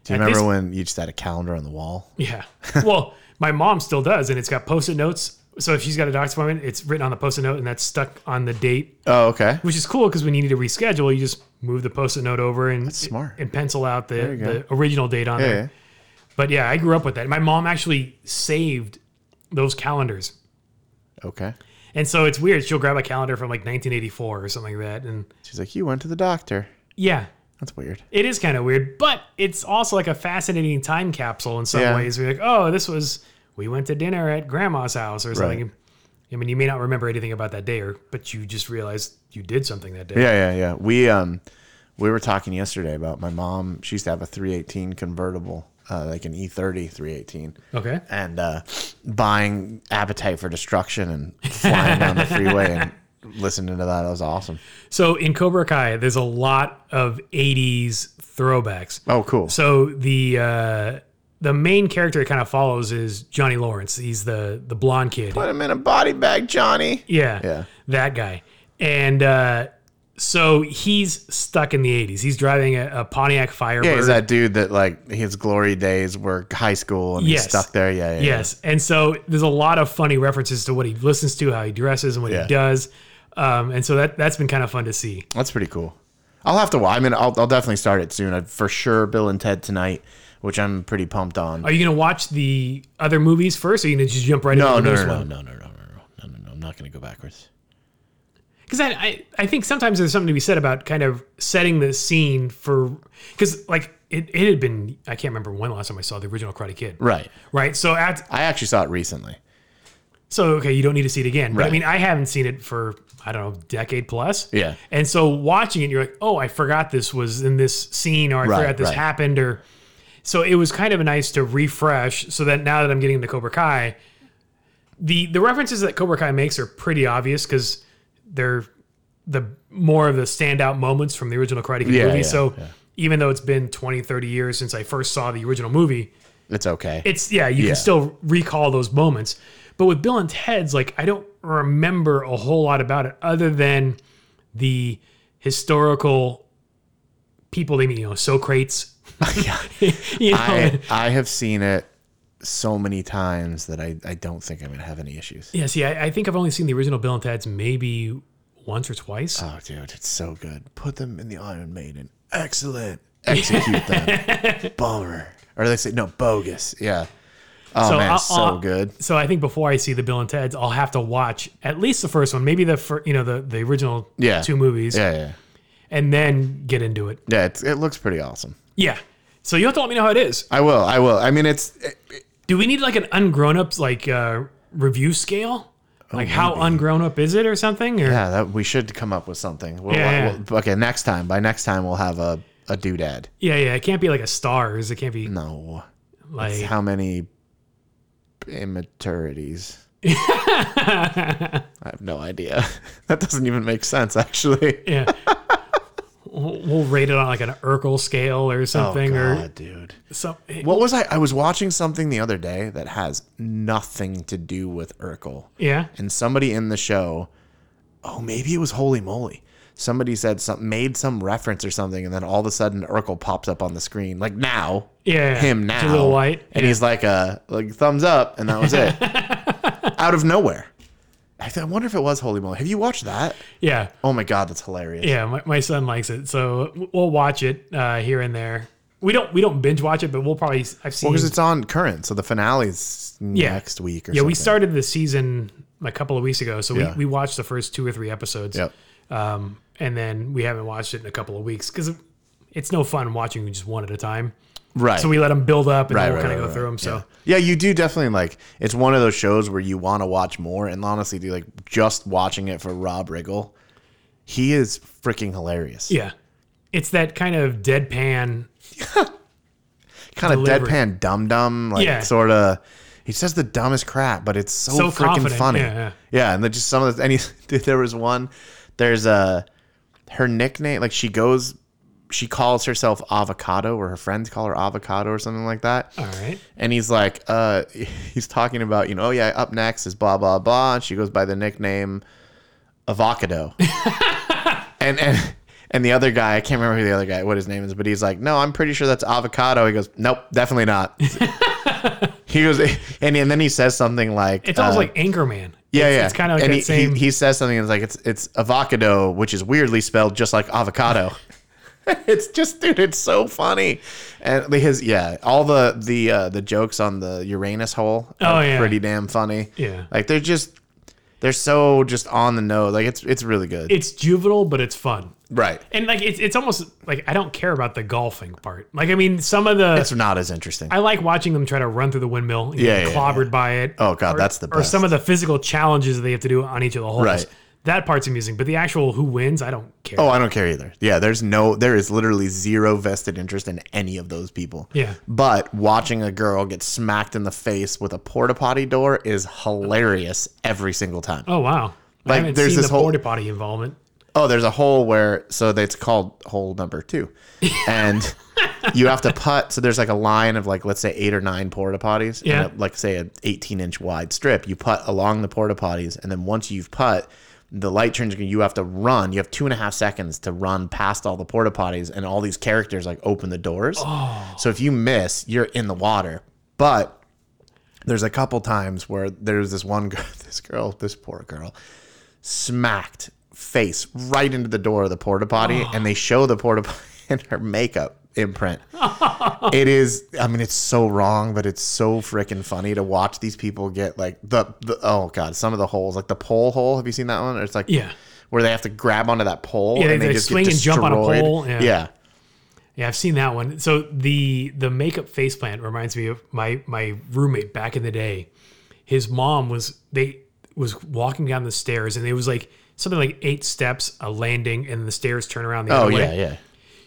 Do you remember when you just had a calendar on the wall? yeah. well, my mom still does, and it's got post-it notes. So if she's got a doctor's appointment, it's written on the post-it note, and that's stuck on the date, Oh, okay. which is cool because when you need to reschedule, you just move the post-it note over and smart. and pencil out the, the original date on there. Yeah. But yeah, I grew up with that. My mom actually saved those calendars. Okay. And so it's weird. She'll grab a calendar from like 1984 or something like that. And She's like, you went to the doctor. yeah, That's weird. it is kind of weird, but it's also like a fascinating time capsule in some Yeah. ways. We're like, oh, this was we went to dinner at grandma's house or something. Right. I mean, you may not remember anything about that day, or but you just realized you did something that day. Yeah, yeah, yeah. We um, we were talking yesterday about my mom. She used to have a 318 convertible, uh, like an E30 318, Okay. and uh, buying Appetite for Destruction and flying down the freeway and listening to that. That was awesome. So in Cobra Kai, there's a lot of '80s throwbacks. Oh, cool. So the uh, the main character it kind of follows is Johnny Lawrence. He's the the blonde kid. Put him in a body bag, Johnny. Yeah. Yeah. That guy. And uh, so he's stuck in the 80s. He's driving a, a Pontiac Firebird. Yeah, he's that dude that like his glory days were high school and Yes. he's stuck there. Yeah, yeah. yeah. yes. And so there's a lot of funny references to what he listens to, how he dresses, and what Yeah. he does. Um, and so that, that's been kind of fun to see. That's pretty cool. I'll have to watch. I mean, I'll, I'll definitely start it soon. I, for sure, Bill and Ted tonight, which I'm pretty pumped on. Are you going to watch the other movies first, or are you going to just jump right No, no, into the no, first no, one? no, no, no, no, no, no, no. I'm not going to go backwards. Because I, I, I think sometimes there's something to be said about kind of setting the scene for. Because, like, it, it had been. I can't remember when the last time I saw the original Karate Kid. Right. Right. So at, I actually saw it recently. So okay, you don't need to see it again. But I Right. mean, I haven't seen it for I don't know, decade plus. Yeah. And so watching it, you're like, oh, I forgot this was in this scene, or I Right, forgot this right. happened, or so it was kind of nice to refresh. So that now that I'm getting into Cobra Kai, the the references that Cobra Kai makes are pretty obvious because they're the more of the standout moments from the original Karate Kid Yeah, movie. yeah, so yeah. even though it's been 20, 30 years since I first saw the original movie, It's okay. it's yeah, you Yeah. can still recall those moments. But with Bill and Ted's, like I don't remember a whole lot about it other than the historical people they meet, you know, Socrates. you know, I, I have seen it so many times that I, I don't think I'm going to have any issues. yeah, see, I, I think I've only seen the original Bill and Ted's maybe once or twice. Oh, dude, it's so good. Put them in the Iron Maiden. Excellent. Execute them. Bummer. Or they say, no, bogus. Yeah. Oh, So man, I'll- it's so I'll- good. So I think before I see the Bill and Ted's, I'll have to watch at least the first one, maybe the fir- you know the the original Yeah. two movies, Yeah, yeah. and then get into it. Yeah, it's, it looks pretty awesome. Yeah. So you will have to let me know how it is. I will. I will. I mean, it's Do we need like an ungrown ups like uh, review scale? Oh, Like how ungrown up is it or something? Or yeah. That we should come up with something. We'll, Yeah, we'll- okay, next time. By next time, we'll have a a doodad. Yeah, yeah. It can't be like a stars. It can't be Mm, No. That's like how many immaturities? I have no idea. That doesn't even make sense, actually. yeah. we'll we'll rate it on like an Urkel scale or something or dude. some. Oh, eh, What was I? I was watching something the other day that has nothing to do with Urkel. Yeah. and somebody in the show, oh, maybe it was Holy Moly. Somebody said some made some reference or something, and then all of a sudden Urkel pops up on the screen like now, Yeah. him It's now, a little white. and he's like uh like thumbs up, and that was it, out of nowhere. I, th- I wonder if it was Holy Moly. Have you watched that? Yeah. Oh my God, that's hilarious. Yeah, my, my son likes it, so we'll watch it uh, here and there. We don't we don't binge watch it, but we'll probably I've seen. Because it's on current, so the finale's next week or yeah, something. we started the season a couple of weeks ago, so Yeah. we, we watched the first two or three episodes, Yep. um, and then we haven't watched it in a couple of weeks because it's no fun watching just one at a time. Right. So we let them build up and Right, then we'll right, kind of right, go right, through them. So Yeah, you do definitely like it's one of those shows where you want to watch more and honestly do like just watching it for Rob Riggle. He is freaking hilarious. yeah, it's that kind of deadpan. kind of delivery. deadpan dum dum like Yeah. sort of he says the dumbest crap, but it's so, So freaking confident, funny. yeah, yeah. and then just some of the and he, dude, there was one there's a her nickname like she goes she calls herself avocado or her friends call her avocado or something like that. All right, And he's like, uh, he's talking about, you know, oh yeah, up next is blah blah blah, and she goes by the nickname Avocado. and and and the other guy, I can't remember who the other guy, what his name is, but he's like, no, I'm pretty sure that's Avocado. He goes, nope, definitely not. he goes, and and then he says something like, it's almost uh, like Anchorman. yeah, it's, yeah. It's kind of like and that he, same. He, he says something that's like it's it's avocado, which is weirdly spelled just like avocado. it's just dude, it's so funny. And his yeah, all the the uh, the jokes on the Uranus hole Oh, yeah. pretty damn funny. Yeah. Like they're just they're so just on the nose. Like it's it's really good. it's juvenile, but it's fun. right. And like it's it's almost like I don't care about the golfing part. Like I mean, some of the It's not as interesting. I like watching them try to run through the windmill and Yeah, get yeah, clobbered by it. Oh, God, Or- that's the Or best. some of the physical challenges that they have to do on each of the holes. Right. That part's amusing, but the actual who wins, I don't care. Oh, I don't care either. Yeah, there's no, there is literally zero vested interest in any of those people. Yeah. But watching a girl get smacked in the face with a porta potty door is hilarious every single time. Oh, wow. I Like, haven't there's seen this the whole- porta potty involvement. Oh, there's a hole where so that's called hole number two, and you have to putt. So there's like a line of like let's say eight or nine porta potties. Yeah. And a- like say an 18 inch wide strip. You putt along the porta potties, and then once you've putt, the light turns green. You have to run. You have two and a half seconds to run past all the porta potties, and all these characters like open the doors. So if you miss, you're in the water. But there's a couple times where there's this one girl, this girl, this poor girl, smacked face right into the door of the porta potty, and they show the porta potty and her makeup imprint. it is, I mean, it's so wrong, but it's so freaking funny to watch these people get like the, the oh god, some of the holes, like the pole hole. Have you seen that one? It's like Yeah. where they have to grab onto that pole Yeah, they- and they, they just swing get and jump on a destroyed. pole, yeah. yeah. Yeah, I've seen that one. So the the makeup faceplant reminds me of my my roommate back in the day. His mom was they was walking down the stairs and it was like something like eight steps, a landing, and the stairs turn around the Oh other way. yeah, yeah.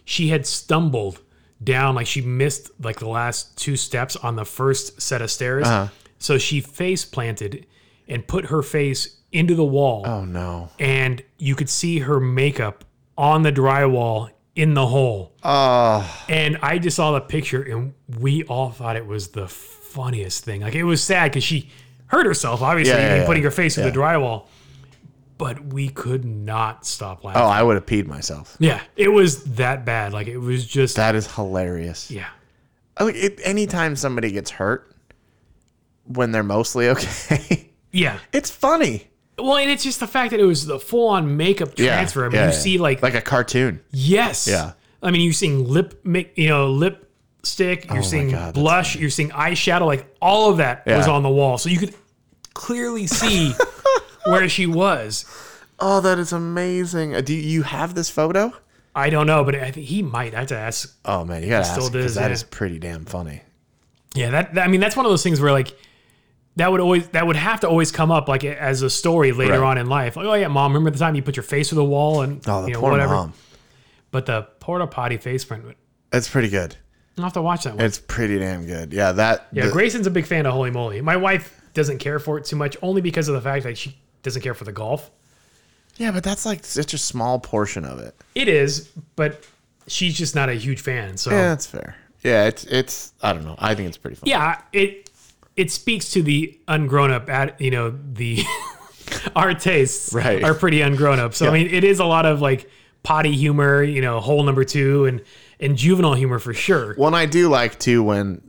she had stumbled down like she missed like the last two steps on the first set of stairs Uh-huh. so she face planted and put her face into the wall Oh no. and you could see her makeup on the drywall in the hole Oh, and i just saw the picture and we all thought it was the funniest thing like it was sad because she hurt herself obviously Yeah, yeah, in yeah. putting her face in the drywall but we could not stop laughing oh, I would have peed myself. yeah it was that bad like it was just That is hilarious. yeah I mean, it, anytime somebody gets hurt, when they're mostly okay, yeah it's funny. Well, and it's just the fact that it was the full on makeup transfer. I mean, you see, like, like a cartoon. yes, Yeah. I mean, you're seeing lip, make you know, lipstick. You're seeing Oh God, that's blush. You're seeing eyeshadow. Like all of that was Yeah. on the wall, so you could clearly see where she was. Oh, that is amazing. Uh, Do you have this photo? I don't know, but I think he might. I have to ask. Oh man, you gotta ask still because does, that yeah. is pretty damn funny. Yeah, that, that- I mean, that's one of those things where like. That would always that would have to always come up like as a story later Right. on in life. Like, oh yeah, mom, remember the time you put your face to the wall and Oh, the you know poor whatever. mom. But the porta potty face print, It's pretty good. I'll have to watch that one. It's pretty damn good. Yeah, that. Yeah, the- Grayson's a big fan of Holy Moly. My wife doesn't care for it too much, only because of the fact that she doesn't care for the golf. yeah, but that's like such a small portion of it. It is, but she's just not a huge fan. So Yeah, yeah, that's fair. Yeah, it's it's. I don't know. I think it's pretty fun. it it speaks to the ungrown up at you know the our tastes Right. are pretty ungrown up. So I mean, it is a lot of like potty humor, you know, hole number two, and and juvenile humor for sure. One I do like too when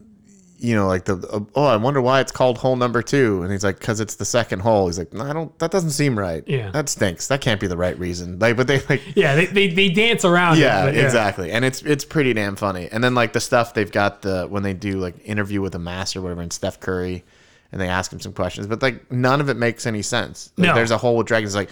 you know like the uh, oh I wonder why it's called hole number two and he's like because it's the second hole he's like no I don't that doesn't seem right Yeah. that stinks that can't be the right reason like but they like Yeah, they, they, they dance around. it, yeah, but exactly. And it's it's pretty damn funny. And then like the stuff they've got the when they do like interview with a master or whatever and Steph Curry and they ask him some questions, but like none of it makes any sense. Like, No. There's a hole with dragons like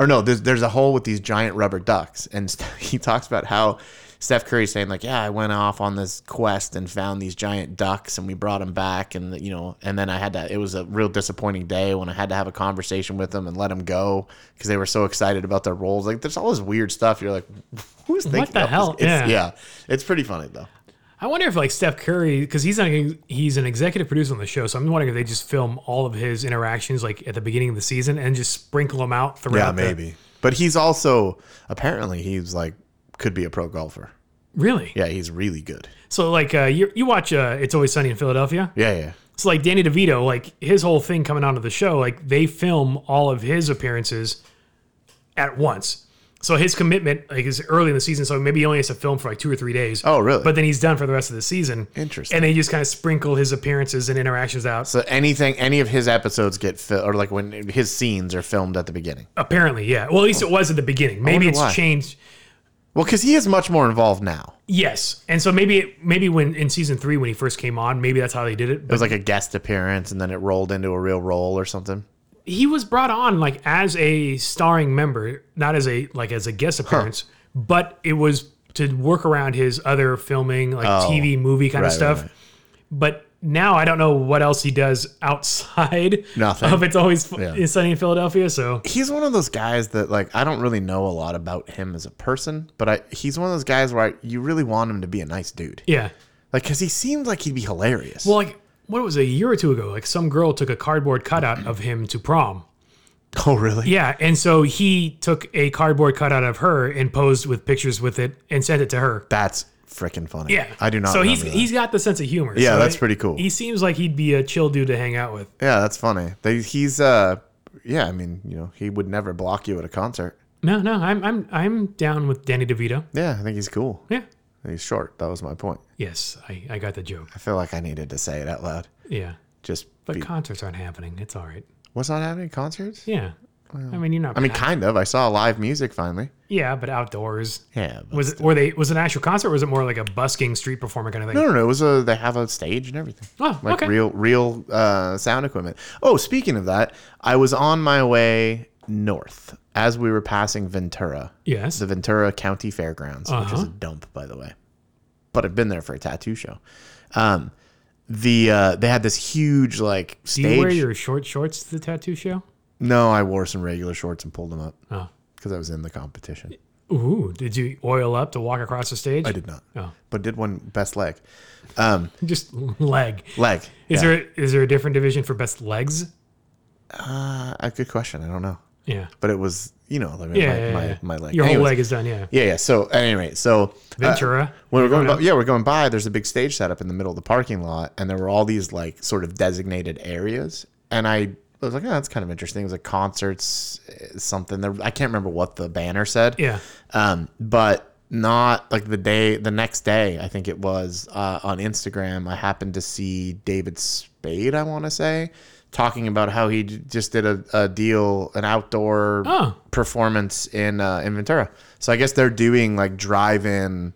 or no, there's there's a hole with these giant rubber ducks and Steph- he talks about how Steph Curry's saying like, "Yeah, I went off on this quest and found these giant ducks and we brought them back and you know, and then I had to it was a real disappointing day when I had to have a conversation with them and let them go because they were so excited about their roles. Like there's all this weird stuff. You're like, who's thinking the up this- hell? It's, Yeah. yeah. It's pretty funny though. I wonder if like Steph Curry, because he's an he's an executive producer on the show, so I'm wondering if they just film all of his interactions like at the beginning of the season and just sprinkle them out throughout. the- But he's also apparently he's like could be a pro golfer. really. Yeah, he's really good. So like uh, you you watch uh, It's Always Sunny in Philadelphia. Yeah, yeah. So like Danny DeVito, like his whole thing coming onto the show, like they film all of his appearances at once. So his commitment like is early in the season, so maybe he only has to film for like two or three days. Oh, really? But then he's done for the rest of the season. Interesting. And they just kind of sprinkle his appearances and interactions out. So anything, any of his episodes get fil- or like when his scenes are filmed at the beginning. Apparently, yeah. Well, at least it was at the beginning. Maybe wonder it's why. changed. Well, because he is much more involved now. Yes, and so maybe it, maybe when in season three when he first came on, maybe that's how they did it. It was like a guest appearance, and then it rolled into a real role or something. he was brought on like as a starring member, not as a like as a guest appearance, but it was to work around his other filming, like TV movie kind Oh. right, of right, stuff. right. But now I don't know what else he does outside Nothing. of it's always F- Yeah. It's sunny in Philadelphia. So he's one of those guys that like I don't really know a lot about him as a person, but I he's one of those guys where I, you really want him to be a nice dude, yeah, like because he seems like he'd be hilarious. well, like what was it, a year or two ago, like some girl took a cardboard cutout of him to prom. oh really? Yeah, and so he took a cardboard cutout of her and posed with pictures with it and sent it to her. That's freaking funny. Yeah, I do not. So he's remember that. he's got the sense of humor. Yeah, So that's it- pretty cool. He seems like he'd be a chill dude to hang out with. yeah, that's funny. They, he's uh yeah, I mean you know he would never block you at a concert. No, no, I'm I'm I'm down with Danny DeVito. Yeah, I think he's cool. Yeah. He's short. That was my point. Yes, I, I got the joke. I feel like I needed to say it out loud. Yeah. Just But be, concerts aren't happening. It's all right. what's not happening concerts? Yeah. I mean, you're not. I mean, kind of. I saw live music finally. yeah, but outdoors. Yeah. But Was it? Were they? Was it an actual concert? or Was it more like a busking street performer kind of No, thing? no, no. It was a, they have a stage and everything. Oh, like okay. real, real uh, sound equipment. Oh, speaking of that, I was on my way north as we were passing Ventura, Yes. the Ventura County Fairgrounds, which is Uh-huh. a dump, by the way. But I've been there for a tattoo show. Um, the uh, they had this huge like Do you wear stage. your short shorts to the tattoo show? no, I wore some regular shorts and pulled them up Oh. because I was in the competition. Ooh, did you oil up to walk across the stage? I did not, Oh, but did one best leg. just leg. Leg. Is yeah. there is there a different division for best legs? Uh, a good question. I don't know, Yeah. but it was you know like, Yeah, my, yeah, my, yeah. my leg. Your whole Anyways. leg is done, yeah. Yeah, yeah. So anyway, so uh, Ventura. when we're going, by, yeah, we're going by. There's a big stage set up in the middle of the parking lot, and there were all these like sort of designated areas. And I was like, oh, that's kind of interesting. It was like concerts, uh, something. There, I can't remember what the banner said. yeah. Um, but not like the day, the next day, I think it was uh, on Instagram, I happened to see David Spade, I want to say, talking about how he j- just did a, a deal, an outdoor Oh. performance in, uh, in Ventura. So I guess they're doing like drive in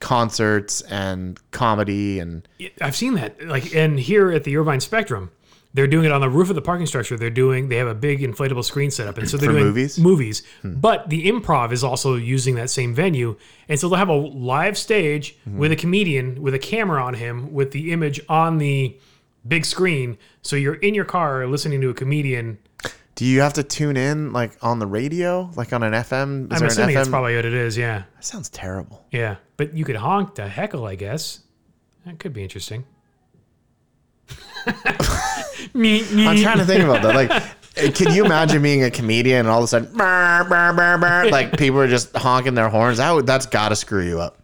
concerts and comedy and I've seen that. Like and here at the Irvine Spectrum, they're doing it on the roof of the parking structure. They're doing they have a big inflatable screen set up. And so they're For doing movies? Hmm. movies. But the improv is also using that same venue. And so they'll have a Hmm. live stage with a comedian with a camera on him with the image on the big screen. So you're in your car listening to a comedian. Do you have to tune in like on the radio, like on an FM? Is I'm there assuming an that's probably what it is. Yeah. that sounds terrible. Yeah. But you could honk to heckle, I guess. That could be interesting. I'm trying to think about that. Like, eh, can you imagine being a comedian and all of a sudden, "Brr, brr, brr, brr," like people are just honking their horns? That would, that's got to screw you up.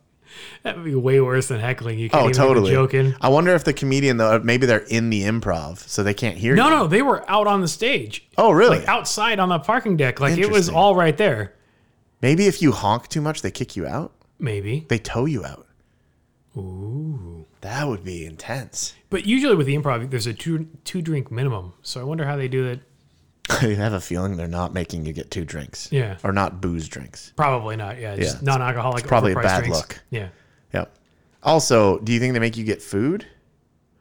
That would be way worse than heckling. You can't Oh, even make a totally. joke in. I wonder if the comedian though, uh, maybe they're in the improv, so they can't hear No, you. no, they were out on the stage, Oh, really? outside on the parking deck. Like it was Interesting. all right there. maybe if you honk too much, they kick you out. Maybe. They tow you out. Ooh, that would be intense. But usually with the improv, there's a two two drink minimum. So I wonder how they do that. I have a feeling they're not making you get two drinks. Yeah. Or not booze drinks. Probably not. Yeah, just it's- non-alcoholic. probably a overpriced bad drinks. look. Yeah. Yep. Also, do you think they make you get food?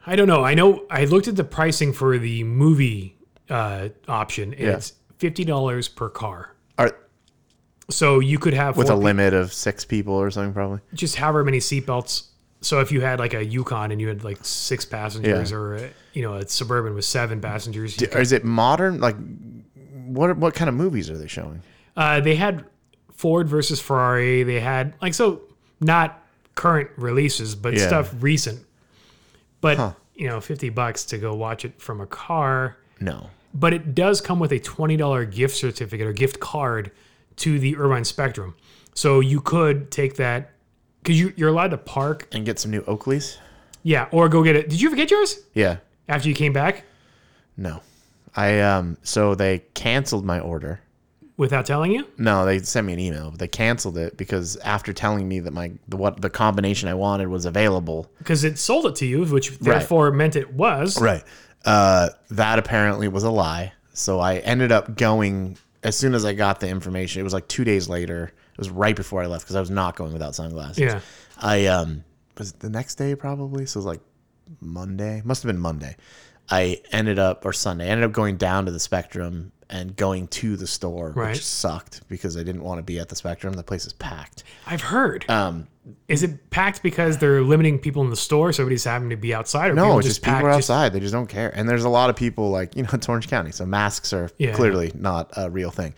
I don't know. I know. I looked at the pricing for the movie uh, option. And It's fifty dollars per car. Or So you could have with four a limit of six people or something, probably. just however many seatbelts. So if you had like a Yukon and you had like six passengers, or a, you know a Suburban with seven passengers, you Or is it modern? Like, what what kind of movies are they showing? Uh, they had Ford versus Ferrari. They had like so not current releases, but Yeah. stuff recent. But you know, fifty bucks to go watch it from a car. No. But it does come with a twenty dollar gift certificate or gift card to the Irvine Spectrum. So you could take that because you, you're allowed to park. And get some new Oakleys? Yeah, or go get it. Did you ever get yours Yeah. after you came back No. I um. So they canceled my order. without telling you? No, they sent me an email, but they canceled it because after telling me that my the, what the combination I wanted was available, Because it sold it to you, which therefore meant it was. Right. Uh, that apparently was a lie. So I ended up going as soon as I got the information. It was like two days later. It was right before I left because I was not going without sunglasses. Yeah. I um was it the next day probably. So it was like Monday. Must have been Monday. I ended up or Sunday. I ended up going down to the Spectrum and going to the store, Right. which sucked because I didn't want to be at the Spectrum. The place is packed. I've heard. Um, Is it packed because they're limiting people in the store, so everybody's having to be outside? Or No, it's just people packed are outside. They just don't care. And there's a lot of people like you know it's Orange County, so masks are Yeah. clearly not a real thing.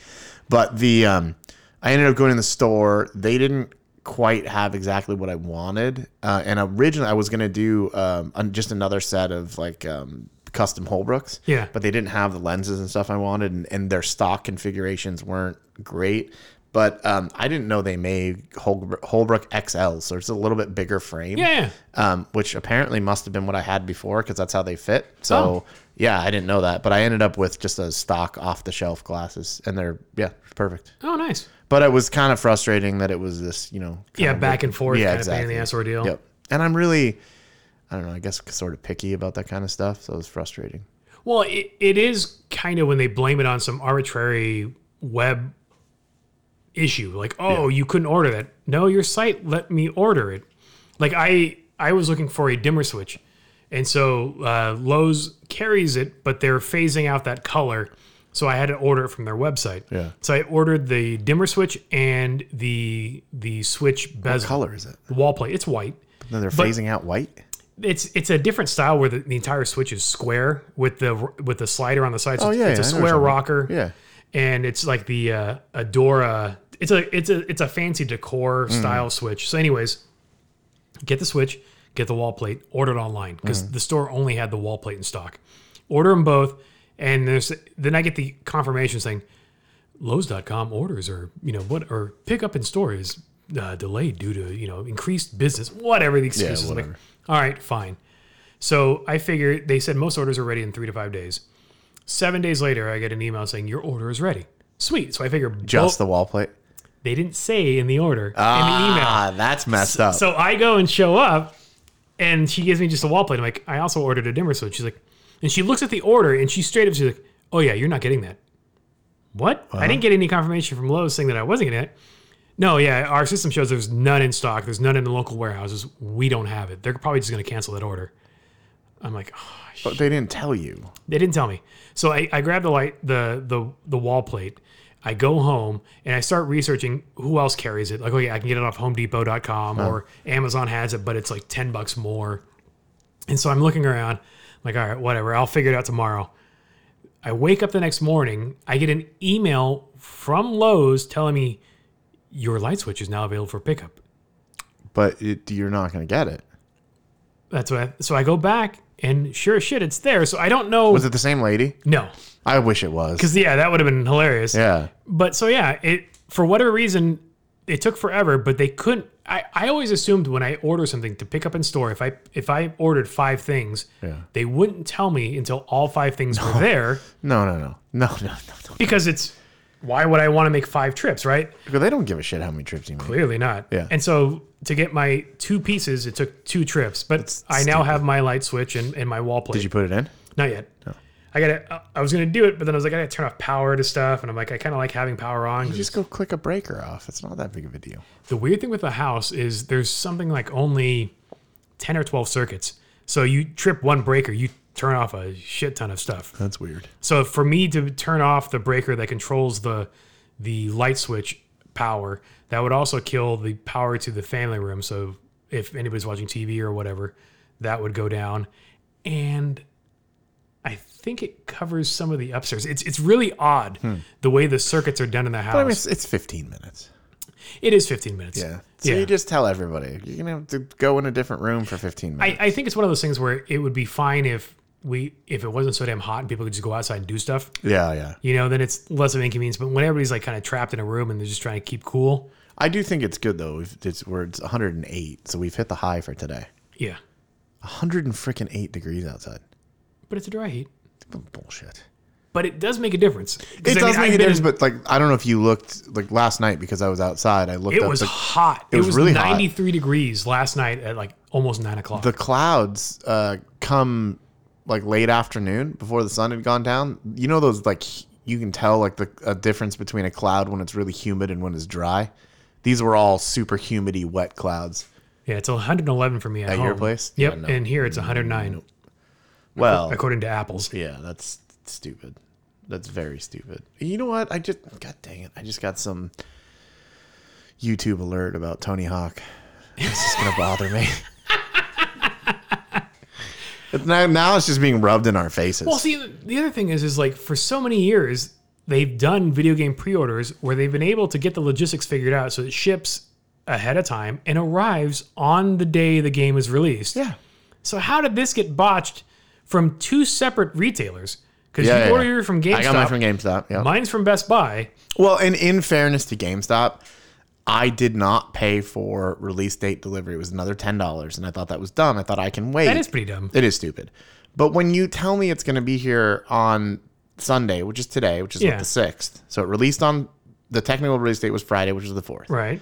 But the um, I ended up going in the store. They didn't quite have exactly what I wanted. Uh, and originally I was gonna do um, an- just another set of like um, custom Holbrooks. Yeah. But they didn't have the lenses and stuff I wanted, and, and their stock configurations weren't great. But um, I didn't know they made Holbrook, Holbrook XL, so it's a little bit bigger frame Yeah. um, which apparently must have been what I had before because that's how they fit. Oh. So yeah, I didn't know that, but I ended up with just a stock off the shelf glasses, and they're yeah perfect. Oh, nice. But it was kind of frustrating that it was this you know Yeah, kind of- back and forth, Um, Yeah, kind of pain in the ass ordeal. Yep, and I'm really I don't know I guess sort of picky about that kind of stuff, so it was frustrating. Well, it, it is kind of when they blame it on some arbitrary web issue, like oh, you couldn't order that. No, your site let me order it. Like I I was looking for a dimmer switch, and so uh, Lowe's carries it, but they're phasing out that color. So I had to order it from their website. Yeah. So I ordered the dimmer switch and the the switch What bezel, color is it? the wall plate. It's white. No, they're phasing out white. it's it's a different style where the, the entire switch is square with the with the slider on the side. So Oh, yeah, yeah, it's a I know what square you're rocker. Yeah, and it's like the uh, Adora. It's a it's a it's a fancy decor style switch. So, anyways, get the switch, get the wall plate, order it online because the store only had the wall plate in stock. Order them both, and there's then I get the confirmation saying Lowe's.com orders or you know what or pick up in store is uh, delayed due to you know increased business whatever the excuse is. I'm like, whatever. all right, fine. So I figure they said most orders are ready in three to five days. Seven days later, I get an email saying your order is ready. Sweet. So I figure just both- the wall plate. they didn't say in the order in the email. Ah, that's messed up. So I go and show up, and she gives me just a wall plate. I'm like, I also ordered a dimmer switch. She's like, and she looks at the order and she straight up, she's like, Oh yeah, you're not getting that. What? Uh-huh. I didn't get any confirmation from Lowe's saying that I wasn't getting it. No, yeah, our system shows there's none in stock. There's none in the local warehouses. We don't have it. They're probably just going to cancel that order. I'm like, "Oh, but they didn't tell you. they didn't tell me. So I, I grabbed the light, the the the wall plate. I go home and I start researching who else carries it. Like, oh yeah, I can get it off HomeDepot.com or Amazon has it, but it's like ten bucks more. And so I'm looking around, like, all right, whatever, I'll figure it out tomorrow. I wake up the next morning, I get an email from Lowe's telling me your light switch is now available for pickup. But it, you're not going to get it. That's what. I, so I go back, and sure as shit, it's there. So I don't know. Was it the same lady? No, I wish it was. because yeah, that would have been hilarious. Yeah. But so yeah, it for whatever reason it took forever, but they couldn't. I, I always assumed when I order something to pick up in store, if I if I ordered five things, Yeah. they wouldn't tell me until all five things were there No, no, no. No, no, no. because it's why would I want to make five trips, right? no. They don't give a shit how many trips you make. Clearly not. Yeah. And so to get my two pieces, it took two trips, but I now have my light switch and, and my wall plate. Did you put it in? Not yet. I gotta. I was gonna do it, but then I was like, I gotta turn off power to stuff, and I'm like, I kind of like having power on. 'cause Just go click a breaker off. It's not that big of a deal. The weird thing with the house is there's something like only 10 or 12 circuits. So you trip one breaker, you turn off a shit ton of stuff. That's weird. So for me to turn off the breaker that controls the the light switch power, that would also kill the power to the family room. So if anybody's watching TV or whatever, that would go down. And I think it covers some of the upstairs. It's it's really odd the way the circuits are done in the house. Hmm. I mean, it's, it's 15 minutes. it is 15 minutes. Yeah. So Yeah. you just tell everybody you're gonna have to go in a different room for 15 minutes. I, I think it's one of those things where it would be fine if we if it wasn't so damn hot and people could just go outside and do stuff. yeah, yeah. You know, then it's less of an inconvenience. But when everybody's like kind of trapped in a room and they're just trying to keep cool, I do think it's good though. We've, it's we're it's 108, so we've hit the high for today. yeah. 100 and freaking eight degrees outside. But it's a dry heat. Bullshit. But it does make a difference. 'Cause, It I does mean, make I've a been in- difference, but like I don't know if you looked like last night because I was outside. I looked. It up was the, hot. It was was, really hot. 93 degrees last night at like almost nine o'clock. the clouds uh, come like late afternoon before the sun had gone down. You know those like h- you can tell like the a difference between a cloud when it's really humid and when it's dry. These were all super humidy wet clouds. yeah, it's 111 for me at, your home. place? Yep. Yeah, no. And here it's 109 Well, according to Apple's. yeah, that's stupid. That's very stupid. You know what? I just god dang it! I just got some YouTube alert about Tony Hawk. This is gonna bother me. It's now, now it's just being rubbed in our faces. Well, see, the other thing is, is like for so many years they've done video game pre-orders where they've been able to get the logistics figured out, so it ships ahead of time and arrives on the day the game is released. yeah. So how did this get botched from two separate retailers? Because Yeah, you yeah, ordered yeah. yours from GameStop, I got mine from GameStop. Yeah. mine's from Best Buy. well, and in fairness to GameStop, I did not pay for release date delivery. It was another ten dollars, and I thought that was dumb. I thought I can wait. That is pretty dumb. it is stupid. But when you tell me it's going to be here on Sunday, which is today, which is what, Yeah. the sixth, so it released on the technical release date was Friday, which was the fourth. Right.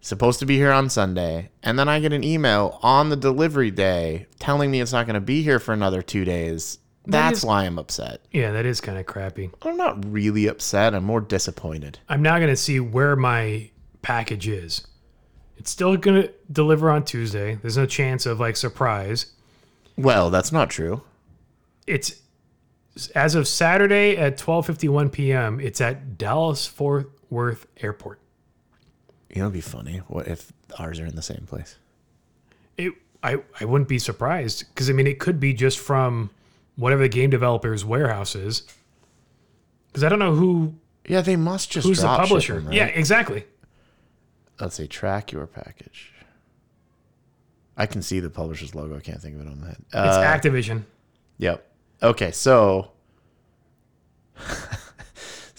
Supposed to be here on Sunday, and then I get an email on the delivery day telling me it's not going to be here for another two days. That's is- why I'm upset. Yeah, that is kind of crappy. I'm not really upset. I'm more disappointed. I'm now going to see where my package is. It's still going to deliver on Tuesday. There's no chance of like surprise. Well, that's not true. it's as of Saturday at 12:51 p.m. It's at Dallas Fort Worth Airport. You know, it'd be funny. What if ours are in the same place? It I I wouldn't be surprised because I mean it could be just from whatever the game developer's warehouse is. Because I don't know who Yeah, they must just. who's the drop ship publisher. them, right? Yeah, exactly. Let's say track your package. I can see the publisher's logo. I can't think of it on my head. Uh, It's Activision. yep. Okay, so.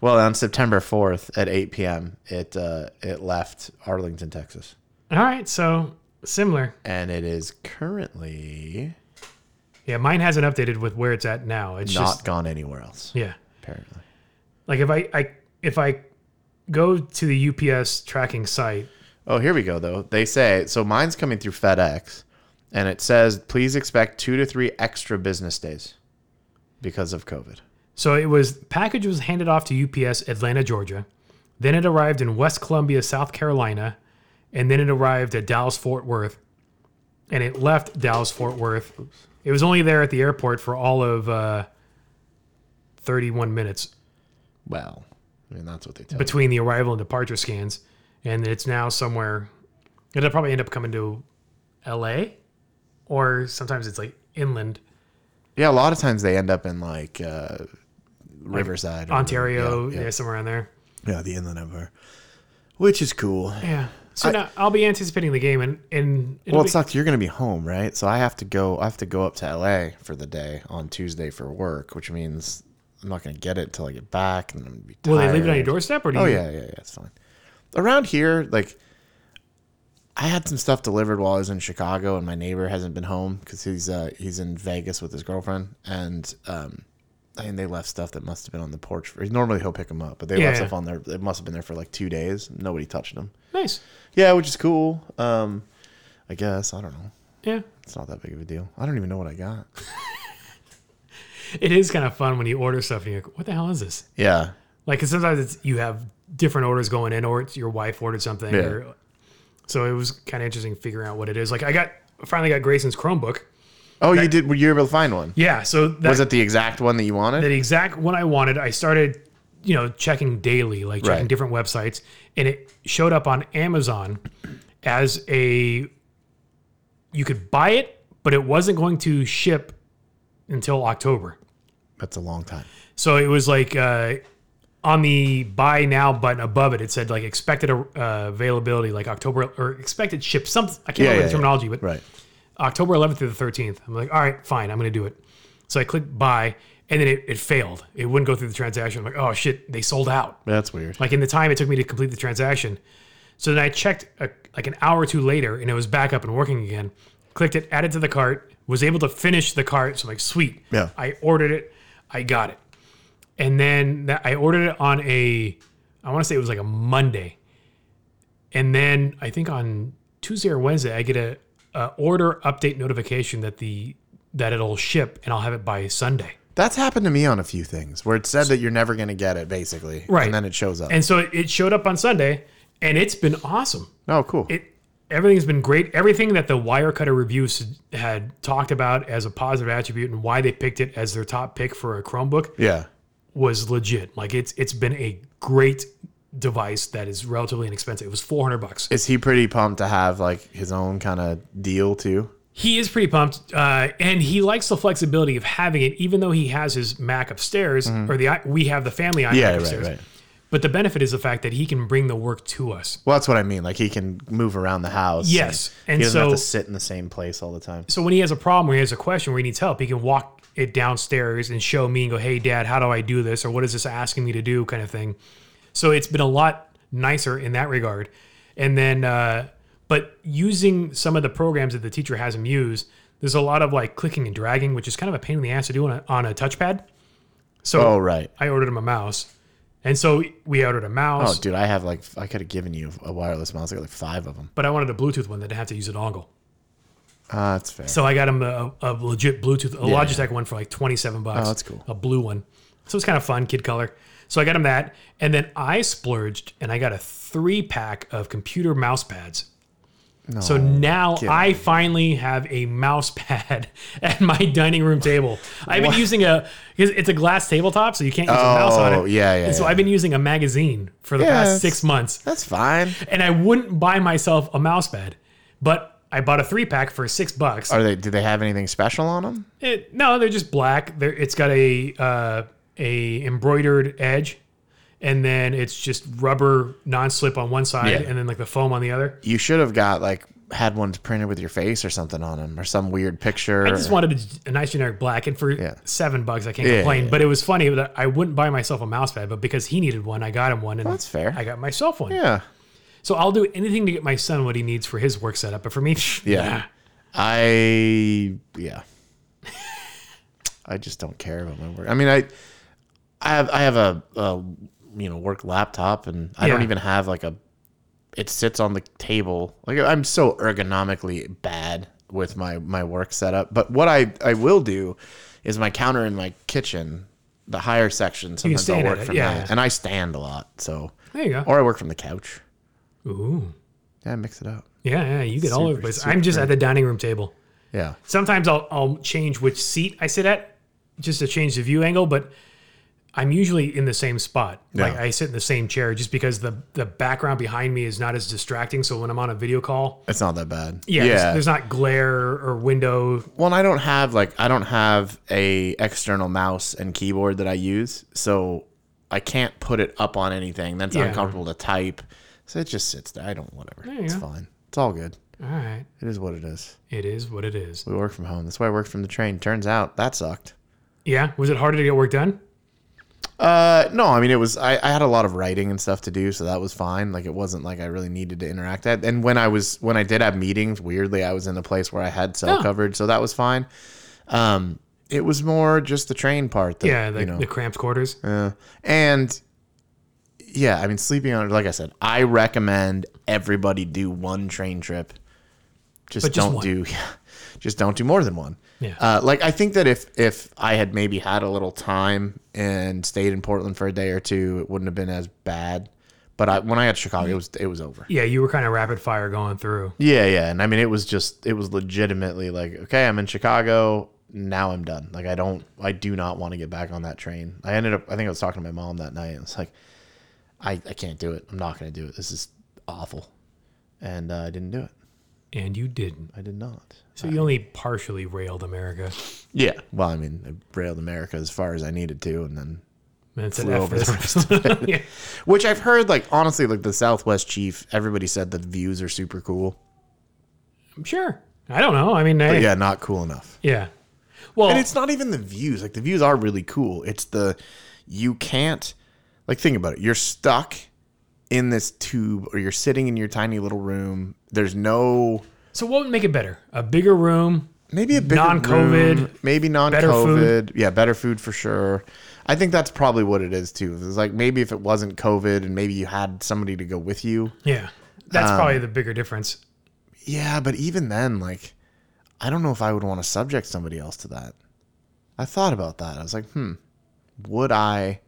well, on September fourth at eight p.m., it uh, it left Arlington, Texas, All right, so similar. and it is currently Yeah, mine hasn't updated with where it's at now. It's not just gone anywhere else. yeah. Apparently, Like if I, I if I go to the UPS tracking site, Oh, here we go, though. They say, so mine's coming through FedEx, and it says, please expect two to three extra business days because of COVID. So it was package was handed off to UPS Atlanta, Georgia. Then it arrived in West Columbia, South Carolina, and then it arrived at Dallas Fort Worth. And it left Dallas Fort Worth. It was only there at the airport for all of uh, 31 minutes Well, I mean, that's what they tell you. between the arrival and departure scans, and it's now somewhere. It'll probably end up coming to L.A. or sometimes it's like inland. Yeah, a lot of times they end up in like uh, Riverside, or- Ontario, Yeah, yeah, somewhere on there. yeah. Yeah, the Inland Empire, which is cool. Yeah. So I- now I'll be anticipating the game, and and it'll Well, be- it sucks. You're going to be home, right? So I have to go. I have to go up to LA for the day on Tuesday for work, which means I'm not going to get it till I get back, and I'm going to be tired. will they leave it on your doorstep or do Oh you? yeah, yeah, yeah. It's fine. Around here, like, I had some stuff delivered while I was in Chicago, and my neighbor hasn't been home because he's uh, he's in Vegas with his girlfriend, and um, and they left stuff that must have been on the porch. For, normally he'll pick them up, but they Yeah, left yeah. stuff on there. It must have been there for like two days. Nobody touched them. Nice. Yeah, which is cool. Um, I guess I don't know. Yeah. It's not that big of a deal. I don't even know what I got. It is kind of fun when you order stuff and you're like, what the hell is this? Yeah, Like 'cause sometimes it's, you have different orders going in, or it's your wife ordered something. Yeah. Or, so it was kind of interesting figuring out what it is. Like I got finally got Grayson's Chromebook. Oh, you did. Were you able to find one? Yeah. So that, Was it the exact one that you wanted? the exact one I wanted. I started, you know, checking daily, like checking Right. different websites, and it showed up on Amazon as a you could buy it, but it wasn't going to ship until October. That's a long time. So it was like uh, on the buy now button above it, it said like expected uh, availability, like October or expected ship. Something I can't Yeah, remember yeah, the yeah. terminology, but Right. October 11th through the 13th. I'm like, all right, fine, I'm going to do it. So I clicked buy, and then it, it failed. It wouldn't go through the transaction. I'm like, oh shit, they sold out. That's weird. Like in the time it took me to complete the transaction. So then I checked a, like an hour or two later, and it was back up and working again. Clicked it, added to the cart, was able to finish the cart. So I'm like, sweet. Yeah. I ordered it, I got it, and then that, I ordered it on a, I want to say it was like a Monday, and then I think on Tuesday or Wednesday I get a, a order update notification that the that it'll ship and I'll have it by Sunday. That's happened to me on a few things where it said that you're never going to get it, basically. Right. And then it shows up. And so it, it showed up on Sunday, and it's been awesome. oh, cool. it everything's been great. Everything that the Wirecutter reviews had talked about as a positive attribute and why they picked it as their top pick for a Chromebook yeah. was legit. Like it's it's been a great device that is relatively inexpensive. It was 400 bucks. Is he pretty pumped to have like his own kind of deal too? He is pretty pumped uh, and he likes the flexibility of having it even though he has his Mac upstairs or the i- we have the family iMac Mm-hmm. Yeah, right, upstairs. right. But the benefit is the fact that he can bring the work to us. Well, that's what I mean. Like he can move around the house. Yes, And, and he doesn't have so- to sit in the same place all the time. so when he has a problem or he has a question where he needs help, he can walk it downstairs and show me and go, "Hey, Dad, how do I do this?" or "What is this asking me to do?" kind of thing. So it's been a lot nicer in that regard. And then, uh, but using some of the programs that the teacher has him use, there's a lot of like clicking and dragging, which is kind of a pain in the ass to do on a, on a touchpad. So Oh, right. I ordered him a mouse, and so we ordered a Oh, mouse, dude, I have like, I could have given you a wireless mouse. I got like five of them. but I wanted a Bluetooth one that didn't have to use a dongle. Uh, that's fair. So I got him a, a legit Bluetooth, a Logitech one for like 27 bucks. Oh, that's cool. A blue one. So it's kind of fun, kid color. So I got him that. And then I splurged and I got a three pack of computer mouse pads. so now I finally have a mouse pad at my dining room table. I've been using a, 'cause it's a glass tabletop, so you can't use a mouse on Oh, it. yeah, yeah, And so yeah. I've been using a magazine for the past Yes. six months that's fine. and I wouldn't buy myself a mouse pad, but I bought a three pack for six bucks. Are they, do they have anything special on them? It, no, they're just black. They're, it's got a uh, a embroidered edge, and then it's just rubber non-slip on one side, Yeah. and then like the foam on the other. You should have got like, had ones printed with your face or something on them or some weird picture. I just wanted a, a nice generic black, and for seven bucks, I can't Yeah, complain. yeah, yeah. But it was funny that I wouldn't buy myself a mouse pad, but because he needed one, I got him one, and That's fair. I got myself one. yeah. So I'll do anything to get my son what he needs for his work setup, but for me, Yeah. nah. I yeah. I just don't care about my work. I mean, I I have I have a, a you know work laptop, and I don't Yeah. even have like a. It sits on the table. Like I'm so ergonomically bad with my my work setup. But what I I will do is my counter in my kitchen, the higher section. Sometimes I'll stand work at it, from yeah. that, and I stand a lot. So There you go. or I work from the couch. Ooh. Yeah, mix it up. Yeah, yeah, you get all over the Super, place. I'm just at the dining room table. Yeah. Sometimes I'll, I'll change which seat I sit at just to change the view angle, but I'm usually in the same spot. Like I sit in the same chair just because the the background behind me is not as distracting. So when I'm on a video call, It's not that bad. yeah, There's, there's not glare or window. well, and I don't have like I don't have a external mouse and keyboard that I use, so I can't put it up on anything. That's Yeah. uncomfortable to type. So it just sits there. I don't whatever. you It's go. fine. It's all good. All right, It is what it is. it is what it is. We work from home. That's why I work from the train. Turns out that sucked. Yeah, was it harder to get work done? Uh, no, I mean it was. I, I had a lot of writing and stuff to do, so that was fine. Like it wasn't like I really needed to interact. That and when I was when I did have meetings, weirdly I was in a place where I had cell Oh. coverage, so that was fine. Um, it was more just the train part. That, Yeah, the, you know, the cramped quarters. uh, and yeah, I mean sleeping on. Like I said, I recommend everybody do one train trip. Just, just don't one. do, just don't do more than one. Yeah. Uh, like I think that if if I had maybe had a little time and stayed in Portland for a day or two, it wouldn't have been as bad. But I, when I got to Chicago, it was it was over. Yeah, you were kind of rapid fire going through. Yeah, yeah, and I mean it was just it was legitimately like okay, I'm in Chicago now. I'm done. Like I don't, I do not want to get back on that train. I ended up. I think I was talking to my mom that night. and It's like I I can't do it. I'm not going to do it. This is awful, and uh, I didn't do it. And you didn't. I did not. So you only partially railed America. Yeah. Well, I mean, I railed America as far as I needed to, and then That's an Flew F over this. the yeah. Which I've heard, like honestly, like the Southwest Chief, everybody said the views are super cool, I'm sure. I don't know. I mean, I, but yeah. yeah, not cool enough. Well, And it's not even the views; like the views are really cool. It's the you can't, like, think about it. You're stuck in this tube, or you're sitting in your tiny little room. There's no so what would make it better? A bigger room. maybe a bigger Non-COVID, room, maybe non-COVID. food. Yeah, better food for sure. I think that's probably what it is too. It's like maybe if it wasn't COVID, and maybe you had somebody to go with you. Yeah. Um, That's probably the bigger difference. Yeah, but even then, like, I don't know if I would want to subject somebody else to that. I thought about that. I was like, hmm, would I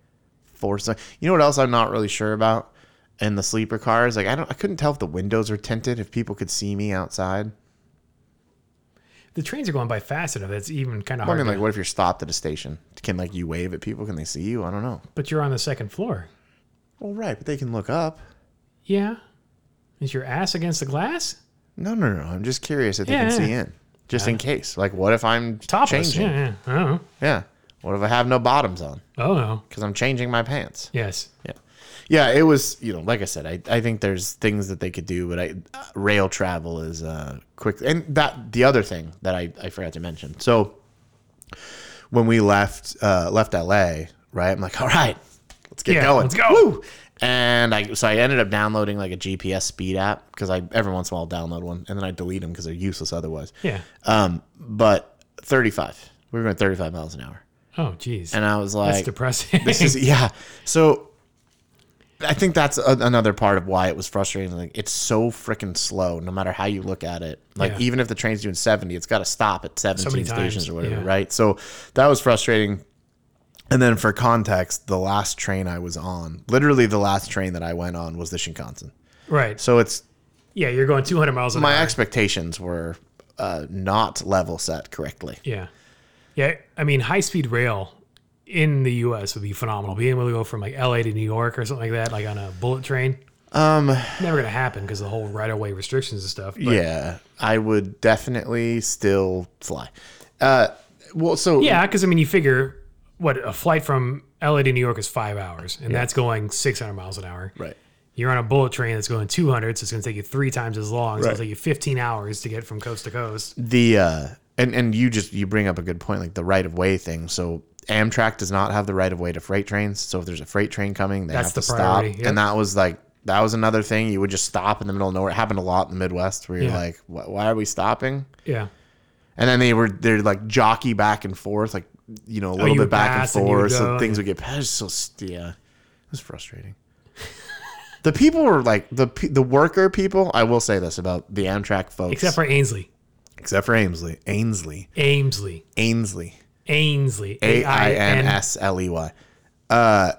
force? A- you know what else I'm not really sure about? And the sleeper cars, like, I don't, I couldn't tell if the windows were tinted, if people could see me outside. The trains are going by fast enough. That's even kind of I hard. mean, to- like, what if you're stopped at a station? Can like you wave at people? Can they see you? I don't know. but you're on the second floor. Well, right, but they can look up. Yeah. Is your ass against the glass? No, no, no. I'm just curious if they Yeah, can see yeah. in, just in case. Like, what if I'm Topless. changing? Yeah. yeah. I don't know. yeah. What if I have no bottoms on? Oh no. Because I'm changing my pants. Yes. Yeah. Yeah, it was, you know, like I said, I, I think there's things that they could do, but I uh, rail travel is uh quick and that the other thing that I, I forgot to mention. So when we left uh left LA, right? I'm like, "All right, let's get Yeah, going." let's go. Woo! And I so I ended up downloading like a GPS speed app because I every once in a while I'll download one and then I delete them because they're useless otherwise. Yeah. Um, but 35. We were going 35 miles an hour. Oh jeez. And I was like That's depressing. this is yeah. So I think that's a, another part of why it was frustrating. Like it's so freaking slow, no matter how you look at it. Like Yeah. even if the train's doing seventy, it's got to stop at seventeen many stations times, or whatever, yeah. right? So that was frustrating. And then for context, the last train I was on, literally the last train that I went on, was the Shinkansen. right. So it's Yeah. You're going 200 miles an my hour. expectations were uh, not level set correctly. Yeah. Yeah. I mean, high speed rail in the US would be phenomenal. Being able to go from like LA to New York or something like that, like on a bullet train. Um, never gonna happen because the whole right of way restrictions and stuff. But Yeah, I would definitely still fly. Uh, well, so yeah, because I mean, you figure what a flight from LA to New York is five hours, and that's going 600 miles an hour. right. You're on a bullet train that's going 200, so it's gonna take you three times as long. So Right. it'll take you 15 hours to get from coast to coast. the uh and and you just you bring up a good point like the right of way thing so amtrak does not have the right of way to freight trains so if there's a freight train coming they That's have to the priority, stop yep. and that was like that was another thing you would just stop in the middle of nowhere it happened a lot in the midwest where you're Yeah. like "Wh- why are we stopping Yeah. and then they were they're like jockey back and forth like you know a little Oh, you bit would back and pass and you would forth so go, things would get passed so st- yeah it was frustrating the people were like the pe- the worker people i will say this about the amtrak folks Except for Ainsley. except for Amesley, ainsley Amesley. ainsley Ainsley. A I N S L E Y. Uh,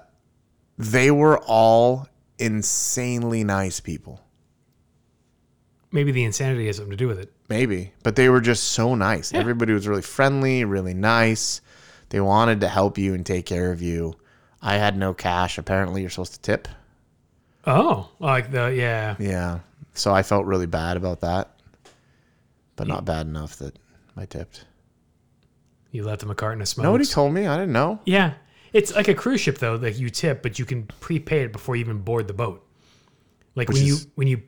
They were all insanely nice people. Maybe the insanity has something to do with it. Maybe, but they were just so nice. Everybody was really friendly, really nice. They wanted to help you and take care of you. I had no cash. Apparently, you're supposed to tip. Oh, like the yeah. Yeah. So I felt really bad about that, but not bad enough that I tipped. You left him a carton of smokes. Nobody told me. I didn't know. yeah, it's like a cruise ship though that you tip, but you can prepay it before you even board the boat. Like Which when is- you when you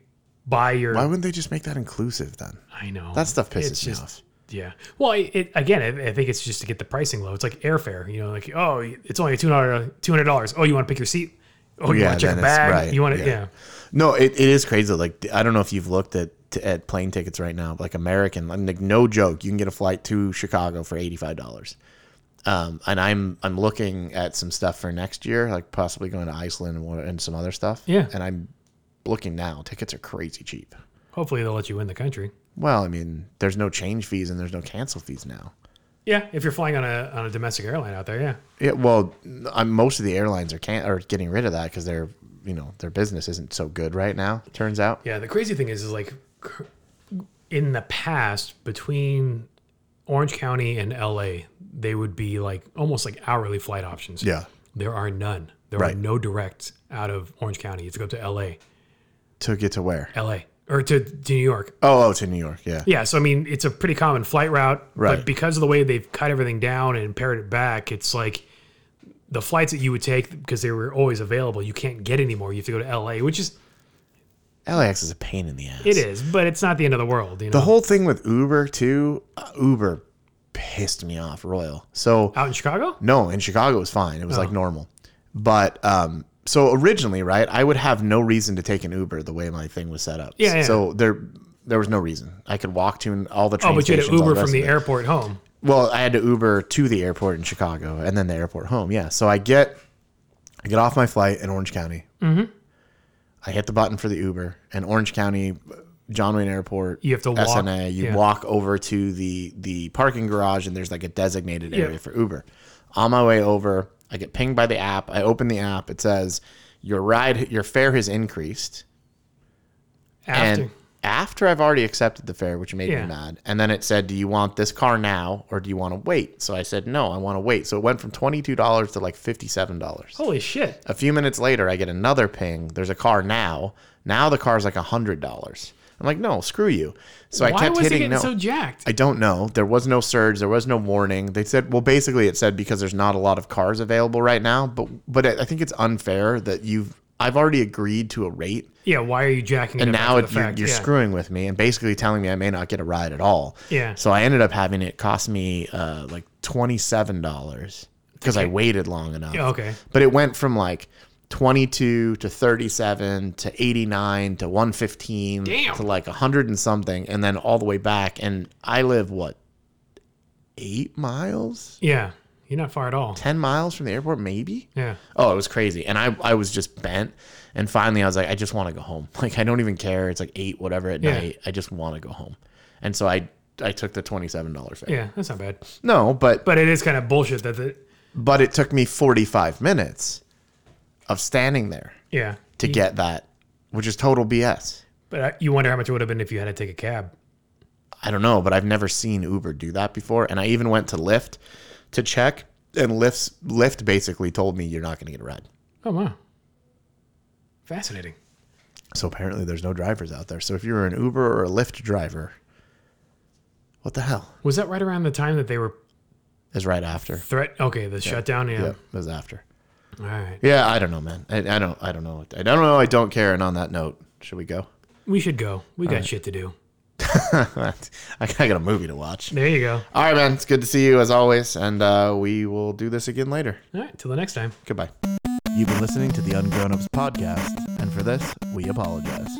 buy your. Why wouldn't they just make that inclusive then? I know That stuff pisses It's me just- off. Yeah. Well, it, it again, I, I think it's just to get the pricing low. It's like airfare, you know, like oh, it's only two hundred dollars. Oh, you want to pick your seat? Oh, you Yeah, want to check then a it's- bag? right, You want to yeah. yeah. No, it, it is crazy. Like I don't know if you've looked at at plane tickets right now, but, like American. I'm like no joke. You can get a flight to Chicago for eighty five dollars. Um, and I'm I'm looking at some stuff for next year, like possibly going to Iceland and, one- and some other stuff. Yeah. And I'm looking now. Tickets are crazy cheap. Hopefully, they'll let you in the country. Well, I mean, there's no change fees and there's no cancel fees now. Yeah, if you're flying on a on a domestic airline out there, yeah. Yeah, well, I'm, most of the airlines are can are getting rid of that because they're you know their business isn't so good right now. Turns out. Yeah, the crazy thing is, is like cr- in the past between Orange County and LA, they would be like almost like hourly flight options. Yeah. There are none. There Right. are no direct out of Orange County. You have to go to LA, To get to where? LA, or to, to New York. Oh, oh, to New York. Yeah. Yeah, so I mean, it's a pretty common flight route, Right. but because of the way they've cut everything down and pared it back, it's like the flights that you would take because they were always available, you can't get anymore. You have to go to LA, which is LAX is a pain in the ass. it is, but it's not the end of the world, you know. The whole thing with Uber too. Uh, Uber pissed me off royal. So out in Chicago? no, in Chicago it was fine. It was Oh. like normal. But um so originally, right, I would have no reason to take an Uber the way my thing was set up. Yeah, yeah. So there there was no reason. I could walk to an- all the train Oh, but you had stations, an all Uber rest from of the it. airport home. Well, I had to Uber to the airport in Chicago and then the airport home. Yeah. So I get I get off my flight in Orange County. Mm-hmm. I hit the button for the Uber and Orange County, John Wayne Airport. You have to walk. SNA. You Yeah. walk over to the the parking garage and there's like a designated Yeah. area for Uber. On my way over, I get pinged by the app. I open the app. It says your ride your fare has increased. After. And after I've already accepted the fare, which made Yeah. me mad, and then it said, "Do you want this car now or do you want to wait?" So I said, "No, I want to wait." So it went from twenty two dollars to like fifty seven dollars. Holy shit. A few minutes later, I get another ping. There's a car now. Now the car's like hundred dollars. I'm like, "No, screw you." So I Why kept was it hitting getting no. so jacked? I don't know. There was no surge. There was no warning. They said, well, basically, it said because there's not a lot of cars available right now. But but I I think it's unfair that you've I've already agreed to a rate yeah, why are you jacking it and up now after the it, you're, fact? you're yeah. screwing with me and basically telling me I may not get a ride at all. Yeah. So I ended up having it cost me uh, like twenty seven dollars because I waited long enough. Yeah, okay. But it went from like twenty two to thirty seven to eighty nine to one fifteen Damn. to like hundred and something, and then all the way back. And I live what eight miles, Yeah. You're not far at all. ten miles from the airport, maybe. Yeah. Oh, it was crazy. And I, I was just bent. And finally, I was like, I just want to go home. Like, I don't even care. It's like eight, whatever at Yeah. night. I just want to go home. And so I, I took the $27 fare. Yeah, that's not bad. No, but, But it is kind of bullshit that the but it took me 45 minutes of standing there yeah. to get that, which is total BS. But I- you wonder how much it would have been if you had to take a cab. I don't know, but I've never seen Uber do that before. And I even went to Lyft to check and Lyft's Lyft basically told me you're not going to get a ride. Oh wow. Fascinating. So apparently there's no drivers out there. So if you're an Uber or a Lyft driver, what the hell? Was that right around the time that they were Is right after. threat okay, the shutdown? Yeah. Yeah, it was after. All right. Yeah, I don't know, man. I, I don't I don't know. I don't know. I don't care. And on that note, should we go? We should go. We got shit to do. I got a movie to watch. There you go. All right, man. It's good to see you as always, and uh, we will do this again later. All right, till the next time. Goodbye. You've been listening to the Ungrown Ups podcast, and for this, we apologize.